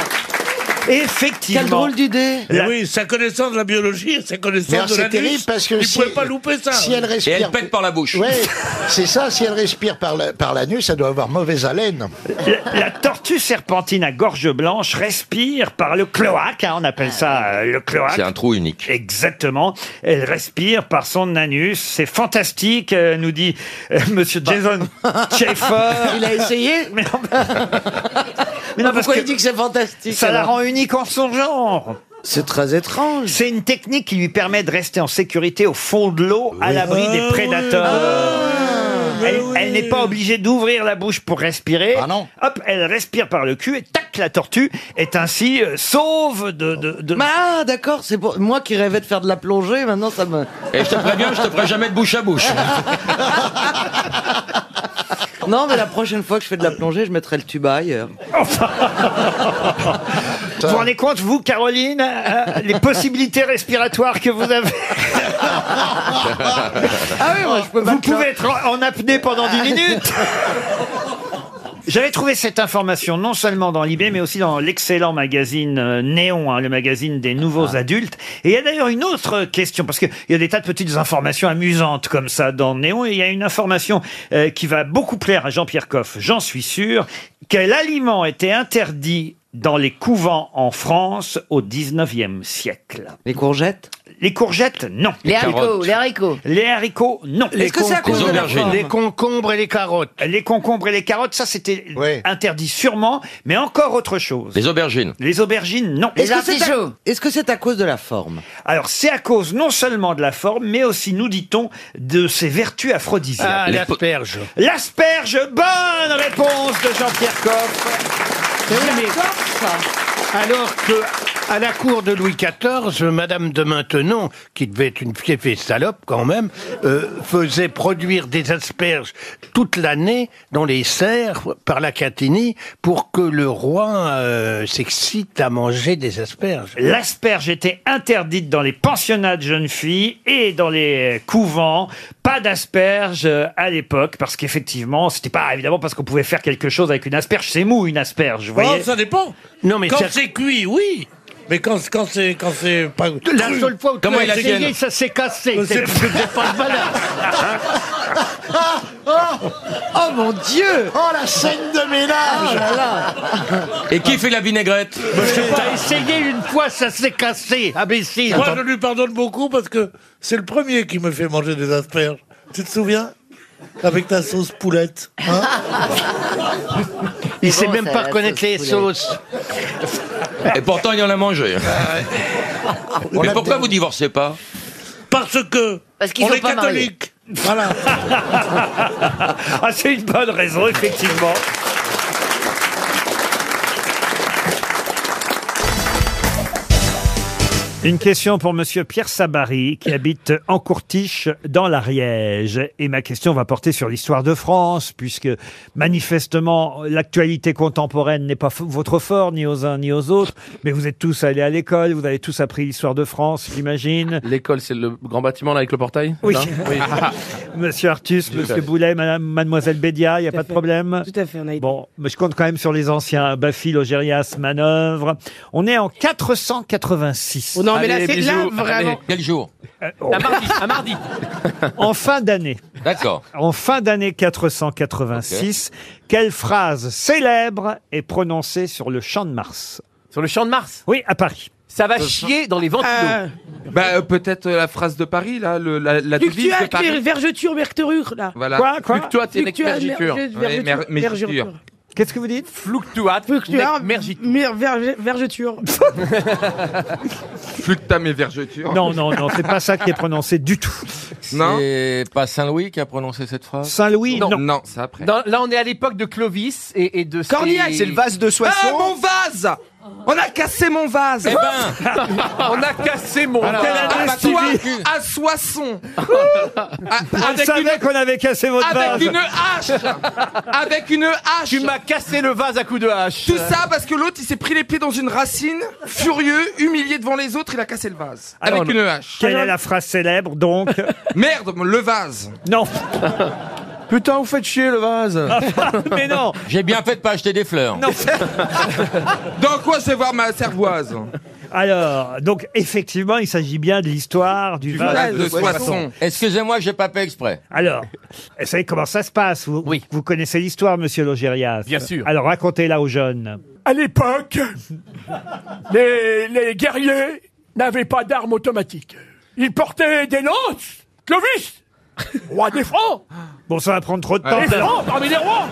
[SPEAKER 1] Effectivement.
[SPEAKER 14] d'idée.
[SPEAKER 22] Mais Eh oui, sa connaissance de la biologie, et sa
[SPEAKER 9] Mais
[SPEAKER 22] connaissance
[SPEAKER 9] alors,
[SPEAKER 22] de
[SPEAKER 9] c'est
[SPEAKER 22] la
[SPEAKER 9] terrible parce que
[SPEAKER 22] il
[SPEAKER 9] si-
[SPEAKER 22] pouvait pas louper ça.
[SPEAKER 9] si elle respire- Et elle pète
[SPEAKER 12] par la bouche.
[SPEAKER 9] Ouais, c'est ça, si elle respire par la- par l'anus, elle doit avoir mauvaise haleine.
[SPEAKER 1] La, la tortue serpentine à gorge blanche respire par le cloaque. hein, on appelle ça euh, le cloaque.
[SPEAKER 12] C'est un trou unique.
[SPEAKER 1] Exactement. Elle respire par son anus. C'est fantastique, euh, nous dit euh, Monsieur Jason Schaeffer.
[SPEAKER 14] Bah. Il a essayé
[SPEAKER 1] Mais non, mais non, parce
[SPEAKER 14] Pourquoi
[SPEAKER 1] que
[SPEAKER 14] il dit que c'est fantastique
[SPEAKER 1] ça la
[SPEAKER 14] alors
[SPEAKER 1] rend unique en son genre.
[SPEAKER 14] C'est très étrange.
[SPEAKER 1] C'est une technique qui lui permet de rester en sécurité au fond de l'eau, à l'abri
[SPEAKER 14] Ah
[SPEAKER 1] des prédateurs. elle elle n'est pas obligée d'ouvrir la bouche pour respirer.
[SPEAKER 14] Ah
[SPEAKER 1] Hop, elle respire par le cul et tac, la tortue est ainsi euh, sauve de... de, de-
[SPEAKER 14] Mais ah, d'accord, c'est pour... moi qui rêvais de faire de la plongée, maintenant ça me.
[SPEAKER 12] Et je te préviens, je te ferai jamais de bouche à bouche.
[SPEAKER 14] Non, mais la prochaine fois que je fais de la plongée, je mettrai le tuba ailleurs.
[SPEAKER 1] Vous vous rendez compte, vous, Caroline, euh, les possibilités respiratoires que vous avez
[SPEAKER 14] Ah oui, moi je peux
[SPEAKER 1] Vous pouvez être en, en apnée pendant 10 minutes J'avais trouvé cette information non seulement dans l'IB, mais aussi dans l'excellent magazine euh, Néon, hein, le magazine des
[SPEAKER 14] Ah.
[SPEAKER 1] nouveaux adultes. Et il y a d'ailleurs une autre question, parce qu'il y a des tas de petites informations amusantes comme ça dans Néon, et il y a une information euh, qui va beaucoup plaire à Jean-Pierre Coff, j'en suis sûr. Quel aliment était interdit dans les couvents en France au 19e siècle. Les courgettes Les courgettes, non.
[SPEAKER 4] Les haricots, les haricots.
[SPEAKER 1] Les haricots, non.
[SPEAKER 4] Est-ce Les que c'est à cause de la aubergines. forme
[SPEAKER 1] Les concombres et les carottes. Les concombres et les carottes, ça c'était interdit sûrement, mais encore autre chose.
[SPEAKER 12] Les aubergines.
[SPEAKER 1] Les aubergines, non.
[SPEAKER 12] Les
[SPEAKER 1] que c'est à-
[SPEAKER 12] artichauts.
[SPEAKER 1] Est-ce que c'est à cause de la forme Alors c'est à cause non seulement de la forme, mais aussi, nous dit-on, de ses vertus aphrodisiaques.
[SPEAKER 21] Ah, Les po- l'asperge.
[SPEAKER 1] L'asperge, bonne réponse de Jean-Pierre Coff.
[SPEAKER 21] Alors que, à la cour de Louis XIV, Madame de Maintenon, qui devait être une fiefée salope quand même, euh, faisait produire des asperges toute l'année dans les serres par la Catini pour que le roi euh, s'excite à manger des asperges.
[SPEAKER 1] L'asperge était interdite dans les pensionnats de jeunes filles et dans les euh, couvents. Pas d'asperge euh, à l'époque parce qu'effectivement, c'était pas évidemment parce qu'on pouvait faire quelque chose avec une asperge. C'est mou une asperge, vous voyez.
[SPEAKER 21] Oh, ça dépend. Non, mais
[SPEAKER 1] Quand
[SPEAKER 21] c'est cuit, oui. Mais quand, quand c'est quand c'est pas la
[SPEAKER 1] cru.
[SPEAKER 21] seule fois où tu
[SPEAKER 1] Comment
[SPEAKER 21] l'as
[SPEAKER 1] il la
[SPEAKER 21] essayé,
[SPEAKER 1] tienne
[SPEAKER 21] ça s'est cassé.
[SPEAKER 22] Euh,
[SPEAKER 1] Oh,
[SPEAKER 21] C'est
[SPEAKER 1] c'est-
[SPEAKER 21] parce que t'es pas le malade.
[SPEAKER 13] Hein
[SPEAKER 4] Oh mon Dieu Oh la scène de ménage
[SPEAKER 12] Et qui fait la vinaigrette
[SPEAKER 21] T'as essayé une fois, ça s'est cassé, imbécile.
[SPEAKER 13] Moi, je lui pardonne beaucoup parce que c'est le premier qui me fait manger des asperges. Tu te souviens Avec ta sauce poulette. hein
[SPEAKER 21] Il
[SPEAKER 13] C'est
[SPEAKER 21] sait
[SPEAKER 13] bon,
[SPEAKER 21] même
[SPEAKER 13] ça,
[SPEAKER 21] pas
[SPEAKER 13] la
[SPEAKER 21] reconnaître
[SPEAKER 13] sauce
[SPEAKER 21] les
[SPEAKER 13] poulet.
[SPEAKER 21] sauces.
[SPEAKER 12] Et pourtant, il en a mangé.
[SPEAKER 1] Ah,
[SPEAKER 12] Mais pourquoi vous divorcez pas
[SPEAKER 13] Parce que
[SPEAKER 4] Parce qu'ils
[SPEAKER 13] on
[SPEAKER 4] sont
[SPEAKER 13] est
[SPEAKER 4] pas mariés.
[SPEAKER 13] catholique. Voilà.
[SPEAKER 1] ah, c'est une bonne raison, effectivement. Une question pour Monsieur Pierre Sabary, qui habite en Courtiche, dans l'Ariège. Et ma question va porter sur l'histoire de France, puisque manifestement, l'actualité contemporaine n'est pas f- votre fort, ni aux uns ni aux autres. Mais vous êtes tous allés à l'école, vous avez tous appris l'histoire de France, j'imagine.
[SPEAKER 12] L'école, c'est le grand bâtiment là avec le portail
[SPEAKER 1] Oui. Ah,
[SPEAKER 12] Non Oui.
[SPEAKER 1] Monsieur Artus,
[SPEAKER 12] Tout à
[SPEAKER 1] Monsieur
[SPEAKER 12] fait.
[SPEAKER 1] Boulet, Madame, Mademoiselle Bédia, il n'y a pas de problème.
[SPEAKER 3] Tout à fait, on a
[SPEAKER 1] Bon, mais je compte quand même sur les anciens. Baffy, Logérias, Manœuvre. On est en 486.
[SPEAKER 3] Oh non, mais là, Allez, c'est bisous. là, vraiment. Allez,
[SPEAKER 12] quel jour
[SPEAKER 22] Euh,
[SPEAKER 1] Un mardi, En fin d'année.
[SPEAKER 12] D'accord.
[SPEAKER 1] En fin d'année 486, quelle phrase célèbre est prononcée sur le champ de Mars
[SPEAKER 5] Sur le champ de Mars
[SPEAKER 1] Oui, à Paris.
[SPEAKER 5] Ça va chier dans les ventilos.
[SPEAKER 12] Bah, euh, peut-être euh, la phrase de Paris, là, le- la, la devise de
[SPEAKER 3] Fluctuac,
[SPEAKER 12] Paris.
[SPEAKER 3] vergeture, mercurure, là.
[SPEAKER 12] Voilà. Fluctuat, t'es une vergiture. Ouais, mer- mergiture.
[SPEAKER 1] Qu'est-ce que vous dites
[SPEAKER 5] Fluctuat,
[SPEAKER 3] Fluctuat, mer- verge- vergeture.
[SPEAKER 12] Fluctam et vergeture.
[SPEAKER 1] Non, non, non, c'est pas ça qui est prononcé du tout.
[SPEAKER 12] Non.
[SPEAKER 5] C'est pas Saint-Louis qui a prononcé cette phrase
[SPEAKER 1] Saint-Louis, non.
[SPEAKER 12] Non, c'est après.
[SPEAKER 5] Dans- là, on est à l'époque de Clovis et, et de. ses-
[SPEAKER 29] Cornillac C'est le vase de Soissons.
[SPEAKER 5] Ah, mon
[SPEAKER 29] vase On a cassé mon vase
[SPEAKER 5] Eh ben, on a cassé mon
[SPEAKER 29] Alors,
[SPEAKER 5] vase.
[SPEAKER 29] à,
[SPEAKER 5] Ah,
[SPEAKER 29] Soi-
[SPEAKER 5] Stevie.
[SPEAKER 29] à Soissons
[SPEAKER 1] On savait qu'on avait cassé votre vase.
[SPEAKER 29] Ah, Avec une hache Avec une hache Tu
[SPEAKER 5] m'as cassé le vase à coups de hache
[SPEAKER 29] Tout ça parce que l'autre, il s'est pris les pieds dans une racine, furieux, humilié devant les autres, il a cassé le vase. Avec une hache.
[SPEAKER 1] Quelle est la phrase célèbre, donc
[SPEAKER 29] Merde, le vase
[SPEAKER 1] Non
[SPEAKER 12] Putain, vous faites chier le vase.
[SPEAKER 1] Mais non.
[SPEAKER 12] J'ai bien fait de pas acheter des fleurs.
[SPEAKER 29] Dans quoi c'est voir ma cervoise
[SPEAKER 1] Alors, donc effectivement, il s'agit bien de l'histoire du, vase de Soissons.
[SPEAKER 12] Excusez-moi, j'ai pas fait exprès.
[SPEAKER 1] Alors, vous savez comment ça se passe vous, vous connaissez l'histoire, monsieur Logérias
[SPEAKER 12] Bien sûr.
[SPEAKER 1] Alors racontez-la aux jeunes.
[SPEAKER 22] À l'époque, les, les guerriers n'avaient pas d'armes automatiques. Ils portaient des lances. Clovis, roi des Francs.
[SPEAKER 1] Bon, ça va prendre trop de temps.
[SPEAKER 12] Ah,
[SPEAKER 22] Des Francs parmi les rois.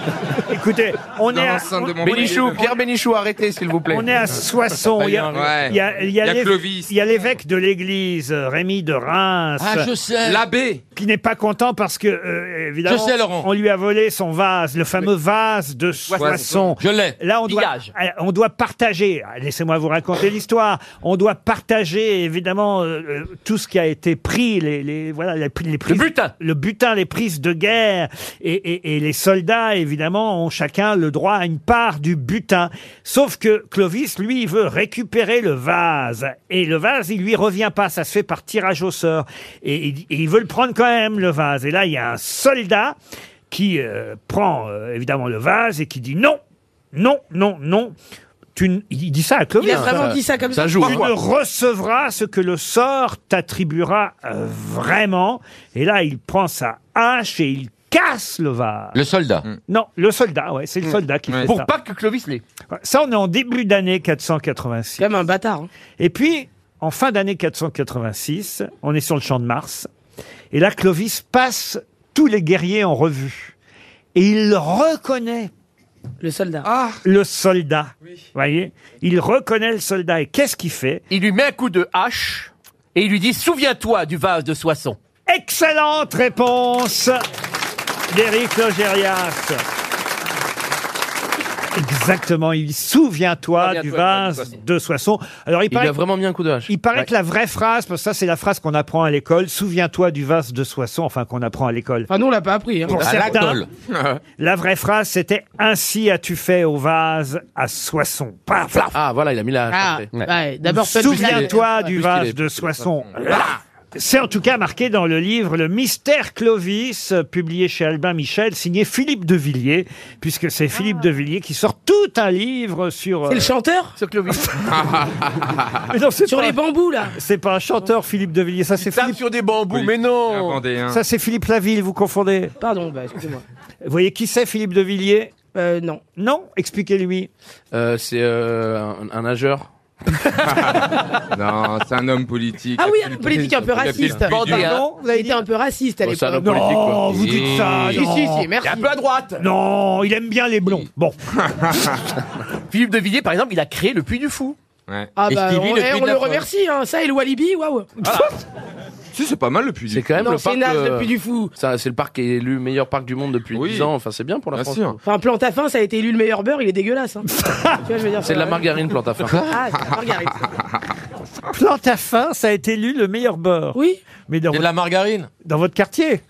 [SPEAKER 1] Écoutez, on
[SPEAKER 29] Ah.
[SPEAKER 1] est à...
[SPEAKER 12] Bénichou, Pierre
[SPEAKER 29] Bénichou, arrêtez s'il vous plaît.
[SPEAKER 1] On est à Soissons. Il y a,
[SPEAKER 12] Ouais.
[SPEAKER 1] il y a- il y a
[SPEAKER 12] Il y a
[SPEAKER 1] l'év-
[SPEAKER 12] Clovis.
[SPEAKER 1] il y a l'évêque de l'église, euh, Rémy de Reims.
[SPEAKER 12] Ah, je sais. L'abbé.
[SPEAKER 1] Qui n'est pas content parce que, euh, évidemment,
[SPEAKER 12] Je sais, Laurent.
[SPEAKER 1] on lui a volé son vase, le fameux vase de Soissons.
[SPEAKER 12] Je l'ai.
[SPEAKER 1] Là, on doit,
[SPEAKER 12] Pillage.
[SPEAKER 1] euh, on doit partager. Ah, Laissez-moi vous raconter l'histoire. On doit partager, évidemment, euh, euh, tout ce qui a été pris, les, les- voilà, les, pri- les prises, le butin, le butin, les prises de guerre, et, et- et les soldats, évidemment, ont chacun le droit à une part du butin. Sauf que Clovis, lui, il veut récupérer le vase, et le vase, il lui revient pas. Ça se fait par tirage au sort, et, il- et il veut le prendre quand même le vase. Et là, il y a un soldat qui euh, prend euh, évidemment le vase et qui dit non, non, non, non. Tu n- il dit ça à Clovis.
[SPEAKER 3] Il a vraiment dit ça comme ça.
[SPEAKER 1] Tu
[SPEAKER 30] hein.
[SPEAKER 1] ne recevras ce que le sort t'attribuera euh, vraiment. Et là, il prend sa hache et il casse le vase.
[SPEAKER 30] Le soldat.
[SPEAKER 1] Non, le soldat, ouais, c'est le
[SPEAKER 30] Mm.
[SPEAKER 1] soldat qui
[SPEAKER 30] Ouais.
[SPEAKER 1] fait
[SPEAKER 30] Pour
[SPEAKER 1] ça.
[SPEAKER 30] pas que Clovis l'ait.
[SPEAKER 1] Ça, on est en début d'année 486. Comme
[SPEAKER 3] un bâtard. hein.
[SPEAKER 1] Et puis, en fin d'année 486, on est sur le champ de Mars. Et là, Clovis passe tous les guerriers en revue. Et il reconnaît.
[SPEAKER 3] Le soldat.
[SPEAKER 1] Le soldat. voyez Il reconnaît le soldat. Et qu'est-ce qu'il fait
[SPEAKER 30] Il lui met un coup de hache et il lui dit Souviens-toi du vase de Soissons.
[SPEAKER 1] Excellente réponse d'Éric Logérias. Exactement, il souviens-toi du vase de Soissons. Alors il,
[SPEAKER 30] lui
[SPEAKER 1] paraît
[SPEAKER 30] a vraiment mis un coup de hache.
[SPEAKER 1] Il paraît
[SPEAKER 30] Ouais.
[SPEAKER 1] que la vraie phrase, parce que ça c'est la phrase qu'on apprend à l'école, souviens-toi du vase de Soissons, enfin qu'on apprend à l'école.
[SPEAKER 3] Enfin, nous, on l'a pas appris. Hein.
[SPEAKER 1] Pour certains, la vraie phrase c'était ainsi as-tu fait au vase à Soissons. Paf, paf.
[SPEAKER 30] Ah, voilà, il a mis la hache.
[SPEAKER 3] Ah,
[SPEAKER 30] après.
[SPEAKER 3] ouais, d'abord, faites-
[SPEAKER 1] Souviens-toi du
[SPEAKER 30] Puisqu'il
[SPEAKER 1] vase
[SPEAKER 30] est-
[SPEAKER 1] de Soissons. Là C'est en tout cas marqué dans le livre Le Mystère Clovis, euh, publié chez Albin Michel, signé Philippe de Villiers, puisque c'est Philippe de Villiers qui sort tout un livre sur. euh, Ah,
[SPEAKER 3] C'est le chanteur
[SPEAKER 30] Ce Clovis.
[SPEAKER 1] Mais non, c'est
[SPEAKER 3] Sur
[SPEAKER 1] pas-
[SPEAKER 3] les bambous, là.
[SPEAKER 1] C'est pas un chanteur, Philippe de Villiers. Ça, c'est Philippe.
[SPEAKER 30] sur des bambous, mais non
[SPEAKER 1] Ça, c'est Philippe Laville, vous confondez.
[SPEAKER 3] Pardon, bah, excusez-moi.
[SPEAKER 1] Vous voyez qui c'est, Philippe de Villiers
[SPEAKER 3] Euh, non.
[SPEAKER 1] Non Expliquez-lui.
[SPEAKER 30] Euh, c'est euh, un, un nageur.
[SPEAKER 17] Non, c'est un homme politique.
[SPEAKER 3] Ah oui, un politique un peu raciste.
[SPEAKER 17] Pardon
[SPEAKER 3] vous avez été un peu raciste à
[SPEAKER 17] Bon, c'est un homme
[SPEAKER 3] l'époque.
[SPEAKER 17] politique, quoi.
[SPEAKER 1] Oh, vous dites ça.
[SPEAKER 3] Si,
[SPEAKER 1] non.
[SPEAKER 3] si, si, merci.
[SPEAKER 30] un peu à droite.
[SPEAKER 1] Non, il aime bien les blonds. Bon.
[SPEAKER 30] Philippe de Villiers, par exemple, il a créé le Puy du Fou.
[SPEAKER 3] Ah bah, on, eh, on le remercie, hein. ça et le Walibi, waouh.
[SPEAKER 30] Si, c'est pas mal le Puy du Fou. C'est quand même
[SPEAKER 3] Non,
[SPEAKER 30] le
[SPEAKER 3] c'est
[SPEAKER 30] parc.
[SPEAKER 3] naze, le
[SPEAKER 30] euh,
[SPEAKER 3] Puy du Fou.
[SPEAKER 30] ça, C'est le parc qui est élu meilleur parc du monde depuis 10 ans. Enfin, c'est bien pour la France.
[SPEAKER 3] Enfin, Plantafin, ça a été élu le meilleur beurre, il est dégueulasse. Hein. tu vois, je veux dire,
[SPEAKER 30] C'est de la margarine, plante à
[SPEAKER 3] Ah, c'est de la margarine.
[SPEAKER 1] Plantafin, ça a été élu le meilleur beurre.
[SPEAKER 3] Oui.
[SPEAKER 1] Mais dans
[SPEAKER 30] de la margarine
[SPEAKER 1] Dans votre quartier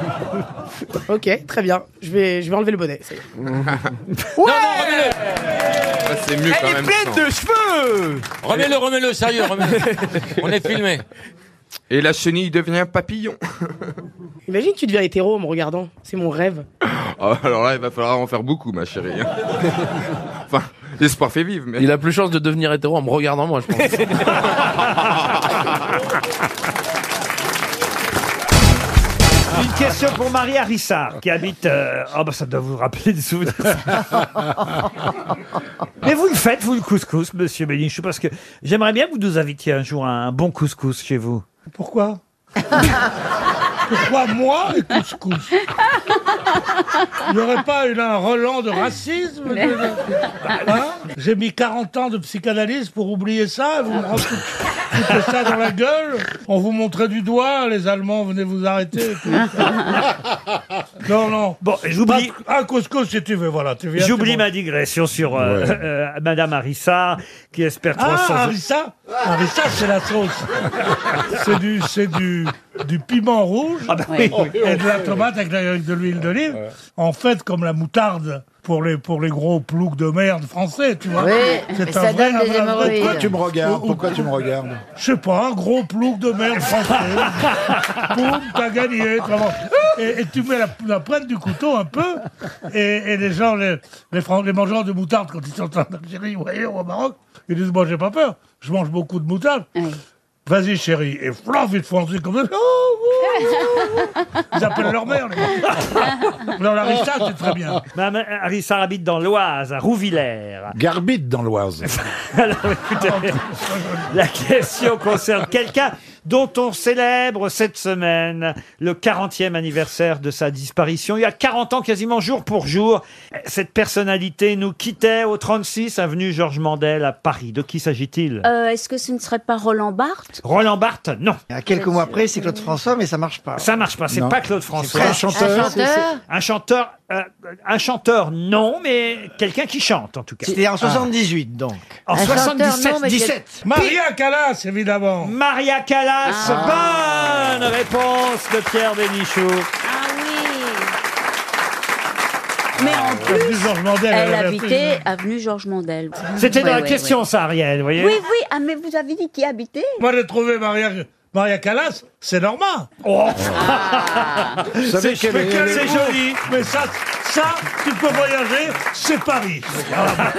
[SPEAKER 3] ok, très bien. Je vais, je vais enlever le bonnet. ça y est.
[SPEAKER 17] Ah, C'est mieux quand
[SPEAKER 30] Elle est
[SPEAKER 17] même.
[SPEAKER 30] pleine de cheveux
[SPEAKER 17] Remets-le, remets-le, sérieux, remets-le. On est filmé.
[SPEAKER 31] Et la chenille devient papillon.
[SPEAKER 3] Imagine que tu deviens hétéro en me regardant. C'est mon rêve.
[SPEAKER 17] Ah, alors là, il va falloir en faire beaucoup, ma chérie. Enfin, l'espoir fait vivre. Mais...
[SPEAKER 30] Il a plus chance de devenir hétéro en me regardant, moi, je pense.
[SPEAKER 1] Une question pour Marie Harissard, qui habite... euh, Oh, bah ça doit vous rappeler des souvenirs. Mais vous le faites, vous, le couscous, monsieur Bénichou, parce que j'aimerais bien que vous nous invitiez un jour à un bon couscous chez vous.
[SPEAKER 22] Pourquoi Pourquoi moi et couscous Il n'y aurait pas eu un relent de racisme de- Hein J'ai mis 40 ans de psychanalyse pour oublier ça, vous me rentrez tout ça dans la gueule, on vous montrait du doigt, les Allemands venaient vous arrêter. et tout. Non, non.
[SPEAKER 1] Bon, j'oublie.
[SPEAKER 22] Un couscous, si tu veux, voilà. tu viens,
[SPEAKER 1] J'oublie
[SPEAKER 22] c'est bon.
[SPEAKER 1] ma digression sur euh,
[SPEAKER 22] Ouais.
[SPEAKER 1] euh, Madame Harissard, qui espère 300...
[SPEAKER 22] Ah, harissa Harissa, c'est la sauce. C'est du, c'est du, du piment rouge
[SPEAKER 1] Ah bah oui, oui.
[SPEAKER 22] et de la tomate avec, la- avec de l'huile d'olive. En fait, comme la moutarde pour les, pour les gros ploucs de merde français, tu vois.
[SPEAKER 4] Oui, mais ça donne des hémorroïdes. Pourquoi tu me
[SPEAKER 22] regardes Pourquoi tu me regardes Je sais pas, un gros plouc de merde français. Boum, t'as gagné. vraiment. Et, et tu mets la, la pointe du couteau un peu, et, et les gens, les, les, Fran- les mangeurs de moutarde, quand ils sont en Algérie ou ailleurs, au Maroc, ils disent, moi j'ai pas peur, je mange beaucoup de moutarde. Vas-y chérie, et flaf, ils te font un truc comme ça. Oh, oh, oh. Ils
[SPEAKER 4] Ah.
[SPEAKER 22] appellent leur mère. les gars. Dans la rissade, c'est très bien.
[SPEAKER 1] Madame Harissard habite dans l'Oise, à Rouvillers.
[SPEAKER 6] Garbide dans l'Oise.
[SPEAKER 1] Alors écoutez, la question concerne quelqu'un dont on célèbre cette semaine le 40e anniversaire de sa disparition. Il y a 40 ans, quasiment jour pour jour, cette personnalité nous quittait au 36 avenue Georges Mandel à Paris. De qui s'agit-il
[SPEAKER 11] Euh, Est-ce que ce ne serait pas Roland Barthes
[SPEAKER 1] Roland Barthes, non.
[SPEAKER 2] À quelques mois après, c'est Claude François, mais ça marche pas.
[SPEAKER 1] Ça marche pas, c'est
[SPEAKER 2] Non.
[SPEAKER 1] pas Claude François.
[SPEAKER 2] pas un chanteur. Un chanteur
[SPEAKER 1] Un chanteur, euh, un chanteur, non, mais quelqu'un qui chante en tout cas.
[SPEAKER 2] C'était en 78, donc.
[SPEAKER 1] En 77, 17.
[SPEAKER 22] Maria Callas, évidemment.
[SPEAKER 1] Maria Callas,
[SPEAKER 11] Ah.
[SPEAKER 1] bonne réponse de Pierre Bénichou.
[SPEAKER 11] Mais en
[SPEAKER 22] plus, Georges Mandel,
[SPEAKER 11] elle
[SPEAKER 22] elle avait
[SPEAKER 11] habitait
[SPEAKER 22] appelé-
[SPEAKER 11] avenue Georges Mandel.
[SPEAKER 1] euh, C'était dans
[SPEAKER 11] Ouais,
[SPEAKER 1] la
[SPEAKER 11] ouais,
[SPEAKER 1] question,
[SPEAKER 11] ouais.
[SPEAKER 1] ça, Ariel, vous voyez
[SPEAKER 11] Oui, oui, ah, mais vous avez dit qui habitait
[SPEAKER 22] Moi, j'ai trouvé Maria, Maria Callas, c'est normal.
[SPEAKER 6] Oh.
[SPEAKER 22] Ah.
[SPEAKER 1] C'est-
[SPEAKER 22] C'est
[SPEAKER 1] mais quel-
[SPEAKER 22] c'est joli, mais ça, ça, tu peux voyager, c'est Paris.
[SPEAKER 6] Ah,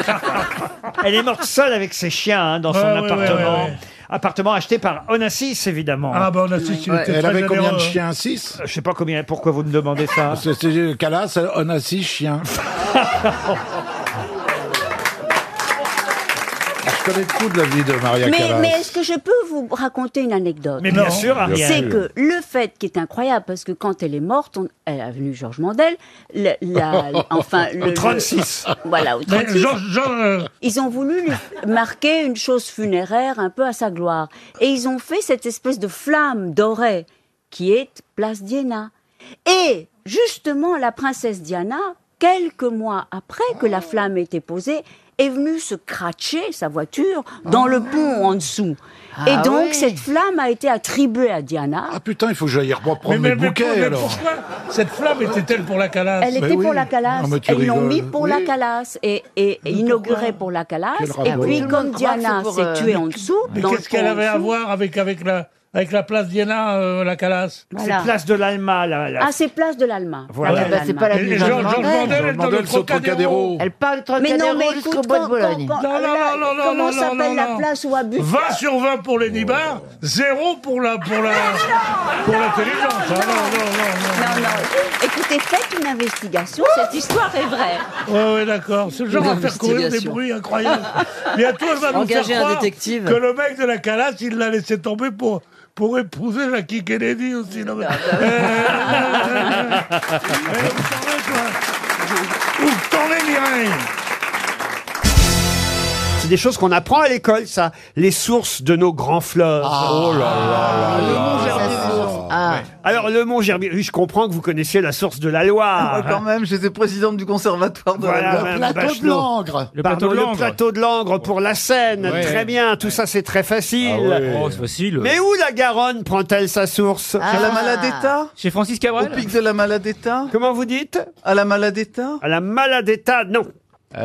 [SPEAKER 1] Elle est morte seule avec ses chiens hein, dans son
[SPEAKER 22] Ouais, ouais,
[SPEAKER 1] appartement.
[SPEAKER 22] ouais, ouais, ouais.
[SPEAKER 1] Appartement acheté par Onassis, évidemment.
[SPEAKER 22] Ah, bah, Onassis, il Ouais. était
[SPEAKER 1] Elle
[SPEAKER 22] très
[SPEAKER 1] avait combien de
[SPEAKER 22] généreux. hein.
[SPEAKER 1] chiens 6 Je sais pas combien. Pourquoi vous me demandez ça
[SPEAKER 6] C'est Calas, on a six chiens. Je connais tout de la vie de Maria
[SPEAKER 11] Mais,
[SPEAKER 6] Callas.
[SPEAKER 11] mais est-ce que je peux vous raconter une anecdote
[SPEAKER 6] Mais bien Non. sûr, Ariel.
[SPEAKER 11] C'est que le fait qui est incroyable, parce que quand elle est morte, on, elle a venu Georges Mandel, la, la- enfin...
[SPEAKER 22] Au 36.
[SPEAKER 11] voilà, au
[SPEAKER 22] Mais
[SPEAKER 11] 36.
[SPEAKER 22] Georges- Jean, euh,
[SPEAKER 11] Ils ont voulu lui marquer une chose funéraire un peu à sa gloire. Et ils ont fait cette espèce de flamme dorée qui est Place Diana. Et justement, la princesse Diana, quelques mois après que la flamme ait été posée, est venue se cratcher sa voiture dans le pont en dessous.
[SPEAKER 6] Ah
[SPEAKER 11] et donc,
[SPEAKER 6] ouais.
[SPEAKER 11] cette flamme a été attribuée à Diana.
[SPEAKER 6] Ah putain, il faut que j'aille reprendre mes bouquets
[SPEAKER 22] mais
[SPEAKER 6] alors.
[SPEAKER 22] pourquoi cette flamme était-elle pour la calasse
[SPEAKER 11] Elle était pour la calasse.
[SPEAKER 6] Non, mais tu
[SPEAKER 11] Ils l'ont
[SPEAKER 6] rigoles.
[SPEAKER 11] mis pour la calasse et, et inaugurée pour la
[SPEAKER 22] Quel
[SPEAKER 11] calasse. Et
[SPEAKER 22] rapport
[SPEAKER 11] puis,
[SPEAKER 22] Tout le
[SPEAKER 11] comme
[SPEAKER 22] monde croit que
[SPEAKER 11] Diana
[SPEAKER 22] c'est pour,
[SPEAKER 11] s'est
[SPEAKER 22] euh,
[SPEAKER 11] tuée en
[SPEAKER 22] mais-
[SPEAKER 11] dessous,
[SPEAKER 22] Mais
[SPEAKER 11] dans le
[SPEAKER 22] qu'est-ce qu'elle
[SPEAKER 11] pont en
[SPEAKER 22] avait à
[SPEAKER 11] dessous-
[SPEAKER 22] voir avec, avec, la, avec la place Diana, euh, la calasse
[SPEAKER 11] Voilà.
[SPEAKER 1] C'est place de l'Alma, là. là.
[SPEAKER 11] Ah, c'est place de l'Alma.
[SPEAKER 1] Voilà.
[SPEAKER 11] Place de
[SPEAKER 1] Ah, bah, c'est
[SPEAKER 11] l'Alma.
[SPEAKER 1] pas la Et- ville et Georges- Georges Mandel. Mandel, elle est dans le
[SPEAKER 6] Mandel, c'est au Trocadéro.
[SPEAKER 11] Elle parle
[SPEAKER 3] Trocadéro jusqu'au bois de Bologne.
[SPEAKER 11] Non,
[SPEAKER 22] Non, non, non, non, non,
[SPEAKER 11] Comment
[SPEAKER 22] non,
[SPEAKER 11] s'appelle
[SPEAKER 22] non,
[SPEAKER 11] la
[SPEAKER 22] non.
[SPEAKER 11] place où a bu
[SPEAKER 22] 20 sur 20 pour les nibards, 0 pour la pour la pour l'intelligence. Ah, Non, non, non, non.
[SPEAKER 11] Écoutez, faites une investigation, cette histoire est vraie.
[SPEAKER 22] Ouais, ouais, d'accord. Ce genre
[SPEAKER 11] Une
[SPEAKER 22] à faire courir des
[SPEAKER 11] investigation.
[SPEAKER 22] bruits incroyables. Bientôt, elle va nous faire
[SPEAKER 11] Engager un
[SPEAKER 22] croire
[SPEAKER 11] détective.
[SPEAKER 22] que le mec de la calasse, il l'a laissé tomber pour, pour épouser Jackie Kennedy aussi. Non, mais- Ouvre ton les mireilles
[SPEAKER 14] C'est des choses qu'on apprend à l'école, ça. Les sources de nos grands fleuves.
[SPEAKER 1] Ah.
[SPEAKER 14] oh là là
[SPEAKER 1] Le Mont Gerbier. Oh, Alors, le Mont Gerbier, oui, je comprends que vous connaissiez la source de la Loire.
[SPEAKER 2] Quand même, j'étais présidente du conservatoire de
[SPEAKER 1] Voilà,
[SPEAKER 2] la
[SPEAKER 1] Mme
[SPEAKER 2] Loire.
[SPEAKER 1] Bachelot. Pardon, le plateau de Langres pour la Seine.
[SPEAKER 2] Ouais.
[SPEAKER 1] Très bien, tout ça c'est très facile.
[SPEAKER 2] Ah ouais.
[SPEAKER 14] Oh, c'est facile. Mais où la Garonne prend-elle sa sourse
[SPEAKER 1] Ah.
[SPEAKER 2] À la Maladetta
[SPEAKER 14] Chez Francis Cabrel
[SPEAKER 2] Au pic de la Maladetta
[SPEAKER 1] Comment vous dites
[SPEAKER 2] À la Maladetta
[SPEAKER 1] À la Maladetta, non.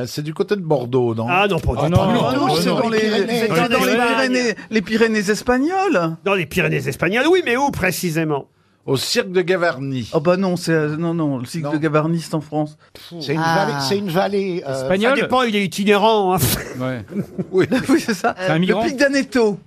[SPEAKER 6] c'est du côté de Bordeaux, non
[SPEAKER 1] Ah non, pas
[SPEAKER 6] du
[SPEAKER 2] Non, c'est dans les, c'est dans les Pyrénées.
[SPEAKER 1] les Pyrénées espagnoles Dans les Pyrénées espagnoles, oui, mais où précisément
[SPEAKER 6] Au cirque de Gavarnie.
[SPEAKER 2] Oh bah non, c'est euh, non non, le cycle de Gavarnie c'est en France.
[SPEAKER 9] C'est une vallée- c'est une vallée. euh,
[SPEAKER 2] Espagnole
[SPEAKER 9] ça dépend-
[SPEAKER 1] il est itinérant.
[SPEAKER 2] oui, oui, c'est ça.
[SPEAKER 9] C'est un migrant.
[SPEAKER 2] le pic d'Aneto.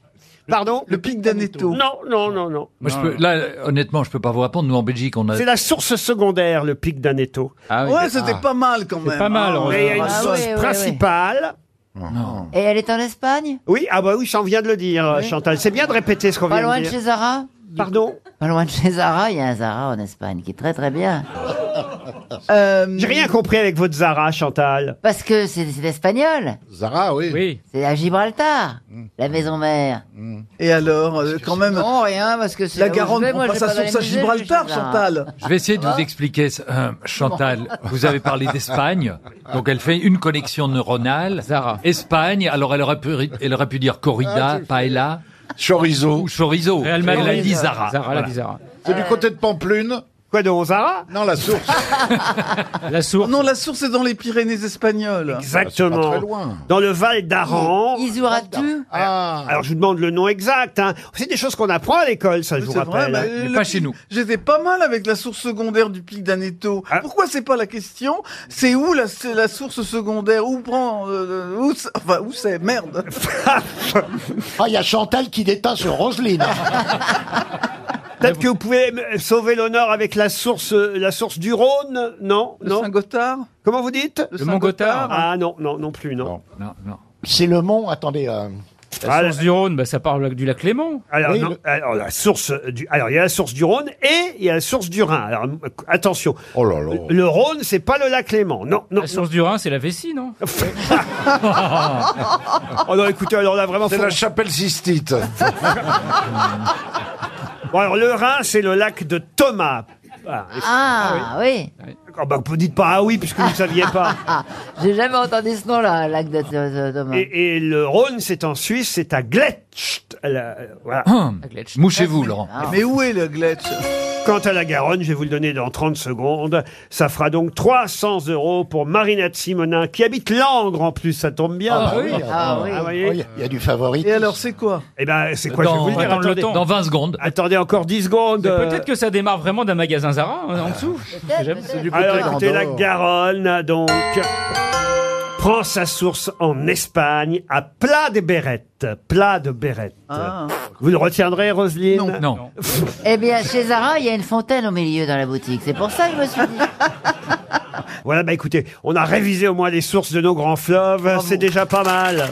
[SPEAKER 1] Pardon
[SPEAKER 2] Le pic d'Aneto.
[SPEAKER 1] Non, non, non, non.
[SPEAKER 16] Moi, je peux- là, honnêtement, je peux pas vous répondre. Nous, en Belgique, on a.
[SPEAKER 1] C'est la source secondaire, le pic d'Aneto.
[SPEAKER 16] Ah oui.
[SPEAKER 2] Ouais, c'était pas mal quand
[SPEAKER 16] C'est
[SPEAKER 2] même.
[SPEAKER 16] pas mal, on-
[SPEAKER 1] Mais il y a une
[SPEAKER 16] Ah
[SPEAKER 1] source
[SPEAKER 16] ouais, ouais, ouais.
[SPEAKER 1] principale.
[SPEAKER 4] Et elle est en Espagne
[SPEAKER 1] Oui, ah bah oui, j'en viens de le dire, Chantal. C'est bien de répéter ce qu'on
[SPEAKER 4] Pas
[SPEAKER 1] vient
[SPEAKER 4] loin
[SPEAKER 1] de
[SPEAKER 4] de
[SPEAKER 1] dire.
[SPEAKER 4] chez Zara
[SPEAKER 1] Pardon
[SPEAKER 4] Pas loin de chez Zara, il y a un Zara en Espagne qui est très très bien.
[SPEAKER 1] J'ai rien compris avec votre Zara, Chantal.
[SPEAKER 4] Euh, Parce que c'est c'est espagnol.
[SPEAKER 6] Zara, oui. Mm.
[SPEAKER 4] C'est à Gibraltar, la maison mère.
[SPEAKER 2] Et alors, euh, quand même.
[SPEAKER 4] Non, rien, parce que c'est.
[SPEAKER 2] La
[SPEAKER 4] là où je
[SPEAKER 2] Garonne
[SPEAKER 4] vais,
[SPEAKER 2] prend
[SPEAKER 4] moi,
[SPEAKER 2] pas
[SPEAKER 4] je vais
[SPEAKER 2] sa
[SPEAKER 4] dans les
[SPEAKER 2] source à
[SPEAKER 4] musées, je vais
[SPEAKER 2] Gibraltar,
[SPEAKER 4] chez Zara.
[SPEAKER 2] Chantal.
[SPEAKER 16] Je vais essayer de
[SPEAKER 4] Ah.
[SPEAKER 16] vous expliquer. ça. Euh, Chantal, vous avez parlé d'Espagne, donc elle fait une connexion neuronale. Espagne, alors elle aurait pu, elle aurait pu dire
[SPEAKER 1] Ah,
[SPEAKER 16] corrida, paella.
[SPEAKER 6] Chorizo.
[SPEAKER 16] Ou chorizo.
[SPEAKER 6] Real
[SPEAKER 16] elle a
[SPEAKER 6] Madrid.
[SPEAKER 16] dit
[SPEAKER 6] Zara,
[SPEAKER 16] Zara.
[SPEAKER 6] elle a
[SPEAKER 16] Voilà.
[SPEAKER 6] dit Zara. C'est du côté de Pamplune.
[SPEAKER 1] Quoi de Zara
[SPEAKER 6] Non, la source.
[SPEAKER 1] La source.
[SPEAKER 2] Non, la source est dans les Pyrénées espagnoles. Ah,
[SPEAKER 1] Exactement. Dans le Val d'Aran.
[SPEAKER 2] Isuratu Ah.
[SPEAKER 1] Alors je vous demande le nom exact. hein. C'est des choses qu'on apprend à l'école, ça je vous rappelle. hein.
[SPEAKER 2] J'étais pas mal avec la source secondaire du pic d'Aneto.
[SPEAKER 1] Ah.
[SPEAKER 2] Pourquoi c'est pas la question C'est où la, c'est la source secondaire Où prend euh, où, c'est- Enfin, où c'est Merde
[SPEAKER 9] Ah, il y a Chantal qui déteint sur Roselyne.
[SPEAKER 1] Peut-être que vous pouvez me- sauver l'honneur avec la source, euh, la source du Rhône, non Le
[SPEAKER 2] Saint-Gothard
[SPEAKER 1] Comment vous dites
[SPEAKER 2] Le Mont-Gothard
[SPEAKER 1] Ah non, non, non plus, non.
[SPEAKER 16] Non, non.
[SPEAKER 9] C'est le mont, attendez. euh,
[SPEAKER 1] Ah,
[SPEAKER 5] La source du Rhône, bah, ça parle du lac Léman.
[SPEAKER 1] Alors,
[SPEAKER 5] Oui,
[SPEAKER 1] non,
[SPEAKER 5] le-
[SPEAKER 1] alors, la source du, alors, il y a la source du Rhône et il y a la source du Rhin. Alors, euh, attention. Le Rhône, c'est pas le lac Léman. Non, non.
[SPEAKER 5] La source du Rhin, c'est la vessie, non
[SPEAKER 1] Oh non, écoutez, alors là, vraiment.
[SPEAKER 6] C'est
[SPEAKER 1] faut-
[SPEAKER 6] la chapelle Sistite.
[SPEAKER 1] Bon, alors, le Rhin, c'est le lac de Thomas. Ah,
[SPEAKER 4] Ah, oui.
[SPEAKER 1] Ah, bah, vous dites pas ah oui, puisque vous ne saviez pas.
[SPEAKER 4] Ah, J'ai jamais entendu ce nom-là, lac de, de- de- Thomas.
[SPEAKER 1] Et, et le Rhône, c'est en Suisse, c'est à Gletsch. La- voilà.
[SPEAKER 16] Mouchez-vous,
[SPEAKER 9] Ah,
[SPEAKER 16] Laurent.
[SPEAKER 2] Mais où est le Gletsch
[SPEAKER 1] Quant à la Garonne, je vais vous le donner dans 30 secondes. Ça fera donc 300 euros pour Marinette Simonin, qui habite Langres en plus, ça tombe bien.
[SPEAKER 9] Ah bah oui. Ah oui.
[SPEAKER 1] voyez.
[SPEAKER 9] Oh, il y a- il y a du favori.
[SPEAKER 2] Et alors, c'est quoi
[SPEAKER 1] Eh ben, c'est quoi
[SPEAKER 5] Dans-
[SPEAKER 1] Je vais vous le dire.
[SPEAKER 5] dans le
[SPEAKER 1] attendez.
[SPEAKER 5] temps. Dans 20
[SPEAKER 16] secondes.
[SPEAKER 1] Attendez encore 10 secondes.
[SPEAKER 5] Mais Peut-être que ça démarre vraiment d'un magasin Zara hein, en dessous.
[SPEAKER 1] Alors écoutez, la Garonne a donc prend sa source en Espagne, à Pla de Bérettes. Pla de Bérettes.
[SPEAKER 4] Ah.
[SPEAKER 1] Vous le retiendrez, Roselyne Non.
[SPEAKER 4] Eh bien, chez Zara, il y a une fontaine au milieu dans la boutique. C'est pour ça que je me suis dit.
[SPEAKER 1] Voilà, bah écoutez, on a révisé au moins les sources de nos grands fleuves. C'est déjà pas mal.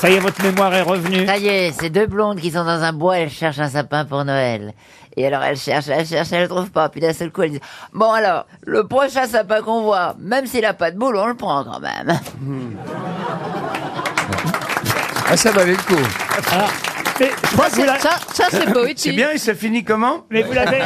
[SPEAKER 1] Ça y est, votre mémoire est revenue.
[SPEAKER 4] Ça y est, c'est deux blondes qui sont dans un bois, elles cherchent un sapin pour Noël. Et alors elles cherchent, elles cherchent, elles le trouvent pas. Puis d'un seul coup, elles disent Bon alors, le prochain sapin qu'on voit, même s'il a pas de boule, on le prend quand même.
[SPEAKER 7] Ah, ça valait le coup.
[SPEAKER 4] Ah.
[SPEAKER 1] crois que vous la-
[SPEAKER 7] C'est bien, il se finit comment
[SPEAKER 1] Mais vous l'avez,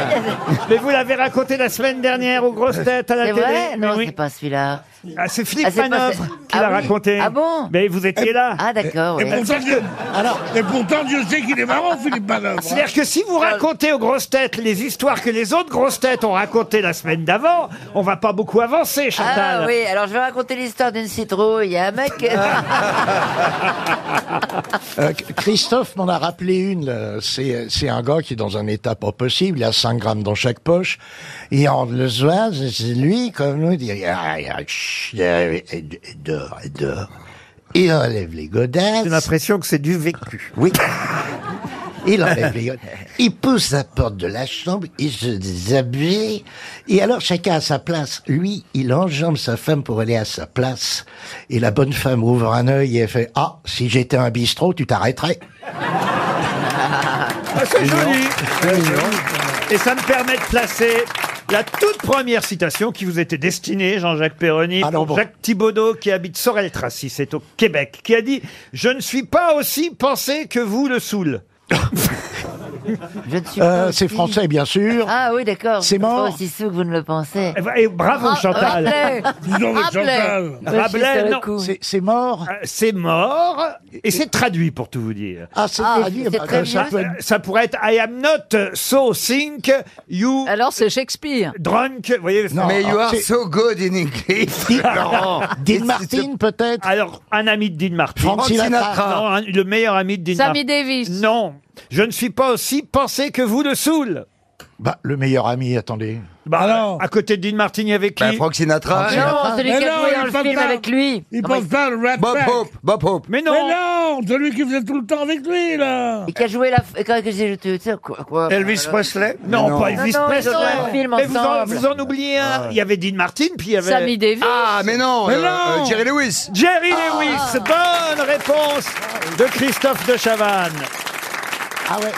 [SPEAKER 1] mais vous l'avez raconté la semaine dernière aux grosses têtes à la
[SPEAKER 4] C'est
[SPEAKER 1] télé.
[SPEAKER 4] vrai
[SPEAKER 1] Mais
[SPEAKER 4] Non,
[SPEAKER 1] oui.
[SPEAKER 4] c'est pas celui-là.
[SPEAKER 1] Ah, c'est Philippe
[SPEAKER 4] Ah, c'est pas
[SPEAKER 1] Manœuvre
[SPEAKER 4] ce-
[SPEAKER 1] qui
[SPEAKER 4] Ah
[SPEAKER 1] l'a
[SPEAKER 4] oui.
[SPEAKER 1] raconté.
[SPEAKER 4] Ah bon
[SPEAKER 1] Mais vous étiez là. Eh,
[SPEAKER 4] Ah d'accord.
[SPEAKER 1] Et
[SPEAKER 4] oui.
[SPEAKER 1] pourtant, Dieu-
[SPEAKER 4] Alors,
[SPEAKER 22] Et pourtant, Dieu sait qu'il est marrant, Philippe Manœuvre. hein.
[SPEAKER 1] C'est-à-dire que si vous racontez aux grosses têtes les histoires que les autres grosses têtes ont racontées la semaine d'avant, on va pas beaucoup avancer, Chantal.
[SPEAKER 4] Ah oui, alors je vais raconter l'histoire d'une citrouille. Il y a un mec.
[SPEAKER 1] Ah.
[SPEAKER 9] Euh, C- Christophe m'en a rappelé une. là. C'est c'est un gars qui est dans un état pas possible. Il a 5 grammes dans chaque poche. Et on le zoise, c'est lui, comme nous, dit Ah, ah, chut, euh, et- et dehors, et dehors. Il enlève les godasses. J'ai
[SPEAKER 1] l'impression que c'est du vécu.
[SPEAKER 9] Oui. Il enlève les godasses. Il pousse la porte de la chambre, il se déshabille. Et alors chacun à sa place. Lui, il enjambe sa femme pour aller à sa place. Et la bonne femme ouvre un œil et elle fait Ah, si j'étais un bistrot, tu t'arrêterais.
[SPEAKER 1] Ah, c'est joli. Et ça me permet de placer la toute première citation qui vous était destinée, Jean-Jacques Perroni, pour Jacques Thibaudot, qui habite Sorel-Tracy, c'est au Québec, qui a dit « Je ne suis pas aussi pensé que vous le saoul
[SPEAKER 9] Euh, c'est français, bien sûr.
[SPEAKER 4] Ah oui, d'accord.
[SPEAKER 9] C'est
[SPEAKER 4] Vous êtes
[SPEAKER 9] mort.
[SPEAKER 4] Pas aussi sous que vous ne le pensez.
[SPEAKER 1] Et Eh ben, bravo,
[SPEAKER 4] Ra-
[SPEAKER 1] Chantal.
[SPEAKER 4] Rabelais.
[SPEAKER 1] Dis donc, mais Chantal.
[SPEAKER 4] Rabelais. Ouais, je suis sur
[SPEAKER 1] Rabelais,
[SPEAKER 4] le
[SPEAKER 1] non. Euh,
[SPEAKER 4] coup.
[SPEAKER 9] C'est- C'est mort.
[SPEAKER 1] C'est mort, et c'est traduit pour tout vous dire.
[SPEAKER 9] Ah, c'est
[SPEAKER 4] Ah,
[SPEAKER 9] traduit,
[SPEAKER 4] c'est
[SPEAKER 9] bah,
[SPEAKER 4] très
[SPEAKER 9] ça
[SPEAKER 4] bien.
[SPEAKER 9] peut être-
[SPEAKER 1] Euh, Ça pourrait être I am not so think you
[SPEAKER 4] Alors c'est Shakespeare.
[SPEAKER 1] drunk. Vous voyez,
[SPEAKER 7] Non, Mais you are
[SPEAKER 1] c'est-
[SPEAKER 7] so good in English, Laurent.
[SPEAKER 1] Dean
[SPEAKER 7] Et
[SPEAKER 1] Martin,
[SPEAKER 9] peut-être
[SPEAKER 1] Alors, un ami de Dean Martin.
[SPEAKER 7] Frank Frank Sinatra. Sinatra.
[SPEAKER 1] Non, un- le meilleur ami de Dean Martin.
[SPEAKER 12] Sammy Davis.
[SPEAKER 1] Non, je ne suis pas aussi pensé que vous le saoul.
[SPEAKER 9] Bah, le meilleur ami, attendez.
[SPEAKER 1] Bah,
[SPEAKER 7] Ah
[SPEAKER 1] À côté de Dean Martin, il y avait qui
[SPEAKER 6] Ben,
[SPEAKER 7] Bah, Frank Sinatra.
[SPEAKER 12] Non, celui
[SPEAKER 22] Mais
[SPEAKER 12] qui a
[SPEAKER 22] non,
[SPEAKER 12] joué dans
[SPEAKER 22] il
[SPEAKER 12] le
[SPEAKER 22] parle
[SPEAKER 12] film
[SPEAKER 22] pas.
[SPEAKER 12] avec lui.
[SPEAKER 22] Il
[SPEAKER 12] Comment
[SPEAKER 22] pense pas le Rat
[SPEAKER 7] Bob
[SPEAKER 22] Pack.
[SPEAKER 7] Hope, Bob Hope.
[SPEAKER 1] Mais non
[SPEAKER 22] Mais non, celui qui faisait tout le temps avec lui, là.
[SPEAKER 4] Et qui a joué la. f- Quand que j'ai- tu- tu sais, quoi, quoi,
[SPEAKER 7] Elvis
[SPEAKER 4] voilà.
[SPEAKER 7] Presley
[SPEAKER 1] Non, pas
[SPEAKER 4] Ah Non,
[SPEAKER 1] Elvis
[SPEAKER 4] non, ils
[SPEAKER 1] Presley.
[SPEAKER 4] ont un film
[SPEAKER 1] Mais vous en,
[SPEAKER 4] ensemble.
[SPEAKER 1] vous en oubliez un. Il y avait Dean Martin, puis il y avait.
[SPEAKER 12] Sammy Davis.
[SPEAKER 7] Ah, mais non,
[SPEAKER 22] Mais
[SPEAKER 7] euh,
[SPEAKER 22] non.
[SPEAKER 7] euh, Jerry Lewis. Ah.
[SPEAKER 1] Jerry Lewis. Bonne réponse de Christophe de Chavannes.
[SPEAKER 9] Ah ouais.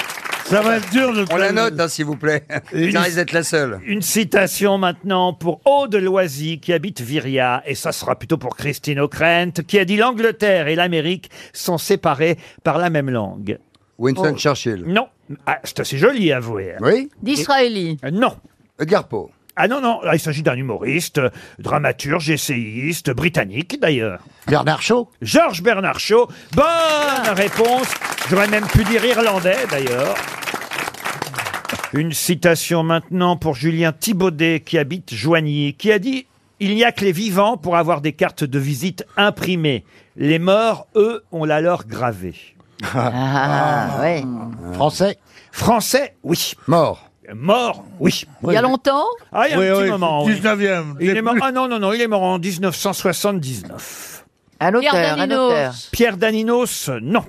[SPEAKER 22] Ça va être dur de
[SPEAKER 7] On la note, hein, s'il vous plaît. Ça risque d'être la seule.
[SPEAKER 1] Une citation maintenant pour Aude Loisy qui habite Viria, et ça sera plutôt pour Christine O'Krent, qui a dit l'Angleterre et l'Amérique sont séparées par la même langue. Oh.
[SPEAKER 7] Winston Churchill.
[SPEAKER 1] Non, Ah, c'est assez joli, avouez.
[SPEAKER 7] Oui
[SPEAKER 12] D'Israéli.
[SPEAKER 1] Euh, Non.
[SPEAKER 7] Edgar Poe.
[SPEAKER 1] Ah non, non, là, il s'agit d'un humoriste, euh, dramaturge, essayiste, britannique d'ailleurs.
[SPEAKER 9] Bernard Shaw.
[SPEAKER 1] Georges Bernard Shaw, bonne réponse. J'aurais même pu dire irlandais d'ailleurs. Une citation maintenant pour Julien Thibaudet qui habite Joigny, qui a dit Il n'y a que les vivants pour avoir des cartes de visite imprimées. Les morts, eux, on la leur gravée.
[SPEAKER 4] Ah, ouais.
[SPEAKER 9] Français.
[SPEAKER 1] Français, oui.
[SPEAKER 7] Mort.
[SPEAKER 1] Mort, oui.
[SPEAKER 12] Il y a longtemps
[SPEAKER 1] Ah, il y a un
[SPEAKER 22] Oui,
[SPEAKER 1] petit
[SPEAKER 22] oui,
[SPEAKER 1] moment. oui.
[SPEAKER 22] 19e.
[SPEAKER 1] Il est mort- Ah non, non, non, il est mort en 1979.
[SPEAKER 4] Un auteur, un
[SPEAKER 12] Daninos.
[SPEAKER 4] auteur.
[SPEAKER 1] Pierre Daninos, non.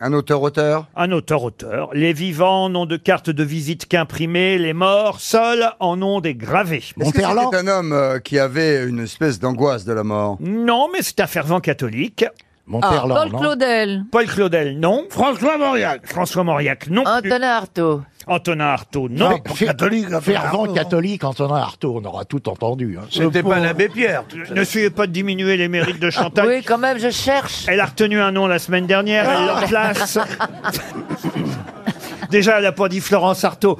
[SPEAKER 7] Un auteur-auteur.
[SPEAKER 1] Un auteur-auteur. Les vivants n'ont de carte de visite qu'imprimée, les morts seuls en ont des gravés.
[SPEAKER 7] Est-ce que
[SPEAKER 9] Monterland.
[SPEAKER 7] c'était un homme euh, qui avait une espèce d'angoisse de la mort
[SPEAKER 1] Non, mais c'est un fervent catholique.
[SPEAKER 11] Ah,
[SPEAKER 4] Ah,
[SPEAKER 9] Monterland.
[SPEAKER 12] Paul
[SPEAKER 9] non
[SPEAKER 12] Claudel.
[SPEAKER 1] Paul Claudel, non.
[SPEAKER 22] François Mauriac.
[SPEAKER 1] François Mauriac, non.
[SPEAKER 4] Antonin Artaud.
[SPEAKER 1] Antonin Artaud, non.
[SPEAKER 9] Fer-
[SPEAKER 22] Catholique, hein,
[SPEAKER 9] Fervent
[SPEAKER 22] Ferrand.
[SPEAKER 9] catholique, Antonin Artaud, on aura tout entendu. hein.
[SPEAKER 7] C'était pas l'abbé Pierre.
[SPEAKER 1] Ne suivez pas de diminuer les mérites de Chantal.
[SPEAKER 4] Oui, quand même, je cherche. Ah.
[SPEAKER 1] Elle a retenu un nom la semaine dernière, elle le place. Déjà, elle n'a pas dit Florence Artaud.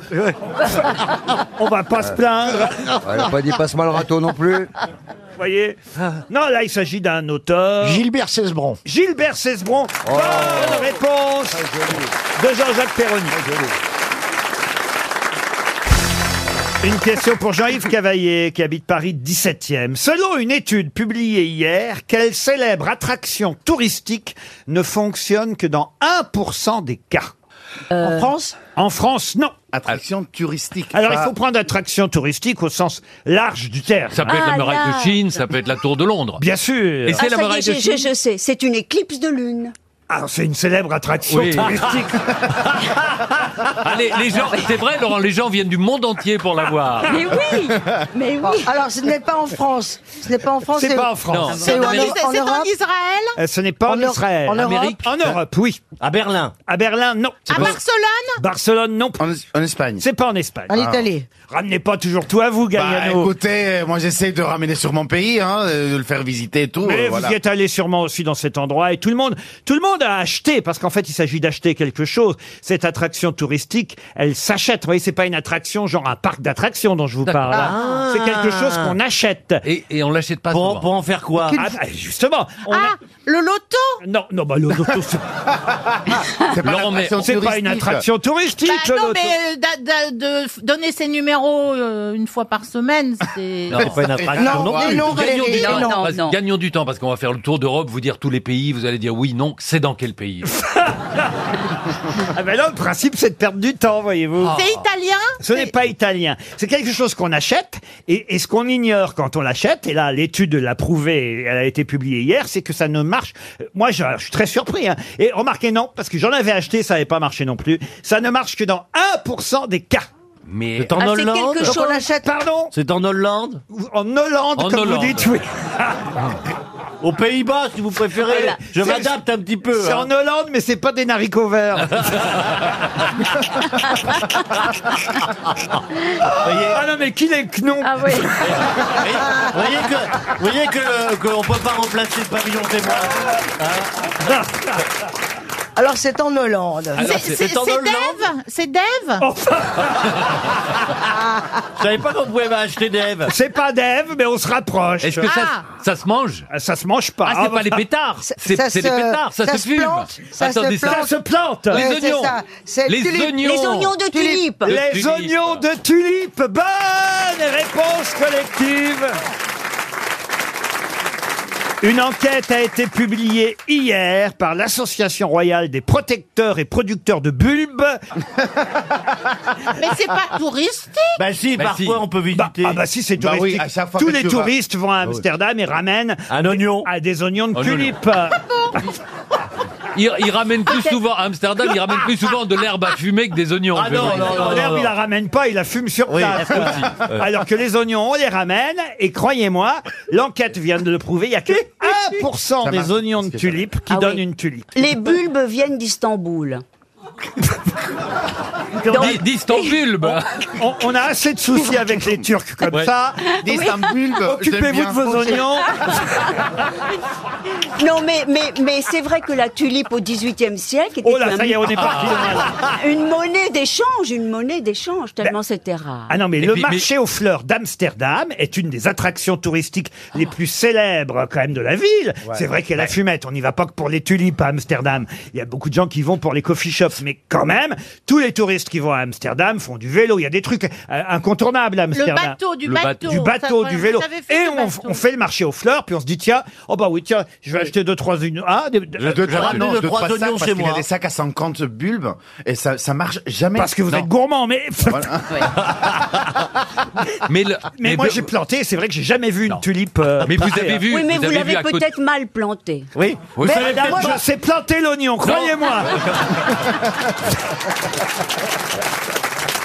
[SPEAKER 1] On va pas se plaindre.
[SPEAKER 7] Il n'a pas dit passe-moi le râteau non plus.
[SPEAKER 1] Vous voyez Non, là, il s'agit d'un auteur.
[SPEAKER 9] Gilbert Cesbron. Oh.
[SPEAKER 1] Gilbert Cesbron. Bonne réponse de Jean-Jacques Perroni. Une question pour Jean-Yves Cavaillé, qui habite Paris 17e. Selon une étude publiée hier, quelle célèbre attraction touristique ne fonctionne que dans 1% des cas
[SPEAKER 11] Euh.
[SPEAKER 9] En France Ah.
[SPEAKER 1] En France, non.
[SPEAKER 2] Attraction touristique.
[SPEAKER 1] Alors, il faut prendre attraction touristique au sens large du terme.
[SPEAKER 16] Ça peut être la
[SPEAKER 11] Ah,
[SPEAKER 16] muraille
[SPEAKER 11] là.
[SPEAKER 16] de Chine, ça peut être la tour de Londres.
[SPEAKER 1] Bien sûr.
[SPEAKER 16] Et c'est
[SPEAKER 11] Ah,
[SPEAKER 16] la
[SPEAKER 11] ça y est,
[SPEAKER 16] muraille de
[SPEAKER 11] j'ai- je,
[SPEAKER 16] Chine.
[SPEAKER 11] je sais, c'est une éclipse de lune.
[SPEAKER 1] Ah, c'est une célèbre attraction
[SPEAKER 16] Oui.
[SPEAKER 1] touristique.
[SPEAKER 16] Allez, les gens, c'est vrai, Laurent, les gens viennent du monde entier pour la voir.
[SPEAKER 12] Mais oui Mais oui Ah. Alors, ce n'est pas en France. Ce n'est pas en France.
[SPEAKER 1] C'est pas en France.
[SPEAKER 12] C'est
[SPEAKER 1] Non.
[SPEAKER 12] en,
[SPEAKER 1] C'est en-
[SPEAKER 12] en
[SPEAKER 1] c'est en
[SPEAKER 12] Europe.
[SPEAKER 10] Israël
[SPEAKER 1] Euh, Ce n'est pas en,
[SPEAKER 12] En Eur-
[SPEAKER 1] Israël.
[SPEAKER 12] en Europe Amérique
[SPEAKER 1] En Europe, oui. À Berlin. À Berlin, non.
[SPEAKER 10] À Barcelone
[SPEAKER 1] Barcelone, non. En, Espagne. C'est pas en Espagne. Ah.
[SPEAKER 10] En Italie.
[SPEAKER 1] Ramenez pas toujours tout à vous, Galliano.
[SPEAKER 6] Bah, écoutez, euh, moi j'essaye de ramener sur mon pays, hein, euh, de le faire visiter et tout.
[SPEAKER 1] Mais
[SPEAKER 6] euh, voilà.
[SPEAKER 1] vous y êtes allé sûrement aussi dans cet endroit et tout le monde, tout le monde a acheté parce qu'en fait il s'agit d'acheter quelque chose. Cette attraction touristique, elle s'achète. Vous voyez, c'est pas une attraction genre un parc d'attractions dont je vous parle. là.
[SPEAKER 10] Ah.
[SPEAKER 1] C'est quelque chose qu'on achète.
[SPEAKER 16] Et, on l'achète pas.
[SPEAKER 1] Pour, en faire quoi Justement. on a-
[SPEAKER 10] Ah, le loto
[SPEAKER 1] Non, non, bah le loto, c'est c'est pas,
[SPEAKER 16] Laurent,
[SPEAKER 1] une
[SPEAKER 16] mais-
[SPEAKER 1] attraction c'est pas une
[SPEAKER 16] touristique.
[SPEAKER 1] attraction touristique.
[SPEAKER 10] Bah
[SPEAKER 1] le
[SPEAKER 10] non,
[SPEAKER 1] loto.
[SPEAKER 10] mais euh, d'a- d'a- de f- donner ses numéros euh, une fois par semaine, c'est...
[SPEAKER 16] gagnons, du temps,
[SPEAKER 10] non, non,
[SPEAKER 16] parce-
[SPEAKER 10] non.
[SPEAKER 16] gagnons du temps parce qu'on va faire le tour d'Europe, vous dire tous les pays, vous allez dire oui, non, c'est dans quel pays
[SPEAKER 1] Ah ben là, le principe, c'est de perdre du temps, voyez-vous.
[SPEAKER 10] C'est
[SPEAKER 30] Ah.
[SPEAKER 10] italien
[SPEAKER 1] Ce n'est pas italien. C'est quelque chose qu'on achète et, et ce qu'on ignore quand on l'achète, et là l'étude l'a prouvé, et elle a été publiée hier, c'est que ça ne marche. euh, Moi je, je suis très surpris. hein. Et remarquez non, parce que j'en avais acheté, ça n'avait pas marché non plus. Ça ne marche que dans 1% des cas.
[SPEAKER 30] Mais
[SPEAKER 1] C'est en Ah, c'est Hollande quelque
[SPEAKER 30] Donc on
[SPEAKER 1] chose.
[SPEAKER 30] l'achète.
[SPEAKER 1] Pardon
[SPEAKER 30] C'est en Hollande
[SPEAKER 1] En Hollande,
[SPEAKER 30] en
[SPEAKER 1] comme
[SPEAKER 30] Hollande.
[SPEAKER 1] vous dites, oui.
[SPEAKER 30] Aux Pays-Bas, si vous préférez.
[SPEAKER 1] Voilà.
[SPEAKER 30] Je
[SPEAKER 1] C'est-
[SPEAKER 30] m'adapte un petit peu.
[SPEAKER 1] C'est
[SPEAKER 30] hein.
[SPEAKER 1] en Hollande, mais c'est pas des naricots verts. ah non, mais qui les non
[SPEAKER 10] Ah oui.
[SPEAKER 30] Vous voyez que, vous voyez que, qu'on peut pas remplacer le pavillon des Hein
[SPEAKER 12] Alors, c'est en Hollande.
[SPEAKER 30] Alors,
[SPEAKER 10] C'est-
[SPEAKER 30] c'est-
[SPEAKER 10] C'est
[SPEAKER 30] c'est en
[SPEAKER 10] c'est
[SPEAKER 30] Hollande
[SPEAKER 10] Dave C'est Dave
[SPEAKER 30] Je savais pas qu'on pouvait acheter des Èves.
[SPEAKER 1] C'est pas d'Ève, mais on se rapproche.
[SPEAKER 16] Est-ce que ça- Ah.
[SPEAKER 1] se mange Ça se mange pas.
[SPEAKER 16] Ah, c'est pas les pétards. C'est- Ça c'est se- les pétards, ça ça se se fume. plante, ça Attendez, se ça- plante.
[SPEAKER 1] se plante.
[SPEAKER 16] Les Ouais, c'est oignons. ça. C'est Les tulipes. oignons. Les oignons de
[SPEAKER 1] Tulipes.
[SPEAKER 16] tulipe.
[SPEAKER 1] Les
[SPEAKER 16] De tulipe.
[SPEAKER 1] oignons de tulipe. Bonne réponse collective. Une enquête a été publiée hier par l'Association royale des protecteurs et producteurs de bulbes.
[SPEAKER 10] Mais c'est pas touristique
[SPEAKER 30] Bah si,
[SPEAKER 1] Bah
[SPEAKER 30] parfois
[SPEAKER 1] si.
[SPEAKER 30] on peut visiter.
[SPEAKER 1] Ah bah si, c'est
[SPEAKER 30] Bah oui,
[SPEAKER 1] touristique.
[SPEAKER 30] à chaque fois
[SPEAKER 1] Tous
[SPEAKER 30] que
[SPEAKER 1] les
[SPEAKER 30] tu vas. Bah
[SPEAKER 1] touristes vont à
[SPEAKER 30] oui.
[SPEAKER 1] Amsterdam et ramènent
[SPEAKER 30] un oignon.
[SPEAKER 1] à Ah, des oignons de
[SPEAKER 16] Un oignon.
[SPEAKER 1] tulipe.
[SPEAKER 16] Ils, ils ramènent plus souvent, à Amsterdam, ils ramènent plus souvent de l'herbe à fumer que des oignons.
[SPEAKER 1] Ah
[SPEAKER 16] je vais
[SPEAKER 1] non,
[SPEAKER 16] vous dire.
[SPEAKER 1] non, non, l'herbe, il la ramène pas, il la fume sur
[SPEAKER 16] Oui,
[SPEAKER 1] place.
[SPEAKER 16] ça aussi. Ouais.
[SPEAKER 1] Alors que les oignons, on les ramène, et croyez-moi, l'enquête vient de le prouver, il y a que 1%
[SPEAKER 12] Ça
[SPEAKER 1] des
[SPEAKER 12] marche,
[SPEAKER 1] oignons de tulipe qui
[SPEAKER 12] Ah oui.
[SPEAKER 1] donnent une tulipe.
[SPEAKER 11] Les bulbes viennent d'Istanbul.
[SPEAKER 16] Dis- D'Istanbul, bah.
[SPEAKER 1] On, on a assez de soucis avec les Turcs comme
[SPEAKER 16] Ouais.
[SPEAKER 1] ça.
[SPEAKER 6] D'Istanbul,
[SPEAKER 1] Oui. Occupez-vous de vos oignons.
[SPEAKER 11] Non, mais, mais, mais c'est vrai que la tulipe au XVIIIe siècle était
[SPEAKER 1] Oh là,
[SPEAKER 11] un-
[SPEAKER 1] ça y est, on est Ben. parti.
[SPEAKER 11] une monnaie d'échange, une monnaie d'échange, tellement c'était rare.
[SPEAKER 1] Ah non, mais
[SPEAKER 11] Et
[SPEAKER 1] le
[SPEAKER 11] puis-
[SPEAKER 1] marché aux fleurs d'Amsterdam est une des attractions touristiques les plus célèbres quand même de la ville.
[SPEAKER 14] Ouais.
[SPEAKER 1] C'est vrai qu'il y a la fumette, on n'y va pas que pour les tulipes à Amsterdam. Il y a beaucoup de gens qui vont pour les coffee shops, mais quand même, tous les touristes qui vont à Amsterdam font du vélo. Il y a des trucs euh, incontournables à Amsterdam.
[SPEAKER 10] bateau, du Le bateau.
[SPEAKER 1] Du bateau,
[SPEAKER 10] Ça,
[SPEAKER 1] du
[SPEAKER 10] vous
[SPEAKER 1] vélo.
[SPEAKER 10] avez fait
[SPEAKER 1] Et
[SPEAKER 10] le
[SPEAKER 1] on,
[SPEAKER 10] bateau.
[SPEAKER 1] on fait le marché aux fleurs, puis on se dit, tiens, oh bah oui, tiens, je vais acheter deux, trois, une, ah, des,
[SPEAKER 6] Deux, trois, non, deux, trois sacs, parce qu'il y a
[SPEAKER 1] Parce,
[SPEAKER 6] des sacs à 50 bulbes et ça, Euh, ça marche jamais.
[SPEAKER 1] que vous
[SPEAKER 6] Non.
[SPEAKER 1] êtes gourmand, mais.
[SPEAKER 16] Mais, le-
[SPEAKER 1] Mais,
[SPEAKER 16] mais
[SPEAKER 1] moi,
[SPEAKER 16] be-
[SPEAKER 1] j'ai planté. C'est vrai que j'ai jamais vu une tulipe. euh,
[SPEAKER 16] Mais vous
[SPEAKER 1] passer,
[SPEAKER 16] avez
[SPEAKER 1] hein.
[SPEAKER 16] vu-
[SPEAKER 11] Oui, mais vous,
[SPEAKER 16] avez vu
[SPEAKER 11] l'avez
[SPEAKER 16] à côté-
[SPEAKER 11] peut-être mal planté.
[SPEAKER 1] Oui.
[SPEAKER 16] Vous
[SPEAKER 1] Mais
[SPEAKER 16] savez
[SPEAKER 1] madame,
[SPEAKER 16] peut-être
[SPEAKER 1] je
[SPEAKER 16] pas.
[SPEAKER 1] sais planter l'oignon, croyez-moi.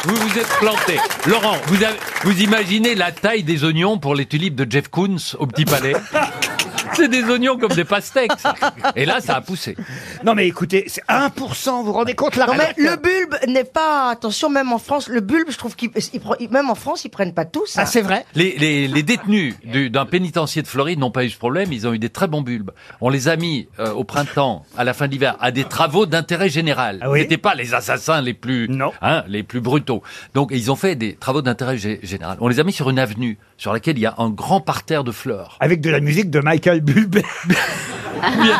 [SPEAKER 16] Vous vous êtes planté. Laurent, vous, avez- vous imaginez la taille des oignons pour les tulipes de Jeff Koons au Petit Palais C'est des oignons comme des pastèques. ça. Et là, ça a poussé.
[SPEAKER 1] Non, mais écoutez, c'est 1%, vous vous rendez compte la
[SPEAKER 12] Non, mais
[SPEAKER 1] raquette
[SPEAKER 12] le bulbe n'est pas. Attention, même en France, le bulbe, je trouve qu'ils. ils pre- ils- Même en France, ils prennent pas hein. tout ça.
[SPEAKER 1] Ah, c'est vrai
[SPEAKER 16] Les, les- les détenus du- d'un pénitencier de Floride n'ont pas eu ce problème, ils ont eu des très bons bulbes. On les a mis euh, au printemps, à la fin de l'hiver, à des travaux d'intérêt général.
[SPEAKER 1] Ah oui
[SPEAKER 16] C'était pas les assassins les plus, hein, les plus brutaux. Donc ils ont fait des travaux d'intérêt gé- général. On les a mis sur une avenue sur laquelle il y a un grand parterre de fleurs.
[SPEAKER 1] Avec de la musique de Michael Bublé.
[SPEAKER 16] Bien,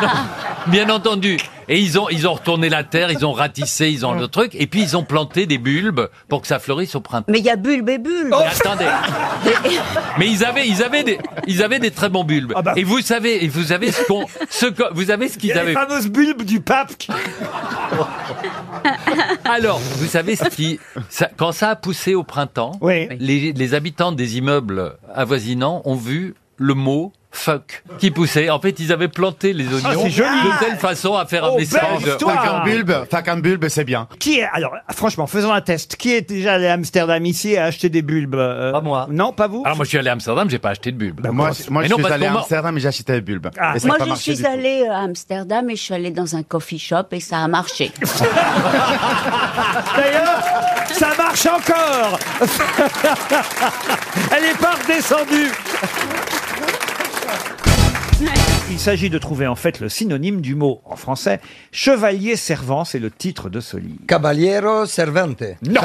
[SPEAKER 16] bien entendu. Et ils ont, ils ont retourné la terre, ils ont ratissé, ils
[SPEAKER 1] Hum.
[SPEAKER 16] ont le truc, et puis ils ont planté des bulbes pour que ça fleurisse au printemps.
[SPEAKER 11] Mais il y a bulbe et
[SPEAKER 1] Oh.
[SPEAKER 11] bulbe.
[SPEAKER 16] Mais attendez. Mais ils avaient, ils avaient des, ils avaient des très bons bulbes. Et vous savez, et vous savez ce qu'on, ce qu'on- vous savez ce
[SPEAKER 1] Ah bah. Il y
[SPEAKER 16] qu'ils
[SPEAKER 1] a les
[SPEAKER 16] avaient.
[SPEAKER 1] fameuses bulbes du pape. qui-
[SPEAKER 16] Alors, vous savez ce qui, ça- quand ça a poussé au printemps, les, les habitants des immeubles avoisinants ont vu le mot fuck qui poussait. En fait, ils avaient planté les
[SPEAKER 1] Ah,
[SPEAKER 16] oignons
[SPEAKER 6] c'est joli.
[SPEAKER 16] de telle façon à
[SPEAKER 1] Oh,
[SPEAKER 16] faire un message.
[SPEAKER 6] Fac en bulbe, fac en bulbe, c'est bien.
[SPEAKER 1] Qui est, alors, franchement, faisons un test. Qui est déjà allé à Amsterdam ici et a acheté des bulbes Pas moi. Non, pas vous
[SPEAKER 16] Alors Ah, moi, je suis allé à Amsterdam, j'ai pas acheté de bulbe.
[SPEAKER 6] Ben, Moi, moi,
[SPEAKER 16] Mais
[SPEAKER 6] je
[SPEAKER 16] non,
[SPEAKER 6] suis
[SPEAKER 16] parce
[SPEAKER 6] allé
[SPEAKER 16] qu'on
[SPEAKER 6] à
[SPEAKER 16] m'a-
[SPEAKER 6] Amsterdam et j'ai acheté des bulbes.
[SPEAKER 1] Ah.
[SPEAKER 6] Et ça a
[SPEAKER 11] Moi,
[SPEAKER 6] pas
[SPEAKER 11] je
[SPEAKER 6] marché
[SPEAKER 11] suis
[SPEAKER 6] du tout.
[SPEAKER 11] allée euh, à Amsterdam et je suis allée dans un coffee shop et ça a marché.
[SPEAKER 1] Ah, D'ailleurs, ça marche encore. Elle est pas redescendue. Il s'agit de trouver en fait le synonyme du mot en français. Chevalier servant, c'est le titre de ce livre.
[SPEAKER 7] Caballero Servante.
[SPEAKER 1] Non,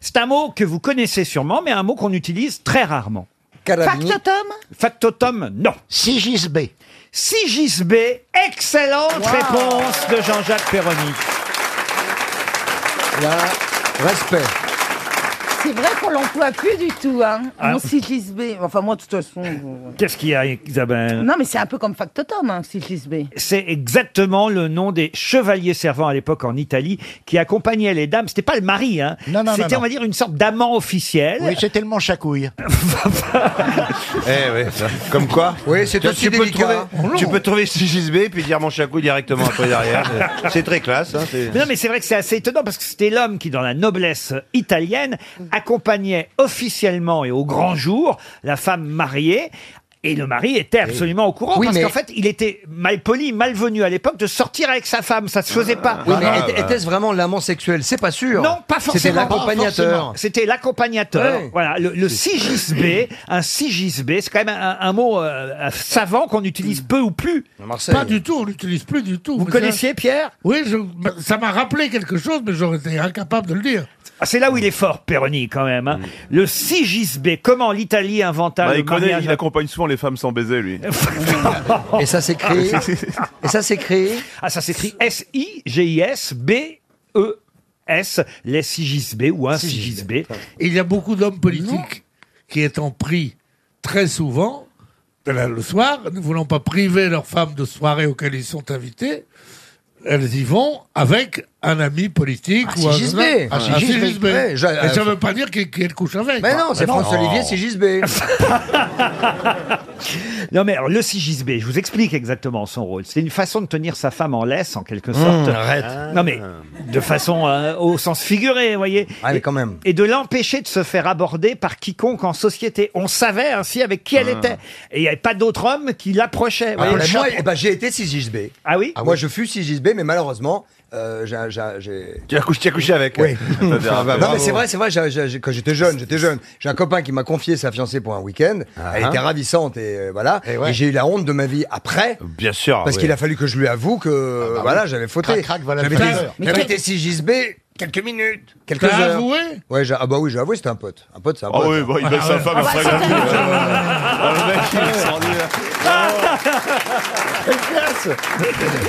[SPEAKER 1] C'est un mot que vous connaissez sûrement, mais un mot qu'on utilise très rarement.
[SPEAKER 7] Factotum
[SPEAKER 1] Factotum, non. Sigisbé. Sigisbé, excellente réponse de Jean-Jacques Perroni.
[SPEAKER 7] respect.
[SPEAKER 12] C'est vrai qu'on l'emploie plus du tout, hein.
[SPEAKER 1] Ah.
[SPEAKER 12] Mon CJSB. Enfin, moi, de toute façon. je-
[SPEAKER 1] Qu'est-ce qu'il y a, Isabelle
[SPEAKER 12] Non, mais c'est un peu comme factotum, hein, CJSB.
[SPEAKER 1] C'est exactement le nom des chevaliers servants à l'époque en Italie qui accompagnaient les dames. C'était pas le mari, hein.
[SPEAKER 9] non,
[SPEAKER 1] C'était,
[SPEAKER 9] non.
[SPEAKER 1] on va dire, une sorte d'amant officiel.
[SPEAKER 9] Oui, c'est tellement chacouille.
[SPEAKER 6] Eh oui, ça- comme quoi
[SPEAKER 7] Oui, c'est
[SPEAKER 6] Tu-
[SPEAKER 7] aussi
[SPEAKER 6] tu peux
[SPEAKER 7] délicat. Oh,
[SPEAKER 6] trouver- tu peux trouver CJSB puis dire mon chacou directement après derrière. C'est- C'est très classe. Hein, c'est-
[SPEAKER 1] Mais non, mais c'est vrai que c'est assez étonnant parce que c'était l'homme qui, dans la noblesse italienne, accompagnait officiellement et au grand jour la femme mariée. Et le mari était absolument au courant
[SPEAKER 7] Oui,
[SPEAKER 1] parce
[SPEAKER 7] mais-
[SPEAKER 1] qu'en fait, il était mal poli, malvenu à l'époque de sortir avec sa femme. Ça se faisait pas.
[SPEAKER 6] Ah,
[SPEAKER 7] Oui, mais était-
[SPEAKER 6] bah.
[SPEAKER 7] était-ce vraiment l'amant sexuel C'est pas sûr.
[SPEAKER 1] Non, pas forcément.
[SPEAKER 7] C'était l'accompagnateur.
[SPEAKER 1] C'était l'accompagnateur.
[SPEAKER 7] Ouais.
[SPEAKER 1] Voilà, le, le sigisbé, un sigisbé, c'est quand même un, un mot euh, euh, savant qu'on utilise peu ou plus.
[SPEAKER 22] Pas du tout, on l'utilise plus du tout.
[SPEAKER 1] Vous
[SPEAKER 22] Mais
[SPEAKER 1] connaissiez Pierre
[SPEAKER 22] Oui, je- bah, ça m'a rappelé quelque chose, mais j'aurais été incapable de le dire.
[SPEAKER 1] Ah, c'est là où il est fort, Perroni, quand même. hein. Le sigisbé, comment l'Italie inventa
[SPEAKER 13] Bah,
[SPEAKER 1] le
[SPEAKER 13] il connaît,
[SPEAKER 1] mariage
[SPEAKER 13] il accompagne souvent les femmes sans baiser, lui.
[SPEAKER 1] Et ça
[SPEAKER 13] s'écrit-
[SPEAKER 1] Et ça s'écrit Ah, ça s'écrit S-I-G-I-S-B-E-S, les sigisbés ou un sigisbé.
[SPEAKER 22] Il y a beaucoup d'hommes politiques qui étant pris très souvent, de la- le soir, ne voulant pas priver leurs femmes de soirées auxquelles ils sont invités, elles y vont avec un ami politique
[SPEAKER 7] Ah,
[SPEAKER 22] ou un,
[SPEAKER 7] CJSB.
[SPEAKER 22] un,
[SPEAKER 7] Ah,
[SPEAKER 22] un
[SPEAKER 7] CJSB.
[SPEAKER 22] CJSB.
[SPEAKER 7] Ouais, j'ai-
[SPEAKER 22] Mais ça
[SPEAKER 7] euh,
[SPEAKER 22] ne veut pas dire qu'elles qu'elles couchent avec.
[SPEAKER 7] Mais non, c'est Ah, François-Olivier
[SPEAKER 6] Oh.
[SPEAKER 7] Sigisbé.
[SPEAKER 1] Non mais alors, le sigisbé, je vous explique exactement son rôle. C'est une façon de tenir sa femme en laisse, en quelque sorte. Ah.
[SPEAKER 7] Mmh, arrête.
[SPEAKER 1] Non mais de façon euh, au sens figuré, vous voyez.
[SPEAKER 7] Ah, mais
[SPEAKER 1] Et-
[SPEAKER 7] quand même.
[SPEAKER 1] Et de l'empêcher de se faire aborder par quiconque en société. On savait ainsi avec qui elle
[SPEAKER 7] Ah.
[SPEAKER 1] était. Et il n'y avait pas d'autre homme qui l'approchait. vous
[SPEAKER 7] Ah,
[SPEAKER 1] voyez.
[SPEAKER 7] mais moi, eh ben, j'ai été Sigisbé.
[SPEAKER 1] Ah oui
[SPEAKER 7] Moi, je fus Sigisbé, mais malheureusement, euh, j'ai- j'ai- j'ai...
[SPEAKER 6] Tu as couché, tu as couché avec. Ah, bah,
[SPEAKER 7] Oui.
[SPEAKER 6] Ça fait rappeler.
[SPEAKER 7] non mais c'est vrai, c'est vrai. j'ai- j'ai- j'ai- quand j'étais jeune, j'étais jeune. J'ai un copain qui m'a confié sa fiancée pour un week-end. Elle
[SPEAKER 6] hein.
[SPEAKER 7] était ravissante et euh, voilà. Et,
[SPEAKER 6] ouais. Bah,
[SPEAKER 7] j'ai eu la honte de ma vie après.
[SPEAKER 6] Bien sûr.
[SPEAKER 7] Parce
[SPEAKER 6] oui. Ah, bah
[SPEAKER 7] qu'il a fallu que je lui avoue que euh, voilà, j'avais fauté.
[SPEAKER 6] Crac, crac, voilà
[SPEAKER 7] j'avais
[SPEAKER 6] le
[SPEAKER 7] été,
[SPEAKER 6] fleur. Mais
[SPEAKER 7] j'avais
[SPEAKER 6] quel-
[SPEAKER 7] été CJSB quelques minutes, quelques
[SPEAKER 6] T'as
[SPEAKER 7] heures.
[SPEAKER 6] avoué
[SPEAKER 7] Ouais, j'ai- ah bah oui, j'ai avoué, c'était un pote. Un pote, c'est un
[SPEAKER 13] Ah
[SPEAKER 7] pote.
[SPEAKER 13] oui, bah, il baisse sa femme après la
[SPEAKER 7] Euh,
[SPEAKER 6] Oh,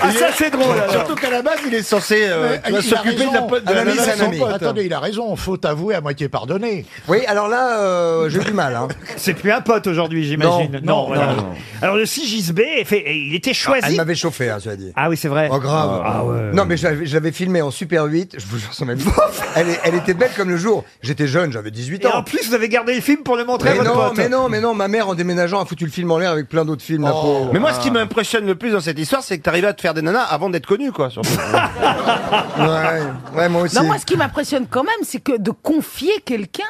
[SPEAKER 9] Ah, ça,
[SPEAKER 1] c'est
[SPEAKER 9] drôle, alors.
[SPEAKER 6] Surtout qu'à la base, il est censé euh,
[SPEAKER 9] Mais il a
[SPEAKER 6] s'occuper de la
[SPEAKER 9] raison.
[SPEAKER 6] pote de
[SPEAKER 9] Ah,
[SPEAKER 6] la
[SPEAKER 9] mais
[SPEAKER 6] nana
[SPEAKER 9] il a
[SPEAKER 6] de son
[SPEAKER 9] raison.
[SPEAKER 6] pote. hein.
[SPEAKER 9] Attendez, il a raison, faut avouer à moitié pardonner.
[SPEAKER 7] Oui, alors là, euh, j'ai du mal. Hein.
[SPEAKER 1] C'est plus un pote aujourd'hui, j'imagine.
[SPEAKER 7] Non, non,
[SPEAKER 1] voilà.
[SPEAKER 7] non.
[SPEAKER 1] Alors le sigisbé, fait- il était choisi.
[SPEAKER 7] Ah, elle m'avait chauffé, hein, cela dit.
[SPEAKER 1] Ah oui, c'est vrai.
[SPEAKER 7] Oh, grave.
[SPEAKER 1] Ah ouais.
[SPEAKER 7] Non, mais je l'avais- je l'avais filmé en Super 8. Je vous jure, ça m'a mis- elle, est- elle était belle comme le jour. J'étais jeune, j'avais 18
[SPEAKER 1] Et
[SPEAKER 7] ans.
[SPEAKER 1] en plus, vous avez gardé le film pour le montrer
[SPEAKER 7] mais
[SPEAKER 1] à votre
[SPEAKER 7] non,
[SPEAKER 1] pote.
[SPEAKER 7] mais non, mais non, ma mère en déménageant a foutu le film en l'air avec plein d'autres films.
[SPEAKER 5] Oh.
[SPEAKER 7] la pauvre.
[SPEAKER 6] Mais moi, ce qui
[SPEAKER 7] Ah.
[SPEAKER 6] m'impressionne le plus dans cette histoire, c'est que t'arrivais à te faire des nanas avant d'être connu, quoi. surtout.
[SPEAKER 7] ouais, moi
[SPEAKER 12] Non, moi, ce qui m'impressionne quand même, c'est que de confier quelqu'un.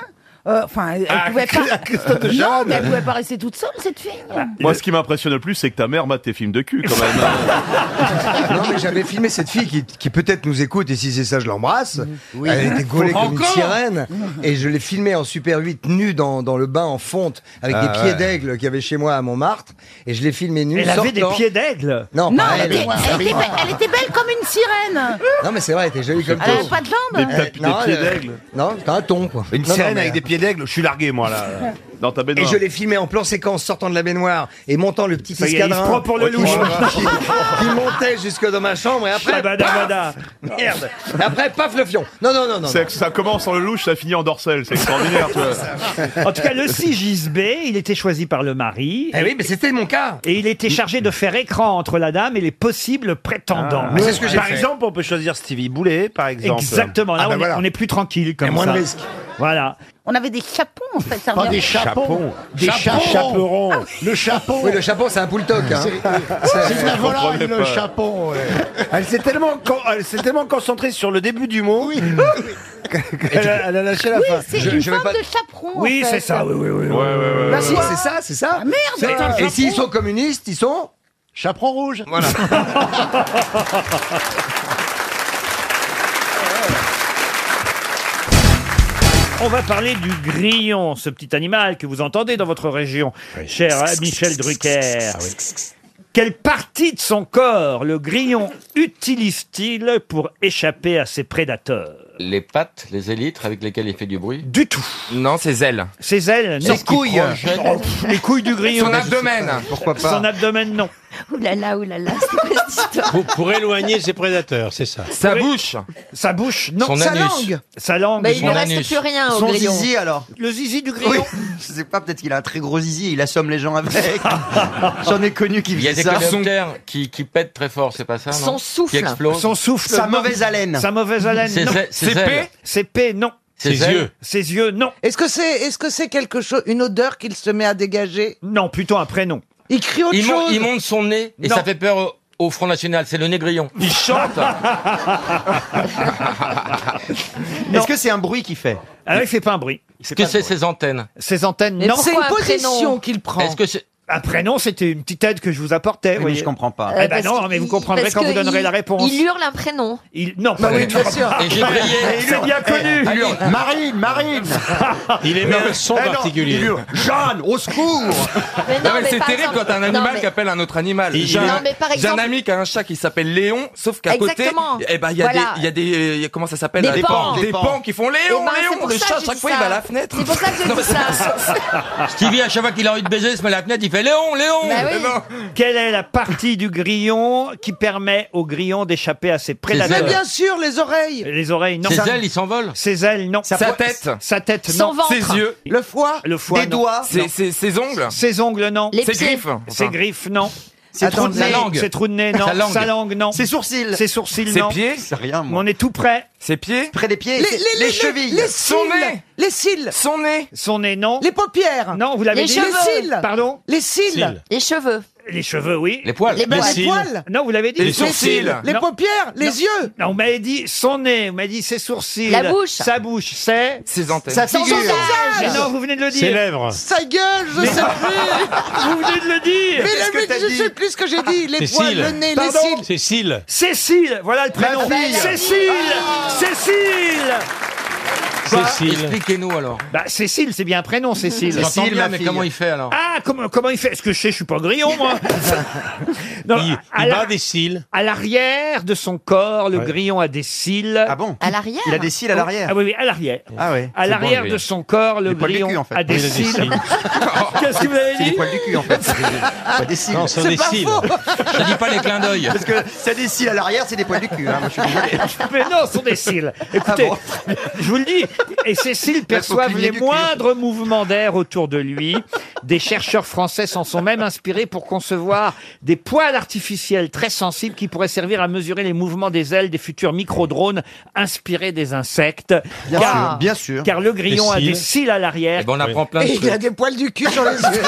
[SPEAKER 12] euh, Enfin, elle
[SPEAKER 6] Ah,
[SPEAKER 12] pouvait pas.
[SPEAKER 6] à Christophe de
[SPEAKER 12] Non,
[SPEAKER 6] Chavannes.
[SPEAKER 12] mais elle pouvait pas rester toute seule, cette fille.
[SPEAKER 17] Ah.
[SPEAKER 13] Moi, ce qui m'impressionne le plus, c'est que ta mère mate tes films de cul, quand même.
[SPEAKER 7] non, mais j'avais filmé cette fille qui, qui peut-être nous écoute, et si c'est ça, je l'embrasse. Elle était gaulée comme une
[SPEAKER 6] Encore
[SPEAKER 7] sirène. Et je l'ai filmée en Super 8, nue dans, dans le bain en fonte, avec
[SPEAKER 6] Ah,
[SPEAKER 7] des
[SPEAKER 6] ouais.
[SPEAKER 7] pieds d'aigle qu'il y avait chez moi à Montmartre. Et je l'ai filmée nue.
[SPEAKER 1] Elle avait des
[SPEAKER 7] sortant.
[SPEAKER 1] pieds d'aigle
[SPEAKER 7] Non,
[SPEAKER 12] Non,
[SPEAKER 7] pas
[SPEAKER 12] elle,
[SPEAKER 7] elle.
[SPEAKER 12] était, elle était be- elle était belle comme une sirène.
[SPEAKER 7] Non, mais c'est vrai, elle était jolie comme
[SPEAKER 12] Elle
[SPEAKER 7] tout.
[SPEAKER 12] avait pas de jambes. Des
[SPEAKER 7] Euh,
[SPEAKER 6] tapis-
[SPEAKER 7] non,
[SPEAKER 6] des pieds
[SPEAKER 7] euh,
[SPEAKER 6] d'aigle.
[SPEAKER 7] Non, c'était un ton, quoi.
[SPEAKER 6] Une
[SPEAKER 7] Non, non,
[SPEAKER 6] sirène
[SPEAKER 7] mais- euh,
[SPEAKER 6] avec des pieds d'aigle, je suis largué, moi, là.
[SPEAKER 17] Dans ta
[SPEAKER 7] Et
[SPEAKER 17] baignoire.
[SPEAKER 7] je l'ai filmé en plan séquence sortant de la baignoire et montant le petit
[SPEAKER 17] Ça y est, il se
[SPEAKER 7] escadrin.
[SPEAKER 17] prend pour le
[SPEAKER 7] qui-
[SPEAKER 17] louche.
[SPEAKER 7] qui, qui montait jusque dans ma chambre et après.
[SPEAKER 17] Shabada,
[SPEAKER 7] paf
[SPEAKER 17] bada.
[SPEAKER 7] Merde. Et après, paf le fion. Non, non, non, non.
[SPEAKER 17] C'est- Ça commence en le louche, ça finit en dorsale. C'est extraordinaire, tu vois.
[SPEAKER 1] En tout cas, le CJSB, il était choisi par le mari.
[SPEAKER 7] Eh oui, mais c'était mon cas.
[SPEAKER 1] Et il était chargé de faire écran entre la dame et les possibles prétendants.
[SPEAKER 32] Ah, par exemple, on peut choisir Stevie Boulet, par exemple. Ah, ben
[SPEAKER 1] Exactement. Là, on, est, on est plus tranquille comme
[SPEAKER 32] Et moins
[SPEAKER 1] ça.
[SPEAKER 32] de risques.
[SPEAKER 1] Voilà.
[SPEAKER 3] On avait des chapons en fait. ça
[SPEAKER 7] Pas
[SPEAKER 3] revient-
[SPEAKER 7] des chapons.
[SPEAKER 9] Des
[SPEAKER 7] Chaperons.
[SPEAKER 9] cha- chaperons.
[SPEAKER 1] Ah
[SPEAKER 9] Le chaperon.
[SPEAKER 7] Oui, le chaperon, c'est un poule toc. Hein.
[SPEAKER 9] C'est c'est la volaille, le chaperon. ouais.
[SPEAKER 32] Elle s'est tellement, con- elle s'est tellement concentrée sur le début du mot qu'elle a, elle a lâché la fin.
[SPEAKER 3] C'est une forme de chaperon. en
[SPEAKER 7] Oui,
[SPEAKER 3] fait.
[SPEAKER 7] c'est ça, oui, oui, oui. Bah si, c'est ça, c'est ça.
[SPEAKER 3] merde,
[SPEAKER 7] C'est-
[SPEAKER 3] putain,
[SPEAKER 7] Et
[SPEAKER 3] chaperon.
[SPEAKER 7] s'ils sont communistes, ils sont Chaperon rouge. Voilà.
[SPEAKER 1] On va parler du grillon, ce petit animal que vous entendez dans votre région, cher hein, Michel Drucker.
[SPEAKER 32] Ah
[SPEAKER 1] Quelle partie de son corps le grillon utilise-t-il pour échapper à ses prédateurs
[SPEAKER 12] Les pattes, les élytres avec lesquelles il fait du bruit
[SPEAKER 1] Du tout.
[SPEAKER 5] Non, ses ailes.
[SPEAKER 1] Ses ailes
[SPEAKER 5] Ses
[SPEAKER 1] non.
[SPEAKER 5] couilles.
[SPEAKER 1] Oh, pff, Les couilles du grillon
[SPEAKER 5] Son abdomen. Pourquoi pas.
[SPEAKER 1] Son abdomen, non.
[SPEAKER 18] Ouh là là, ouh là là, c'est quoi cette histoire
[SPEAKER 16] Pour, pour éloigner ses prédateurs, c'est ça.
[SPEAKER 1] Sa bouche Sa bouche, non.
[SPEAKER 16] Son
[SPEAKER 1] Sa
[SPEAKER 16] anus.
[SPEAKER 1] langue Sa langue.
[SPEAKER 16] Mais il ne Son reste anus. plus rien au Son grillon. zizi,
[SPEAKER 5] alors.
[SPEAKER 1] Le zizi du grillon
[SPEAKER 5] Je sais pas, peut-être qu'il a un très gros zizi, il assomme les gens avec. J'en ai connu qui
[SPEAKER 12] Il y a
[SPEAKER 5] faisaient
[SPEAKER 12] des
[SPEAKER 5] ça.
[SPEAKER 12] coléoptères qui, qui pètent très fort, c'est pas ça non
[SPEAKER 5] Son souffle.
[SPEAKER 12] Qui explosent.
[SPEAKER 5] Son souffle. Sa mauvaise haleine.
[SPEAKER 1] Sa mauvaise haleine,
[SPEAKER 12] Ses
[SPEAKER 1] non.
[SPEAKER 12] ailes- ses Ses ailes. pets
[SPEAKER 1] Ses pets, non.
[SPEAKER 12] Ses Ses ailes. yeux.
[SPEAKER 1] Ses yeux, non.
[SPEAKER 14] Est-ce que c'est est-ce que c'est quelque chose une odeur qu'il se met à dégager
[SPEAKER 1] Non, plutôt un prénom.
[SPEAKER 14] Il crie autre
[SPEAKER 12] il, mon-
[SPEAKER 14] chose.
[SPEAKER 12] il monte son nez et
[SPEAKER 14] Non.
[SPEAKER 12] ça fait peur au, au Front National, c'est le nez grillon. Il chante
[SPEAKER 5] Est-ce que c'est un bruit qu'il fait
[SPEAKER 1] Ah, il fait pas un bruit.
[SPEAKER 12] Est-ce que c'est ses antennes
[SPEAKER 1] Ses antennes,
[SPEAKER 14] Mais
[SPEAKER 1] non.
[SPEAKER 14] c'est une Pourquoi un position prénom qu'il prend
[SPEAKER 12] Est-ce que c'est...
[SPEAKER 1] Un prénom, c'était une petite aide que je vous apportais.
[SPEAKER 5] mais je comprends pas.
[SPEAKER 6] Euh,
[SPEAKER 1] Eh ben non, mais vous comprendrez quand vous donnerez la réponse.
[SPEAKER 6] Il hurle un prénom.
[SPEAKER 1] Il- Non,
[SPEAKER 6] Bah
[SPEAKER 1] pas
[SPEAKER 6] oui,
[SPEAKER 1] du
[SPEAKER 6] bien
[SPEAKER 1] tout.
[SPEAKER 6] sûr. Et j'ai brillé.
[SPEAKER 1] Mais Il est bien connu.
[SPEAKER 5] Marine, Marine
[SPEAKER 16] Il émet un son
[SPEAKER 5] Eh non,
[SPEAKER 16] particulier.
[SPEAKER 5] il
[SPEAKER 12] Bah,
[SPEAKER 5] hurle, Jeanne, au secours
[SPEAKER 6] Mais non,
[SPEAKER 5] Non, mais
[SPEAKER 6] mais
[SPEAKER 5] c'est
[SPEAKER 6] par
[SPEAKER 5] terrible
[SPEAKER 6] exemple-
[SPEAKER 5] quand un animal
[SPEAKER 6] Non, mais-
[SPEAKER 5] qui appelle un autre animal.
[SPEAKER 16] Il-
[SPEAKER 5] J'ai
[SPEAKER 6] Non,
[SPEAKER 5] un-
[SPEAKER 6] mais par
[SPEAKER 5] j'ai un
[SPEAKER 6] exemple-
[SPEAKER 5] ami qui a un chat qui s'appelle Léon, sauf qu'à côté,
[SPEAKER 6] Exactement.
[SPEAKER 5] eh ben, il y a des,
[SPEAKER 6] Voilà.
[SPEAKER 5] il y a des, euh, il y a- comment ça s'appelle
[SPEAKER 6] Des
[SPEAKER 5] là,
[SPEAKER 6] pans.
[SPEAKER 5] Des pans qui font Léon,
[SPEAKER 6] Eh
[SPEAKER 12] Bah,
[SPEAKER 6] ben, c'est
[SPEAKER 5] Léon.
[SPEAKER 6] pour
[SPEAKER 5] Le
[SPEAKER 6] ça
[SPEAKER 5] chat,
[SPEAKER 6] que
[SPEAKER 5] chaque
[SPEAKER 6] je
[SPEAKER 5] fois,
[SPEAKER 6] dis
[SPEAKER 5] il va à
[SPEAKER 6] ça.
[SPEAKER 5] la fenêtre.
[SPEAKER 6] C'est pour ça que je
[SPEAKER 5] Non,
[SPEAKER 6] dis
[SPEAKER 5] mais
[SPEAKER 6] ça.
[SPEAKER 12] Stevie, à chaque fois qu'il a envie de baiser, il se met à la fenêtre, il fait Léon, Léon
[SPEAKER 6] Bah oui.
[SPEAKER 12] Eh ben,
[SPEAKER 1] Quelle est la partie du grillon qui permet au grillon d'échapper à ses prédateurs
[SPEAKER 14] Mais bien sûr, les oreilles.
[SPEAKER 1] Les oreilles, non.
[SPEAKER 12] Ses
[SPEAKER 1] Ça-
[SPEAKER 12] ailes, il s'envole
[SPEAKER 1] Ses ailes, non.
[SPEAKER 5] Sa tête.
[SPEAKER 1] Sa tête,
[SPEAKER 5] Son
[SPEAKER 1] non.
[SPEAKER 5] ventre. Ses yeux.
[SPEAKER 1] Le foie. Le foie,
[SPEAKER 5] Des
[SPEAKER 1] non.
[SPEAKER 5] doigts.
[SPEAKER 1] Non.
[SPEAKER 5] Ses- ses- ses ongles.
[SPEAKER 1] Ses ongles, non.
[SPEAKER 5] Les Ses pieds. griffes,
[SPEAKER 1] Ses
[SPEAKER 5] enfin.
[SPEAKER 1] griffes, non.
[SPEAKER 5] Ses trous de
[SPEAKER 1] Sa
[SPEAKER 5] nez.
[SPEAKER 1] langue. Ses trous de nez, non.
[SPEAKER 5] Sa langue.
[SPEAKER 1] non.
[SPEAKER 5] Ses sourcils.
[SPEAKER 1] Ses sourcils,
[SPEAKER 5] Ses
[SPEAKER 1] non.
[SPEAKER 5] pieds. C'est rien,
[SPEAKER 1] Mais On est tout près.
[SPEAKER 5] Ses pieds. Près des pieds.
[SPEAKER 14] Les, les- les- les- les cils, les cils,
[SPEAKER 5] Son nez.
[SPEAKER 1] Son nez, non.
[SPEAKER 14] les paupières,
[SPEAKER 1] Non, vous l'avez
[SPEAKER 6] Les
[SPEAKER 1] dit.
[SPEAKER 6] cheveux.
[SPEAKER 14] les cils,
[SPEAKER 1] Pardon
[SPEAKER 14] les cils,
[SPEAKER 6] Cils. Les cheveux.
[SPEAKER 1] Les cheveux, oui.
[SPEAKER 12] Les poils.
[SPEAKER 14] Les Les poils. poils.
[SPEAKER 1] Non, vous l'avez dit.
[SPEAKER 5] Les Les sourcils. sourcils.
[SPEAKER 14] les
[SPEAKER 1] Non.
[SPEAKER 14] paupières, les yeux,
[SPEAKER 1] Non, on m'avait dit son nez, on m'a dit ses sourcils.
[SPEAKER 6] La bouche.
[SPEAKER 1] Sa bouche, c'est.
[SPEAKER 5] Ses antennes.
[SPEAKER 14] Son visage.
[SPEAKER 1] Mais non, vous venez de le dire.
[SPEAKER 16] Ses lèvres.
[SPEAKER 14] sa gueule, je
[SPEAKER 1] Mais-
[SPEAKER 14] sais plus.
[SPEAKER 1] Vous venez de le dire.
[SPEAKER 14] Mais la
[SPEAKER 5] que
[SPEAKER 14] mec,
[SPEAKER 5] t'as
[SPEAKER 14] je
[SPEAKER 5] dit
[SPEAKER 14] sais plus ce que j'ai dit. Les
[SPEAKER 16] Cécile.
[SPEAKER 14] poils, le nez, les
[SPEAKER 1] Pardon
[SPEAKER 14] cils.
[SPEAKER 16] C'est cils.
[SPEAKER 1] Cécile, voilà le prénom.
[SPEAKER 14] fille.
[SPEAKER 1] Cécile Cécile
[SPEAKER 5] Bah,
[SPEAKER 16] Cécile.
[SPEAKER 12] Expliquez-nous alors.
[SPEAKER 1] Bah, Cécile, c'est bien un prénom, Cécile.
[SPEAKER 12] J'entends
[SPEAKER 5] Cécile,
[SPEAKER 12] bien,
[SPEAKER 5] ma
[SPEAKER 12] mais
[SPEAKER 5] fille.
[SPEAKER 12] comment il fait alors
[SPEAKER 1] Ah, comment, comment il fait Est-ce que je sais, je suis pas grillon, moi Non,
[SPEAKER 16] Il,
[SPEAKER 1] à
[SPEAKER 16] il
[SPEAKER 1] la-
[SPEAKER 16] bat des cils.
[SPEAKER 1] À l'arrière de son corps, le
[SPEAKER 16] Ouais.
[SPEAKER 1] grillon a des cils.
[SPEAKER 5] Ah bon
[SPEAKER 6] À l'arrière.
[SPEAKER 5] Il a des cils à l'arrière.
[SPEAKER 1] Ah oui, oui, à l'arrière.
[SPEAKER 5] Ah ouais.
[SPEAKER 1] À
[SPEAKER 5] C'est bon,
[SPEAKER 1] l'arrière
[SPEAKER 5] lui.
[SPEAKER 1] de son corps, le
[SPEAKER 5] Les poils du
[SPEAKER 1] grillon
[SPEAKER 5] cul, en fait.
[SPEAKER 1] a des
[SPEAKER 16] Il a des
[SPEAKER 1] cils.
[SPEAKER 16] cils.
[SPEAKER 1] Qu'est-ce que vous avez
[SPEAKER 5] C'est
[SPEAKER 1] dit
[SPEAKER 5] des poils du cul en fait. C'est des cils.
[SPEAKER 16] Non, ce sont des cils.
[SPEAKER 12] Je dis pas les clins d'œil.
[SPEAKER 5] Parce que ça des cils à l'arrière, c'est des poils du cul. hein. Moi, je suis désolé. Ah
[SPEAKER 1] Mais non, ce sont des cils. Écoutez, je vous le dis, et ces cils perçoivent
[SPEAKER 5] cligner
[SPEAKER 1] les
[SPEAKER 5] du cul.
[SPEAKER 1] moindres mouvements d'air autour de lui. Des chercheurs français s'en sont même inspirés pour concevoir des poils artificiels très sensibles qui pourraient servir à mesurer les mouvements des ailes des futurs micro-drones inspirés des insectes.
[SPEAKER 5] Bien
[SPEAKER 1] car,
[SPEAKER 5] sûr, bien sûr.
[SPEAKER 1] car le grillon
[SPEAKER 16] Des
[SPEAKER 1] a des
[SPEAKER 16] cils.
[SPEAKER 1] cils à l'arrière.
[SPEAKER 12] Eh ben, on apprend plein de
[SPEAKER 14] Et il
[SPEAKER 12] choses.
[SPEAKER 14] a des poils du cul sur les yeux.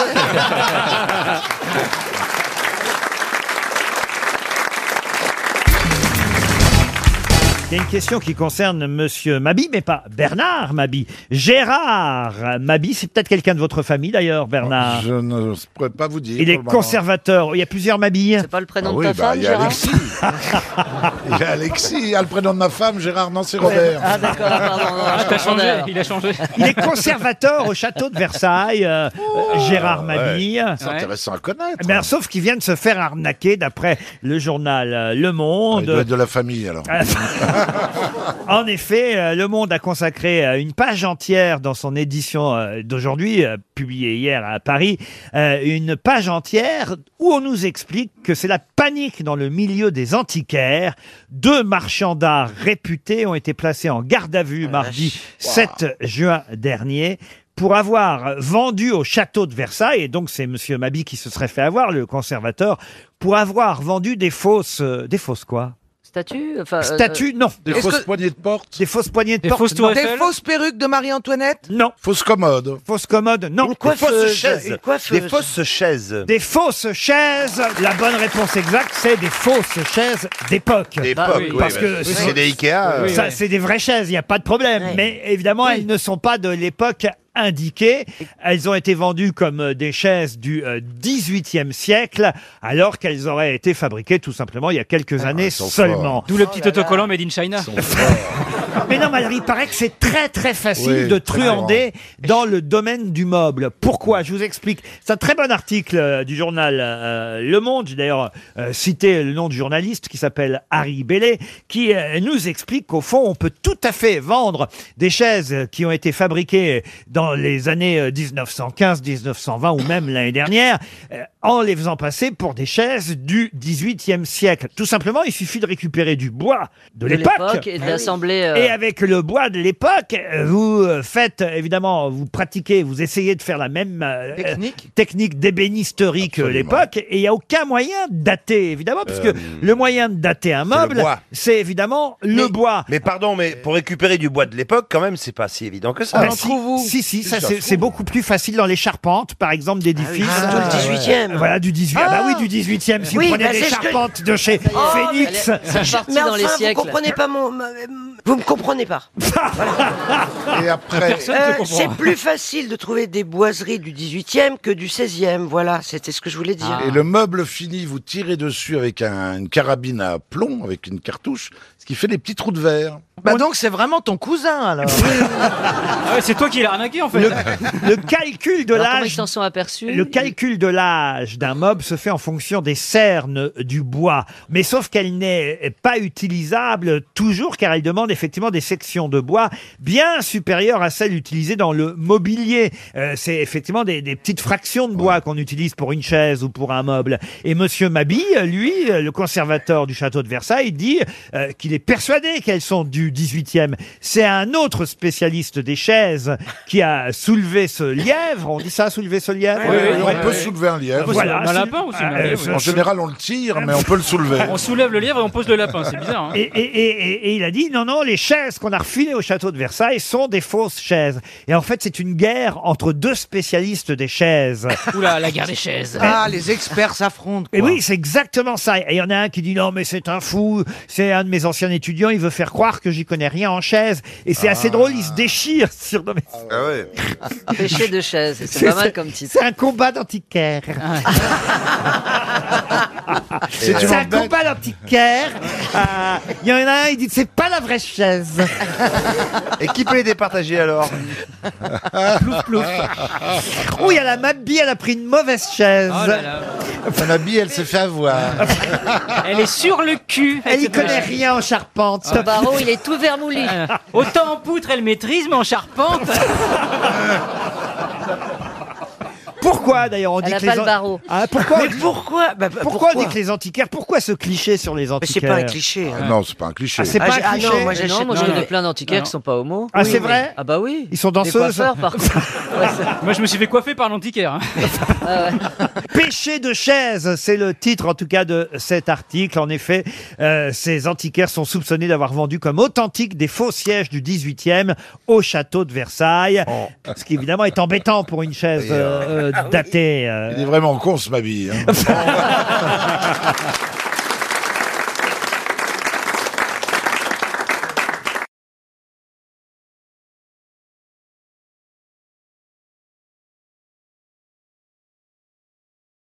[SPEAKER 1] Il y a une question qui concerne Monsieur Mabi, mais pas Bernard Mabi. Gérard Mabi, c'est peut-être quelqu'un de votre famille d'ailleurs, Bernard.
[SPEAKER 22] Je ne pourrais pas vous dire.
[SPEAKER 1] Il est
[SPEAKER 22] pour le moment.
[SPEAKER 1] conservateur. Il y a plusieurs Mabilles.
[SPEAKER 6] C'est pas le prénom
[SPEAKER 22] Ah oui,
[SPEAKER 6] de ta
[SPEAKER 22] bah,
[SPEAKER 6] femme,
[SPEAKER 22] il y a
[SPEAKER 6] Gérard
[SPEAKER 22] Alexis. Il y a Alexis, il y a le prénom de ma femme, Gérard, non, c'est Robert.
[SPEAKER 6] Ah d'accord, ah, pardon. non,
[SPEAKER 33] Ah,
[SPEAKER 6] je
[SPEAKER 33] t'as
[SPEAKER 6] confondais,
[SPEAKER 33] changé,
[SPEAKER 6] alors.
[SPEAKER 33] il a changé.
[SPEAKER 1] Il est conservateur au château de Versailles, euh, euh, Gérard Mabille.
[SPEAKER 22] Oh. C'est intéressant à connaître.
[SPEAKER 1] Mais alors, sauf qu'il vient de se faire arnaquer d'après le journal euh, Le
[SPEAKER 22] Ah, Il doit
[SPEAKER 1] Monde. Ah,
[SPEAKER 22] être de la famille, alors.
[SPEAKER 1] En effet, euh, Le Monde a consacré euh, une page entière dans son édition euh, d'aujourd'hui, euh, publiée hier à Paris, euh, une page entière où on nous explique que c'est la panique dans le milieu des antiquaires. Deux marchands d'art réputés ont été placés en garde à vue mardi 7 juin dernier pour avoir vendu au château de Versailles, et donc c'est Monsieur Mabi qui se serait fait avoir, le conservateur, pour avoir vendu des fausses... euh, des fausses quoi
[SPEAKER 20] Statue enfin, euh,
[SPEAKER 1] Statues, non.
[SPEAKER 20] Est-ce que-
[SPEAKER 1] poignées de porte Des fausses poignées de
[SPEAKER 20] Des
[SPEAKER 1] porte.
[SPEAKER 20] fausses
[SPEAKER 1] non.
[SPEAKER 20] tours Eiffel
[SPEAKER 19] Des fausses perruques de Marie-Antoinette
[SPEAKER 1] Non.
[SPEAKER 21] Fausses commodes.
[SPEAKER 1] Fausses commodes, non. Des
[SPEAKER 19] coiffeuse, une coiffeuse. Des fausses
[SPEAKER 1] chaises. Des fausses chaises. La bonne réponse exacte, c'est des fausses chaises d'époque.
[SPEAKER 14] D'époque, oui,
[SPEAKER 1] Parce
[SPEAKER 14] oui,
[SPEAKER 1] que
[SPEAKER 14] bah, c'est des Ikea, euh.
[SPEAKER 1] Ça,
[SPEAKER 14] Oui, oui.
[SPEAKER 1] c'est des vraies chaises, il n'y a pas de problème. Mais évidemment, elles ne sont pas de l'époque indiquée. Elles ont été vendues comme euh, des chaises du euh, 18e siècle, alors qu'elles auraient été fabriquées tout simplement il y a quelques
[SPEAKER 14] Ah,
[SPEAKER 1] années
[SPEAKER 5] sont
[SPEAKER 1] seulement.
[SPEAKER 5] forts. D'où le
[SPEAKER 14] Oh
[SPEAKER 5] petit autocollant Made in China.
[SPEAKER 1] Mais non, mais alors, il paraît que c'est très très facile
[SPEAKER 5] Oui,
[SPEAKER 1] de
[SPEAKER 5] très
[SPEAKER 1] truander dans le domaine du meuble. Pourquoi Je vous explique. C'est un très bon article euh, du journal euh, Le Monde. J'ai d'ailleurs euh, cité le nom du journaliste qui s'appelle Harry Bellet, qui euh, nous explique qu'au fond, on peut tout à fait vendre des chaises qui ont été fabriquées dans les années euh, 1915, 1920 ou même l'année dernière, euh, en les faisant passer pour des chaises du 18e siècle. Tout simplement, il suffit de récupérer du bois de
[SPEAKER 20] De
[SPEAKER 1] l'époque Ah
[SPEAKER 20] l'époque et de l'assembler, euh,
[SPEAKER 1] Et avec le bois de l'époque, euh, vous euh, faites évidemment, vous pratiquez, vous essayez de faire la même euh, euh, technique d'ébénisterie que l'époque, et il n'y a aucun moyen de dater évidemment, parce
[SPEAKER 14] Euh,
[SPEAKER 1] que le moyen de dater un meuble,
[SPEAKER 14] bois.
[SPEAKER 1] c'est évidemment le bois.
[SPEAKER 14] Mais pardon, mais pour récupérer du bois de l'époque, quand même, c'est pas si évident que
[SPEAKER 5] Ah,
[SPEAKER 14] ça.
[SPEAKER 1] Bah, si, si, si, ça c'est c'est beaucoup plus facile dans les charpentes, par exemple, d'édifices. Euh,
[SPEAKER 14] Ah, tout le 18e.
[SPEAKER 1] Voilà, du 18e. Ah, bah oui, du 18e. Si
[SPEAKER 14] Oui,
[SPEAKER 1] vous prenez
[SPEAKER 14] bah,
[SPEAKER 1] des
[SPEAKER 14] c'est ce que-
[SPEAKER 1] charpentes de chez
[SPEAKER 14] Oh, mais
[SPEAKER 1] Phoenix.
[SPEAKER 14] elle est- c'est parti
[SPEAKER 12] Mais
[SPEAKER 14] dans les
[SPEAKER 12] enfin,
[SPEAKER 14] siècles.
[SPEAKER 12] Vous comprenez pas mon. ma- euh, Vous me comprenez pas.
[SPEAKER 21] Et après,
[SPEAKER 12] Euh, c'est plus facile de trouver des boiseries du 18e que du 16e. Voilà, c'était ce que je voulais
[SPEAKER 6] Ah.
[SPEAKER 17] Ah.
[SPEAKER 12] dire.
[SPEAKER 21] Et le meuble fini, vous tirez dessus avec un- une carabine à plomb, avec une cartouche, ce qui fait des petits trous de verre.
[SPEAKER 19] Bah donc c'est vraiment ton cousin alors.
[SPEAKER 5] c'est toi qui l'as arnaqué en fait.
[SPEAKER 1] Le calcul de
[SPEAKER 20] Alors, comment ils
[SPEAKER 1] l'âge
[SPEAKER 20] s'en sont aperçus
[SPEAKER 1] Le calcul de l'âge d'un mob se fait en fonction des cernes du bois, mais sauf qu'elle n'est pas utilisable toujours car elle demande effectivement des sections de bois bien supérieures à celles utilisées dans le mobilier. Euh, c'est effectivement des, des petites fractions de bois qu'on utilise pour une chaise ou pour un meuble. Et Monsieur Mabi, lui, euh, le conservateur du château de Versailles, dit euh, qu'il est persuadé qu'elles sont du 18e. C'est un autre spécialiste des chaises qui a soulevé ce lièvre. On dit ça, soulever ce lièvre
[SPEAKER 21] Oui, oui, on peut soulever un lièvre.
[SPEAKER 1] Voilà,
[SPEAKER 5] Un lapin aussi,
[SPEAKER 1] Ah,
[SPEAKER 5] mais
[SPEAKER 1] euh,
[SPEAKER 5] oui,
[SPEAKER 1] ce-
[SPEAKER 5] oui.
[SPEAKER 21] en général, on le tire, mais on peut le soulever.
[SPEAKER 5] On soulève le lièvre et on pose le lapin, c'est bizarre. hein.
[SPEAKER 1] Et, et- et- et- et il a dit non, non, les chaises qu'on a refilées au château de Versailles sont des fausses chaises. Et en fait, c'est une guerre entre deux spécialistes des chaises.
[SPEAKER 19] Oula, la guerre des chaises. Ah, les experts s'affrontent.
[SPEAKER 1] Et oui, c'est exactement ça. Et il y en a un qui dit non, mais c'est un fou, c'est un de mes anciens étudiants, il veut faire croire que j'y connais rien en chaises. Et
[SPEAKER 21] Ah.
[SPEAKER 1] c'est assez drôle, il se déchire sur. non, mais-
[SPEAKER 20] Péché de chaise, c'est pas mal comme titre.
[SPEAKER 1] C'est un combat d'antiquaire.
[SPEAKER 20] C'est
[SPEAKER 1] C'est
[SPEAKER 20] une
[SPEAKER 1] un
[SPEAKER 20] embête.
[SPEAKER 1] combat d'antiquaire. Euh, Il y en a un, il dit c'est pas la vraie chaise.
[SPEAKER 14] Et qui peut les départager alors
[SPEAKER 1] Plouf, plouf. Ouh, il y a la Mabi, elle a pris une mauvaise chaise.
[SPEAKER 14] Oh là là.
[SPEAKER 21] La bille, elle s'est fait avoir.
[SPEAKER 5] Elle est sur le cul.
[SPEAKER 1] Elle y
[SPEAKER 5] etc.
[SPEAKER 1] connaît rien en charpente.
[SPEAKER 5] Ah.
[SPEAKER 3] bah, oh,
[SPEAKER 20] Barreau, il est tout vermouli.
[SPEAKER 5] Ah. Autant en poutre, elle maîtrise, mais en charpente.
[SPEAKER 1] Pourquoi d'ailleurs on
[SPEAKER 20] Elle
[SPEAKER 1] dit
[SPEAKER 20] a
[SPEAKER 1] que
[SPEAKER 20] pas
[SPEAKER 1] les
[SPEAKER 20] le
[SPEAKER 1] an-
[SPEAKER 20] barreau.
[SPEAKER 1] Ah, pourquoi
[SPEAKER 20] Mais Bah,
[SPEAKER 1] pourquoi, pourquoi on dit que les antiquaires Pourquoi ce cliché sur les
[SPEAKER 12] Mais c'est
[SPEAKER 1] antiquaires
[SPEAKER 12] pas un cliché. hein.
[SPEAKER 21] Ah Non, c'est pas un cliché.
[SPEAKER 1] Ah, c'est pas un
[SPEAKER 12] Ah, j'ai- ah
[SPEAKER 1] cliché.
[SPEAKER 12] non, moi, j'achète-
[SPEAKER 20] Non, moi je
[SPEAKER 12] non,
[SPEAKER 20] connais
[SPEAKER 12] non.
[SPEAKER 20] plein d'antiquaires
[SPEAKER 12] Non.
[SPEAKER 20] qui sont pas homo.
[SPEAKER 1] Ah,
[SPEAKER 20] Oui,
[SPEAKER 1] c'est
[SPEAKER 20] mais-
[SPEAKER 1] vrai
[SPEAKER 20] Ah bah oui.
[SPEAKER 1] Ils sont danseuses
[SPEAKER 20] Des coiffeurs, par contre. Ouais, ça-
[SPEAKER 5] Moi, je me suis fait coiffer par l'antiquaire. hein.
[SPEAKER 1] Péché de chaise, c'est le titre en tout cas de cet article. En effet, euh, ces antiquaires sont soupçonnés d'avoir vendu comme authentiques des faux sièges du 18e au château de Versailles. Ce qui évidemment est embêtant pour une chaise euh, euh, datée. euh.
[SPEAKER 21] Il est vraiment con, ce Mabi. hein.